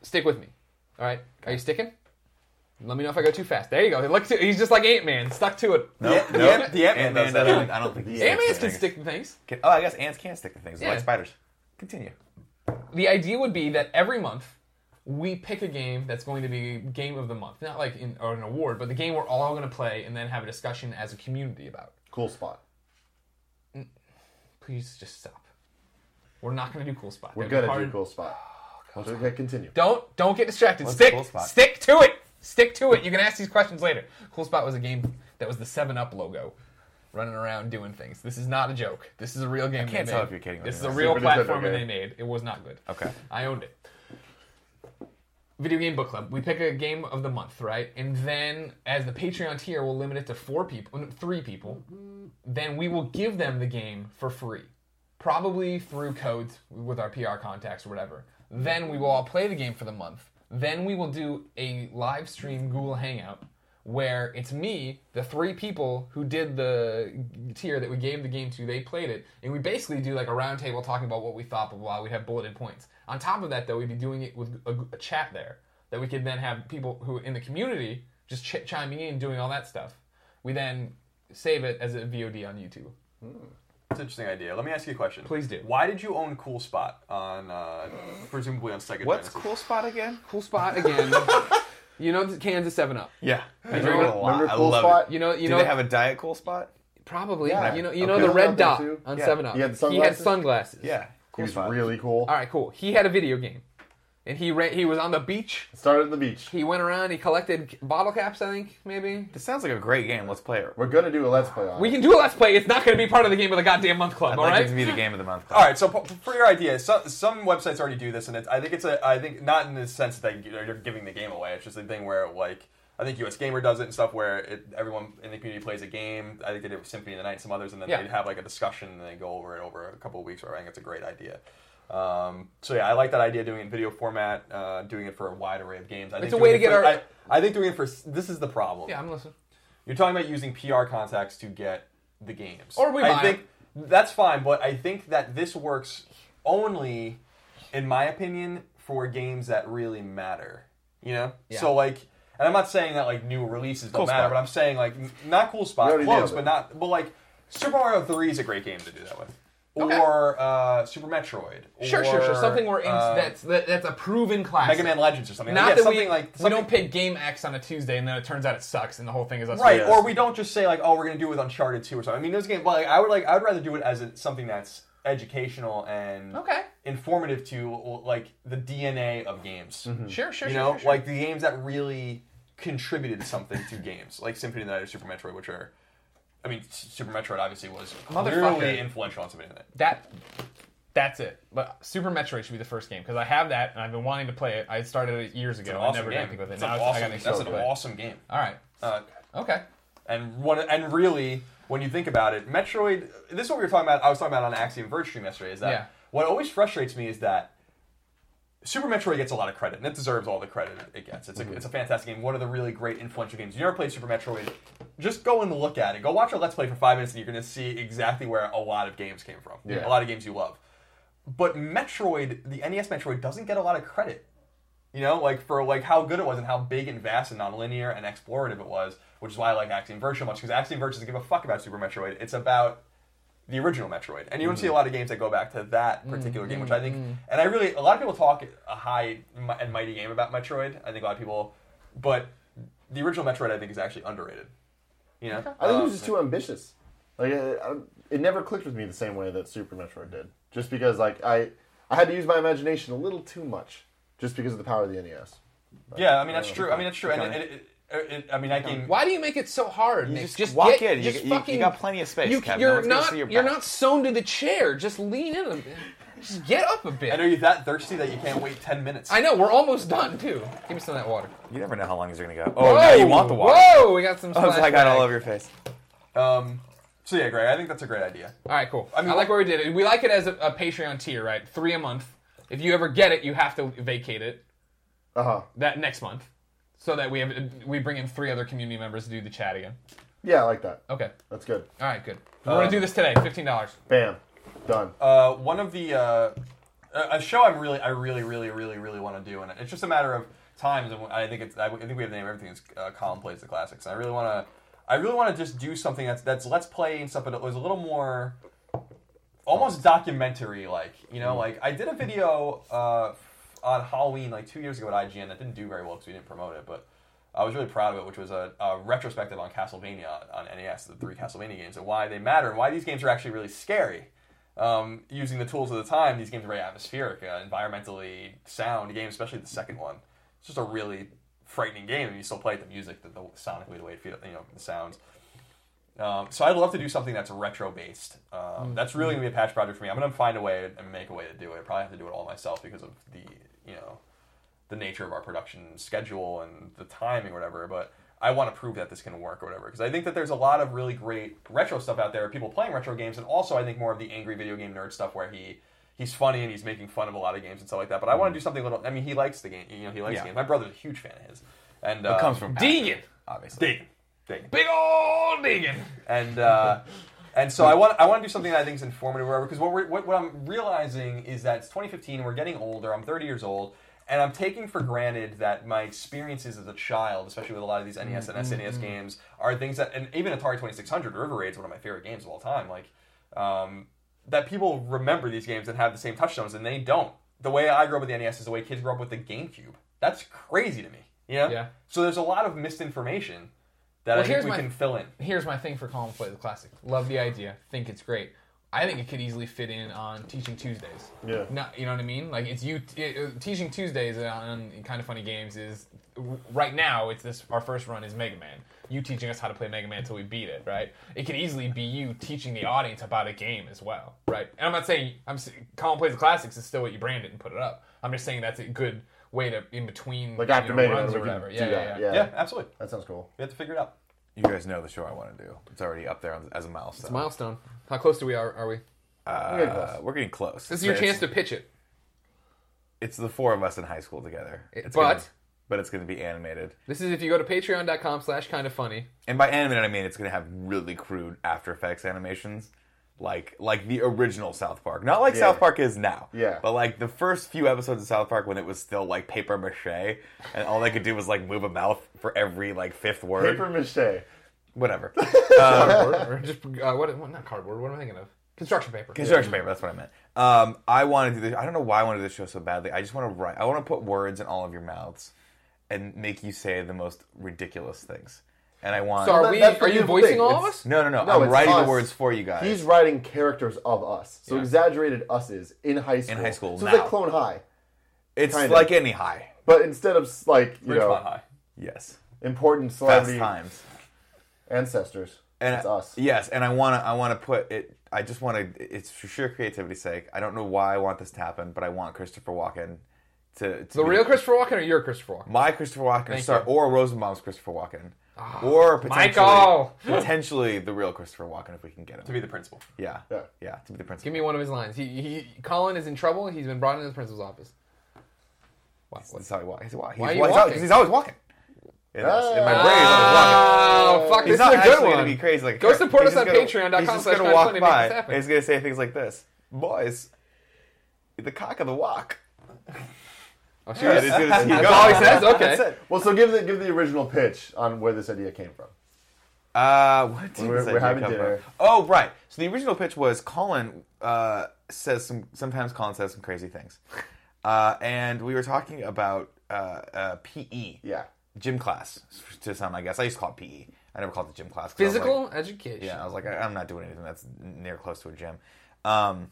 S1: Stick with me. All right. Are you sticking? Let me know if I go too fast. There you go. He looks- He's just like Ant Man, stuck to it.
S2: No,
S5: Ant- the
S2: no.
S5: Ant- the Ant-Man does that.
S2: I don't, I don't think he
S1: Ant Man
S2: sticks to
S1: can
S2: things.
S1: stick to things.
S2: Can- Oh, I guess ants can stick to things
S1: Yeah.
S2: like spiders. Continue.
S1: the idea would be that every month we pick a game that's going to be game of the month, not like in, or an award, but the game we're all going to play and then have a discussion as a community about.
S3: Cool spot.
S1: Please just stop. We're not going to do cool spot.
S3: We're
S1: That'd be
S3: gonna
S1: hard.
S3: do cool spot.
S5: Oh,
S3: Okay, continue.
S1: Don't don't get distracted. stick
S2: Cool Spot?
S1: stick to it. Stick to it. You can ask these questions later. Cool spot was a game that was the Seven Up logo, running around doing things. This is not a joke. This is a real game.
S2: can't
S1: they
S2: tell
S1: made.
S2: if you're kidding or
S1: This is
S2: not.
S1: a real
S3: Super Nintendo
S1: platformer they
S3: game.
S1: made. It was not good.
S2: Okay.
S1: I owned it. Video game book club. We pick a game of the month, right? And then, as the Patreon tier, we'll limit it to four people, no, three people. Then we will give them the game for free, probably through codes with our PR contacts or whatever. Then we will all play the game for the month. Then we will do a live stream Google Hangout where it's me, the three people who did the tier that we gave the game to, they played it, and we basically do like a roundtable talking about what we thought, blah, blah, blah. We'd have bulleted points. On top of that, though, we'd be doing it with a, a chat there that we could then have people who in the community just ch- chiming in, doing all that stuff. We then save it as a VOD on YouTube.
S5: That's an interesting idea. Let me ask you a question.
S1: Please do.
S5: Why did you own Cool Spot on, uh, presumably on Sega
S2: What's
S5: Genesis?
S2: cool spot again?
S1: Cool spot again. you know the cans of 7 Up.
S2: Yeah, I drink it a lot.
S3: Remember
S2: I
S3: cool
S2: love
S3: spot?
S2: it.
S1: You know, you
S2: Do
S1: know,
S2: they have a diet cool spot?
S1: probably.
S3: Yeah.
S1: You know, you
S3: Okay.
S1: know the red
S3: That
S1: dot
S3: too.
S1: on
S2: Yeah.
S1: Seven Up.
S3: He had the
S1: had
S3: sunglasses?
S1: sunglasses.
S2: Yeah, cool
S3: He's
S2: spot.
S3: really cool.
S1: All right, cool. He had a video game, and he ran, he was on the beach.
S3: Started at the beach.
S1: He went around. He collected bottle caps. I think maybe
S2: This sounds like a great game. Let's play it.
S3: We're gonna do a let's play on.
S1: we
S3: it.
S1: can do a let's play. It's not going to be part of the game of the goddamn month club.
S2: I'd
S1: all
S2: like
S1: right.
S2: it to be the game of the month.
S5: All right, so p- for your idea, some some websites already do this, and it's, I think it's a I think not in the sense that you're giving the game away. It's just a thing where like I think US Gamer does it and stuff, where it, everyone in the community plays a game. I think they did it with Symphony of the Night, and some others, and then
S1: Yeah.
S5: they have like a discussion and they go over it over a couple of weeks. Or I think it's a great idea. Um, so yeah, I like that idea doing it in video format, uh, doing it for a wide array of games. I
S1: It's
S5: think
S1: a way
S5: doing
S1: to
S5: it
S1: get
S5: for-
S1: our-
S5: I, I think doing it for s- this is the problem.
S1: yeah, I'm listening.
S5: You're talking about using PR contacts to get the games.
S1: Or we
S5: I
S1: buy
S5: think that's fine, but I think that this works only, in my opinion, for games that really matter. You know? So like and I'm not saying that like new releases don't
S2: Cool
S5: matter,
S2: Spot.
S5: but I'm saying like n- not cool spot,
S3: already nailed
S5: close,
S3: it.
S5: but not but like Super Mario 3 is a great game to do that with.
S1: Okay.
S5: Or uh, Super Metroid.
S1: Sure, sure,
S5: or,
S1: sure. Something we're in,
S5: uh,
S1: that's that, that's a proven classic.
S5: Mega Man Legends or something.
S1: Not
S5: like, yeah,
S1: that
S5: something
S1: we
S5: like
S1: we
S5: something-
S1: don't pick Game X on a Tuesday and then it turns out it sucks and the whole thing is us.
S5: Right,
S1: Yes.
S5: or we don't just say like, oh, we're gonna do it with Uncharted two or something. I mean, those games, but like, I would like, I would rather do it as a, something that's educational and
S1: Okay.
S5: informative to like the DNA of games.
S1: sure, sure, sure,
S5: You know,
S1: sure, sure.
S5: like the games that really contributed something to games, like Symphony of the Night or Super Metroid, which are, I mean, S- Super Metroid obviously was
S1: Motherfucker.
S5: clearly influential on Symphony of the Night.
S1: that that's it. But Super Metroid should be the first game because I have that and I've been wanting to play it. I started it years ago.
S5: An
S1: I
S5: awesome
S1: never did
S5: game.
S1: anything with it.
S5: It's an
S1: Now it's- I
S5: awesome,
S1: gotta
S5: that's
S1: go
S5: an
S1: play it.
S5: awesome game.
S1: All right.
S5: Uh,
S1: Okay.
S5: And one and really, when you think about it, Metroid. This is what we were talking about. I was talking about on Axiom Verge stream yesterday. Is that
S1: Yeah.
S5: what always frustrates me is that Super Metroid gets a lot of credit, and it deserves all the credit it gets. It's a, it's a fantastic game, one of the really great influential games. You never played Super Metroid, just go and look at it. Go watch a Let's Play for five minutes, and you're going to see exactly where a lot of games came from.
S3: Yeah.
S5: A lot of games you love. But Metroid, the NES Metroid, doesn't get a lot of credit. You know, like for like how good it was and how big and vast and nonlinear and explorative it was, which is why I like Axiom Verge so much because Axiom Verge doesn't give a fuck about Super Metroid. It's about the original Metroid, and you don't see a lot of games that go back to that particular game, which I think, and I really, a lot of people talk a high mi- and mighty game about Metroid. I think a lot of people, but the original Metroid, I think, is actually underrated. You know,
S3: I think it
S5: Um,
S3: was just too ambitious. Like I, I, it never clicked with me the same way that Super Metroid did. Just because like I, I had to use my imagination a little too much, just because of the E power of the NES.
S5: yeah, I mean that's true. I mean that's true, and it, it, it, it, I mean that game.
S1: Why do you make it so hard? Nick?
S2: just walk in. You-
S1: just
S2: you- you got plenty of space, Kev. No
S1: You're
S2: one's gonna
S1: not.
S2: see your
S1: you're
S2: back.
S1: not sewn to the chair. Just lean in. A bit. Just get up a bit.
S5: And are you that thirsty that you can't wait ten minutes?
S1: I know we're almost done too. Give me some of that water.
S2: You never Oh, know how long these are gonna go. Oh, now you want the water?
S1: Whoa, we got some.
S2: Oh, so I got
S1: splashback.
S2: all over your face.
S5: Um, So yeah, Greg, I think that's a great idea.
S1: All right, cool. I,
S5: mean,
S1: like where we did it. We like it as a, a Patreon tier, right? Three a month. If you ever get it, you have to vacate it
S3: Uh huh.
S1: that next month, so that we have we bring in three other community members to do the chat again.
S3: Yeah, I like that.
S1: Okay.
S3: That's good.
S1: All right, good. We're gonna do this today. Fifteen dollars.
S3: Bam. Done.
S5: Uh, one of the uh, a a show I'm really, I really, really, really, really want to do, and it's just a matter of times. And I think it's, I think we have the name of everything. Is uh, Colin plays the classics. And I really want to, I really want to just do something that's that's let's play and stuff, but it was a little more, almost documentary like. You know, like I did a video uh, on Halloween like two years ago at IGN that didn't do very well because we didn't promote it, but. I was really proud of it, which was a, a retrospective on Castlevania on NES, the three Castlevania games, and why they matter and why these games are actually really scary um, using the tools of the time, these games are very atmospheric, uh, environmentally sound game, especially the second one. It's just a really frightening game, and you still play it, the music, the, the sonically, the way it feels, you know, the sounds. Um, so I'd love to do something that's retro based. Um,
S2: Mm.
S5: That's really gonna be a patch project for me. I'm gonna find a way and make a way to do it. I probably have to do it all myself because of the you know the nature of our production schedule and the timing or whatever, but I want to prove that this can work or whatever. Because I think that there's a lot of really great retro stuff out there, people playing retro games, and also I think more of the angry video game nerd stuff where he he's funny and he's making fun of a lot of games and stuff like that. But I want to do something a little. I mean, he likes the game. You know, he likes
S2: Mm. Yeah.
S5: games. My brother's a huge fan of his, and uh,
S2: It comes from
S1: Deegan,
S2: obviously.
S5: Deegan. Deegan
S1: big old Deegan.
S5: and uh, and so I want I want to do something that I think is informative, or whatever. Because what, we're, what what I'm realizing is that it's 2015. We're getting older. I'm 30 years old, and I'm taking for granted that my experiences as a child, especially with a lot of these
S1: Mm,
S5: NES and SNES games, are things that and even Atari 2600 River Raid is one of my favorite games of all time. Like um, that, people remember these games and have the same touchstones, and they don't. The way I grew up with the NES is the way kids grew up with the GameCube. That's crazy to me. You know?
S1: Yeah.
S5: So there's a lot of misinformation that I think
S1: here's
S5: we
S1: my-
S5: can fill in.
S1: Here's my thing for Colin Play the Classic. Love the idea. Think it's great. I think it could easily fit in on Teaching Tuesdays.
S3: Yeah.
S1: Not, you know what I mean? Like it's you it, uh, Teaching Tuesdays on Kind of Funny Games is right now. It's this our first run is Mega Man. You teaching us how to play Mega Man until we beat it, right? It could easily be you teaching the audience about a game as well, right? And I'm not saying I'm s- Colin plays the classics is still what you brand it and put it up. I'm just saying that's a good way to in between
S3: like after
S1: you know,
S3: Mega Man,
S1: runs
S3: we
S1: or
S3: can
S1: whatever.
S3: do
S1: Yeah, yeah,
S3: that.
S1: yeah.
S5: Yeah, absolutely.
S3: That sounds cool.
S5: We have to figure it out.
S2: You guys know the show I want to do. It's already up there on, as a milestone.
S1: Milestone. How close do we are? Are we?
S3: Very close.
S2: Uh, we're getting close.
S1: This is your
S2: It's-
S1: chance to pitch it.
S2: It's the four of us in high school together. It's
S1: but-
S2: gonna, but it's going to be animated,
S1: This is if you go to patreon.com slash kind of funny.
S2: and by animated I mean it's going to have really crude After Effects animations, like like the original South Park, not like
S3: Yeah.
S2: South Park is now.
S3: Yeah.
S2: but like the first few episodes of South Park when it was still like paper mache, and all they could do was like move a mouth for every like fifth word,
S3: Paper mache.
S2: whatever.
S1: or just uh, what, what? Not cardboard. What am I thinking of? Construction paper.
S2: Construction paper. That's what I meant. Um, I want to do this. I don't know why I want to do this show so badly. I just want to write. I want to put words in all of your mouths and make you say the most ridiculous things. And I want.
S1: So are
S3: that-
S1: we?
S3: that's the
S1: Are you
S3: beautiful
S1: voicing
S3: thing.
S1: all of
S3: It's-
S1: us?
S2: no, no, no.
S3: No,
S2: I'm
S3: it's
S2: writing
S3: us.
S2: the words for you guys.
S3: He's writing characters of us. So exaggerated us's in high school.
S2: high school,
S3: So it's
S2: now.
S3: like Clone High.
S2: it's
S3: kinda.
S2: like any high.
S3: But instead of s- like, you know,
S5: Ridgemont High.
S2: Yes.
S3: important
S2: Fast
S3: celebrity
S2: times.
S3: ancestors.
S2: And
S3: it's us.
S2: Yes, and I want to. I want to put it. I just want to. It's for sheer creativity's sake. I don't know why I want this to happen, but I want Christopher Walken to. to
S1: The
S2: be-
S1: real Christopher Walken or your Christopher Walken?
S2: my Christopher Walken,
S1: Thank
S2: sorry,
S1: you. Ah,
S2: or Rosenbaum's Christopher Walken, or potentially,
S1: Michael!
S2: potentially the real Christopher Walken if we can get him.
S5: to be the principal.
S2: yeah, yeah,
S3: Yeah.
S2: to be the principal.
S1: Give me one of his lines. He, he Colin is in trouble. He's been brought into the principal's office. What? what-
S2: That's how he walks. He's, why, he's,
S1: Why are you
S2: why he's,
S1: walking?
S2: always, he's always walking. It is. In my brain, he's always walking.
S1: Oh fuck!
S2: He's
S1: this
S2: not
S1: is a good
S2: actually
S1: one.
S2: going to be crazy. Like
S1: Go
S2: her.
S1: support
S2: He's
S1: us
S2: just
S1: on patreon.com
S2: gonna- He's just
S1: slash
S2: gonna
S1: kinda
S2: walk
S1: funny, make
S2: by.
S1: this happen.
S2: and he's going to say things like this, boys. The cock of the walk.
S1: Oh, shoot.
S2: Yeah, he's gonna- he's
S1: That's
S2: gone.
S1: all he says. Okay.
S2: That's it.
S3: Well, so give the give the original pitch on where this idea came from.
S2: Uh, what did
S3: We're-
S2: this
S3: we're
S2: idea
S3: having
S2: come
S3: dinner.
S2: from? Oh, right. So the original pitch was Colin uh, says some. Sometimes Colin says some crazy things, uh, and we were talking about uh, uh, PE,
S3: Yeah.
S2: gym class to some. I guess I used to call it PE. I never called it gym class. 'cause I was like-
S1: Physical education.
S2: yeah, I was like, I, I'm not doing anything that's near close to a gym. Um,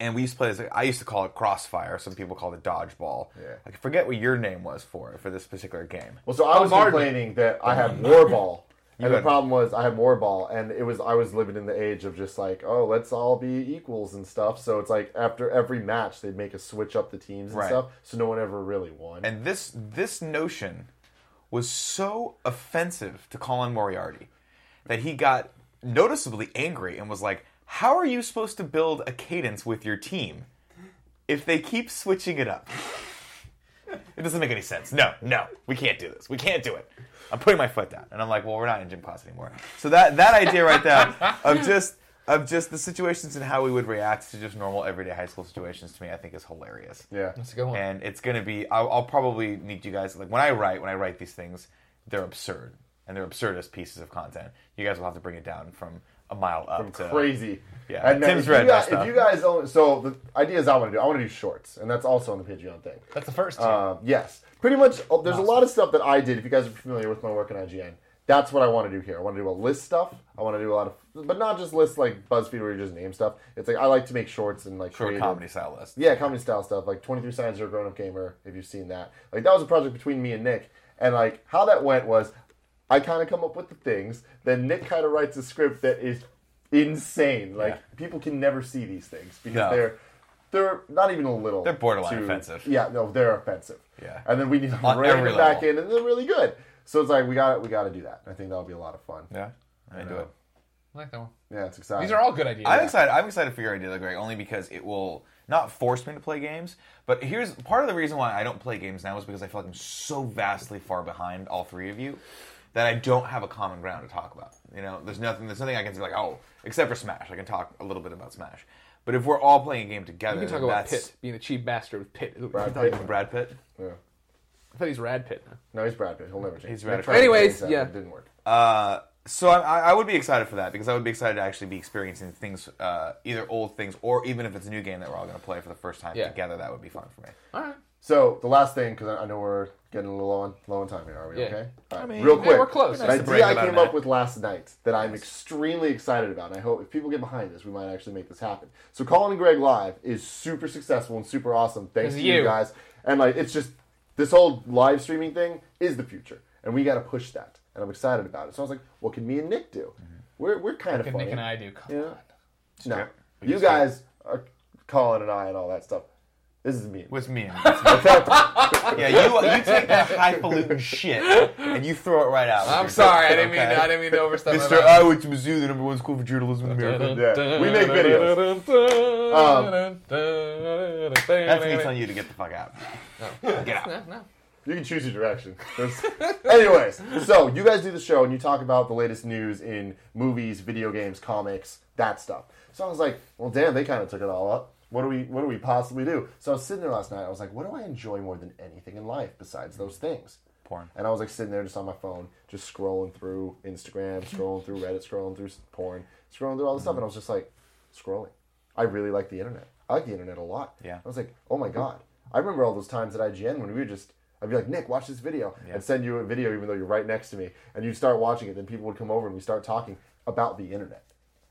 S2: and we used to play this. I used to call it crossfire. Some people call it dodgeball.
S3: Yeah.
S2: I forget what your name was for it for this particular game.
S3: Well, so I was
S1: Bombardment.
S3: complaining that I had war ball. And the
S2: Mm. had-
S3: problem was I had war ball, and it was I was living in the age of just like, oh, let's all be equals and stuff. So it's like after every match, they'd make a switch up the teams and
S2: Right.
S3: stuff. So no one ever really won.
S2: and this this notion was so offensive to Colin Moriarty that he got noticeably angry and was like, "How are you supposed to build a cadence with your team if they keep switching it up?" It doesn't make any sense. No, no, we can't do this. We can't do it. I'm putting my foot down, and I'm like, well, we're not in gym class anymore. So that that idea right there of just of just the situations and how we would react to just normal everyday high school situations to me, I think is hilarious.
S3: Yeah.
S1: That's a good one.
S2: And it's gonna be. I'll, I'll probably need you guys. Like when I write, when I write these things, they're absurd and they're absurdist pieces of content. You guys will have to bring it down from a mile up. to,
S3: crazy.
S2: Yeah,
S3: then
S2: Tim's
S3: if
S2: read
S3: you
S2: my
S3: guys,
S2: stuff.
S3: If you guys own, so the ideas I want to do, I want to do shorts, and that's also on the Patreon thing.
S1: That's the first.
S3: Um, yes, pretty much. oh, There's a lot of stuff that I did. If you guys are familiar with my work on IGN, that's what I want to do here. I want to do a list stuff. I want to do a lot of, but not just lists like BuzzFeed where you just name stuff. It's like I like to make shorts and like
S2: short
S3: creative-
S2: comedy style list.
S3: yeah, comedy style stuff, like 23 Signs You're a Grown Up Gamer, if you've seen that. Like, that was a project between me and Nick. And, like, how that went was I kind of come up with the things, then Nick kind of writes a script that is insane. Like, people can never see these things because
S2: No.
S3: they're. They're not even a little.
S2: They're borderline offensive.
S3: Yeah, no, they're offensive.
S2: Yeah.
S3: and then we need to
S2: On
S3: rein
S2: every
S3: it back
S2: level.
S3: in, and they're really good. So it's like we got We got to do that. I think that'll be a lot of fun.
S2: Yeah, I do it.
S1: I like that one.
S3: yeah, it's exciting.
S1: These are all good ideas.
S2: I'm excited. I'm excited for your idea, though, Greg, only because it will not force me to play games. But here's part of the reason why I don't play games now is because I feel like I'm so vastly far behind all three of you that I don't have a common ground to talk about. You know, there's nothing. There's nothing I can say like, oh, except for Smash. I can talk a little bit about Smash. But if we're all playing a game together,
S1: You can talk
S2: then
S1: about
S2: that's-
S1: Pitt being a cheap bastard with Pitt.
S3: Brad
S1: I, thought,
S3: Pitt.
S2: Brad Pitt.
S3: Yeah.
S1: I thought he's Rad Pitt. now.
S3: No, he's Brad Pitt. He'll never change.
S2: He's Brad
S3: Nick
S2: Pitt.
S3: tried to change
S1: Anyways,
S3: that,
S1: yeah.
S3: it didn't work.
S2: Uh, so I, I- I would be excited for that because I would be excited to actually be experiencing things, uh, either old things or even if it's a new game that we're all going to play for the first time
S1: Yeah.
S2: together. That would be fun for me.
S1: All right.
S3: So the last thing, because I know we're getting a little low on, low on time here. Are we
S1: Yeah.
S3: okay? All right,
S2: mean,
S3: real
S2: yeah,
S3: quick.
S1: we're close.
S3: An
S1: Nice
S2: to break
S3: idea I
S2: it on
S3: came
S2: that.
S3: up with last night that I'm extremely excited about, and I hope if people get behind this, we might actually make this happen. So Colin and Greg Live is super successful and super awesome. Thanks
S1: It's
S3: to you.
S1: you.
S3: guys, and like it's just this whole live streaming thing is the future, and we got to push that. And I'm excited about it. So I was like, what can me and Nick do? We're we're kind of
S1: Can
S3: funny.
S1: Nick and Mm-hmm. I do. Come
S3: Yeah.
S1: on.
S3: No,
S2: Sure.
S3: you guys are Colin and I and all that stuff. This is me.
S2: With me. And yeah, you, you take that highfalutin shit and you throw it right out.
S1: I'm sorry. I didn't mean. I didn't mean to overstep. my
S2: Mr.
S1: bounds.
S2: Iowa to Mizzou, the number one school for journalism in America.
S3: Yeah, we make videos. Um,
S2: That's me telling you to get the fuck out.
S1: Oh.
S2: Get out.
S3: You can choose your direction. There's- Anyways, so you guys do the show and you talk about the latest news in movies, video games, comics, that stuff. So I was like, well, damn, they kind of took it all up. What do we What do we possibly do? So I was sitting there last night. I was like, what do I enjoy more than anything in life besides those things?
S2: Porn.
S3: And I was like sitting there just on my phone, just scrolling through Instagram, scrolling through Reddit, scrolling through s- porn, scrolling through all this stuff, and I was just like, scrolling. I really like the internet. I like the internet a lot.
S2: Yeah.
S3: I was like, oh my god. I remember all those times at IGN when we would just I'd be like, Nick, watch this video. I'd send you a video even though you're right next to me, and you'd start watching it, then people would come over and we start talking about the internet.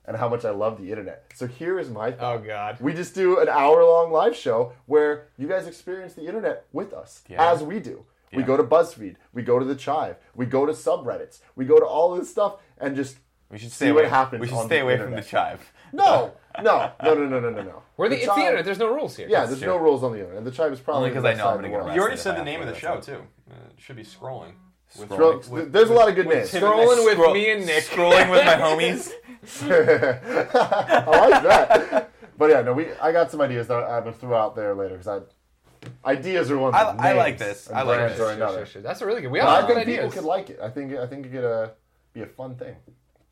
S3: And how much I love the internet. So here is my
S1: Oh,
S3: thought.
S1: God.
S3: We just do an hour long live show where you guys experience the internet with us
S2: Yeah.
S3: as we do. We go to BuzzFeed, we go to the Chive, we go to subreddits, we go to all this stuff and just
S2: We should stay
S3: see
S2: away.
S3: what happens.
S2: we should
S3: on
S2: stay
S3: the
S2: away
S3: internet.
S2: from the chive.
S3: No, no, no, no, no, no, no, no.
S1: We're the, it's the
S3: Chive-
S1: internet. There's no rules here.
S3: Yeah, there's
S2: true.
S3: no rules on the internet. And the Chive is probably
S2: Only 'cause I know I'm gonna get
S5: You
S3: going
S5: already
S2: If
S5: said
S2: I
S5: the name of the show
S2: upload
S5: too. Uh, it should be scrolling. With-
S3: to
S5: with-
S3: There's a lot of good names.
S5: Tim and
S1: Scrolling with
S2: Scroll-
S1: me and Nick.
S2: Scrolling with my homies.
S3: I like that. But yeah, no, we. I got some ideas that I'm gonna throw out there later because I ideas are one.
S2: I-
S3: thing,
S2: I like
S3: names
S2: this.
S3: and
S2: I like
S3: brands
S2: this.
S3: are
S1: Sure,
S3: another.
S1: sure, sure. That's a really good. We all
S3: But I
S1: have good
S3: think people
S1: ideas.
S3: could like it. I think I think it could uh, be a fun thing.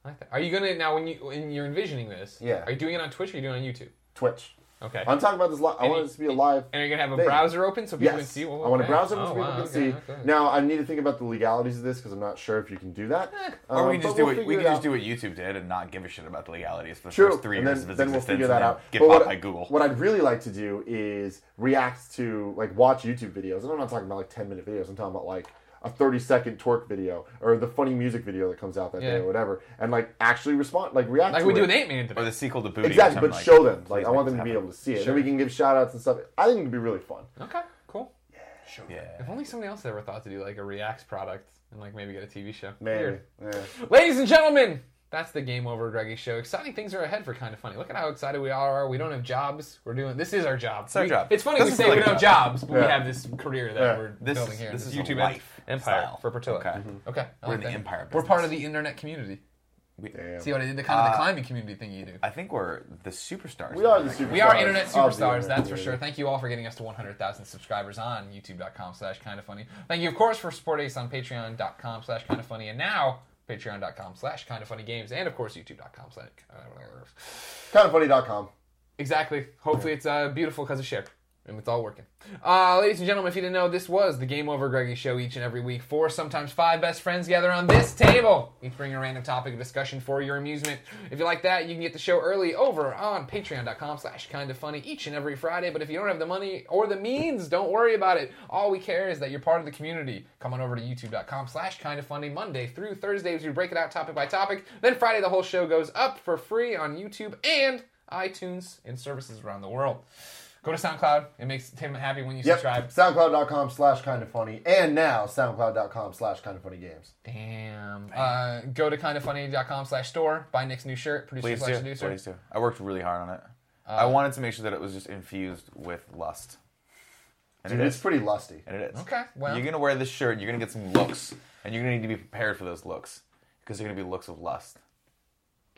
S1: I like that. Are you gonna now when you when you're envisioning this?
S3: Yeah.
S1: Are you doing it on Twitch or are you doing it on YouTube?
S3: Twitch.
S1: Okay.
S3: I'm talking about this. Li- I want this to be a live.
S1: and are you gonna have a
S3: thing.
S1: browser open so people
S3: Yes,
S1: can see? Well,
S3: I want to
S1: okay.
S3: browse it
S1: Oh,
S3: so people
S1: wow,
S3: can
S1: okay,
S3: see.
S1: okay.
S3: Now I need to think about the legalities of this because I'm not sure if you can do that.
S2: Eh, Or we
S3: Um,
S2: can just
S3: but
S2: do
S3: we'll
S2: what we
S3: figure
S2: can
S3: it
S2: just
S3: out.
S2: do what YouTube did and not give a shit about the legalities for the
S3: True.
S2: first three
S3: and
S2: years
S3: then,
S2: of its
S3: then we'll
S2: existence.
S3: figure that
S2: and
S3: out.
S2: Get
S3: But
S2: bought
S3: what-
S2: by Google.
S3: What I'd really like to do is react to like watch YouTube videos. And I'm not talking about like 10 minute videos. I'm talking about like a 30 second twerk video or the funny music video that comes out that
S1: Yeah.
S3: day or whatever, and like actually respond, like react.
S1: like
S3: to
S1: we
S3: it.
S1: do with Eight Man
S2: or
S1: today.
S2: the sequel to Booty.
S3: Exactly,
S2: which I'm
S3: but
S2: like,
S3: show them. Like
S2: please
S3: I
S2: make
S3: want
S2: this
S3: them to be
S2: happen.
S3: able to see it. Then we can give shout outs and stuff. I think it'd be really fun.
S1: Okay. Cool.
S2: Yeah.
S1: If only somebody else ever thought to do like a Reacts product and like maybe get a TV show.
S3: Maybe.
S1: Weird.
S3: Yeah.
S1: Ladies and gentlemen, that's the Game Over Greggy show. Exciting things are ahead for Kind of Funny. Look at how excited we all are. We don't have jobs. We're doing this is our job. It's
S2: our job.
S1: It's funny
S2: This
S1: we
S2: is
S1: say
S2: like
S1: we
S2: a
S1: don't have
S2: job.
S1: jobs, but we
S3: Yeah.
S1: have this career that
S3: Yeah.
S1: we're
S2: This
S1: building
S2: is-
S1: here.
S2: this is a
S1: YouTube
S2: life
S1: empire
S2: style.
S1: for Portillo.
S2: Okay.
S1: Okay. I like
S2: We're in the
S1: that.
S2: empire
S1: We're part of
S2: business. Uh,
S1: the internet community.
S2: We,
S3: Damn.
S1: See what I did? The kind of the climbing community thing you do.
S2: I think we're the superstars.
S3: We are the superstars.
S1: We are internet
S3: of the
S1: superstars,
S3: internet
S1: that's for
S3: community.
S1: sure. Thank you all for getting us to 100,000 subscribers on youtube.com slash kind of funny. Thank you, of course, for supporting us on patreon.com slash kind of funny and now patreon.com slash kind of funny games and, of course, youtube.com slash uh,
S3: Kindoffunny.com.
S1: Exactly. Hopefully, it's uh, beautiful because of Cher. And it's all working. Uh, ladies and gentlemen, if you didn't know, this was the Game Over Greggy show each and every week. Four, sometimes five best friends gather on this table. Each bring a random topic of discussion for your amusement. If you like that, you can get the show early over on patreon.com slash kind of funny each and every Friday. But if you don't have the money or the means, don't worry about it. All we care is that you're part of the community. Come on over to youtube.com slash kind of funny Monday through Thursdays. We break it out topic by topic. Then Friday, the whole show goes up for free on YouTube and iTunes, and services around the world. Go to SoundCloud. It makes Tim happy when you
S3: Yep.
S1: subscribe.
S3: SoundCloud.com slash kind of funny. And now SoundCloud.com slash kind of funny games.
S1: Damn. Uh, go to kindoffunny.com slash store. Buy Nick's new shirt. Producer
S2: Please
S1: slash
S2: do.
S1: producer.
S2: Please do. I worked really hard on it. I
S1: Uh,
S2: wanted to make sure that it was just infused with lust. And
S3: Dude,
S2: it
S3: it's
S2: is.
S3: pretty lusty.
S2: And it is.
S1: Mm-hmm. Okay, well.
S2: You're gonna wear this shirt. You're gonna get some looks, and you're gonna need to be prepared for those looks because they're gonna be looks of lust.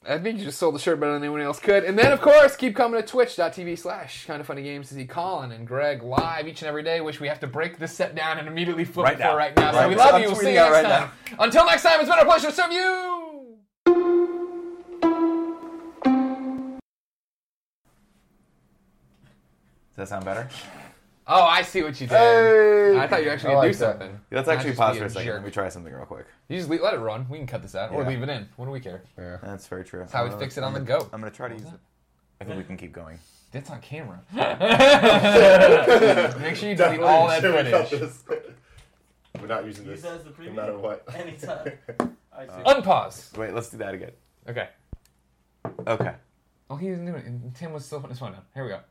S1: I think you just sold the shirt better than anyone else could. And then, of course, keep coming to twitch.tv slash kind of funny games to see Colin and Greg live each and every day, which we have to break this set down and immediately flip
S2: Right
S1: it for
S2: now.
S1: right now. So
S2: Right
S1: we
S2: now.
S1: love
S2: I'm
S1: you. We'll
S2: tweeting
S1: see you
S2: out
S1: next
S2: right
S1: time. Until next time, it's been a pleasure to serve you.
S2: Does that sound better?
S1: Oh, I see what you did.
S3: Hey!
S1: I thought you were actually
S3: I
S1: going to do
S3: like that.
S1: something.
S2: Let's
S1: Not
S2: actually
S1: just
S2: pause
S1: be
S2: for a second.
S1: jerk.
S2: Let me try something real quick.
S1: You just le- let it run. We can cut this out or
S2: Yeah.
S1: leave it in. What do we care?
S2: That's very true.
S1: That's how
S3: Uh,
S1: we fix it on the go.
S3: Um,
S2: I'm gonna try to use it. I think we can keep going.
S1: That's on camera. Make sure you delete all that
S3: Should we cut
S1: footage.
S3: this? We're not using this.
S8: Use that as the
S3: No
S8: preview.
S3: matter what.
S8: Anytime. I see.
S1: Unpause.
S2: Wait, let's do that again.
S1: Okay.
S2: Okay.
S1: Oh, he didn't do it. Tim was still putting his phone down. Here we go.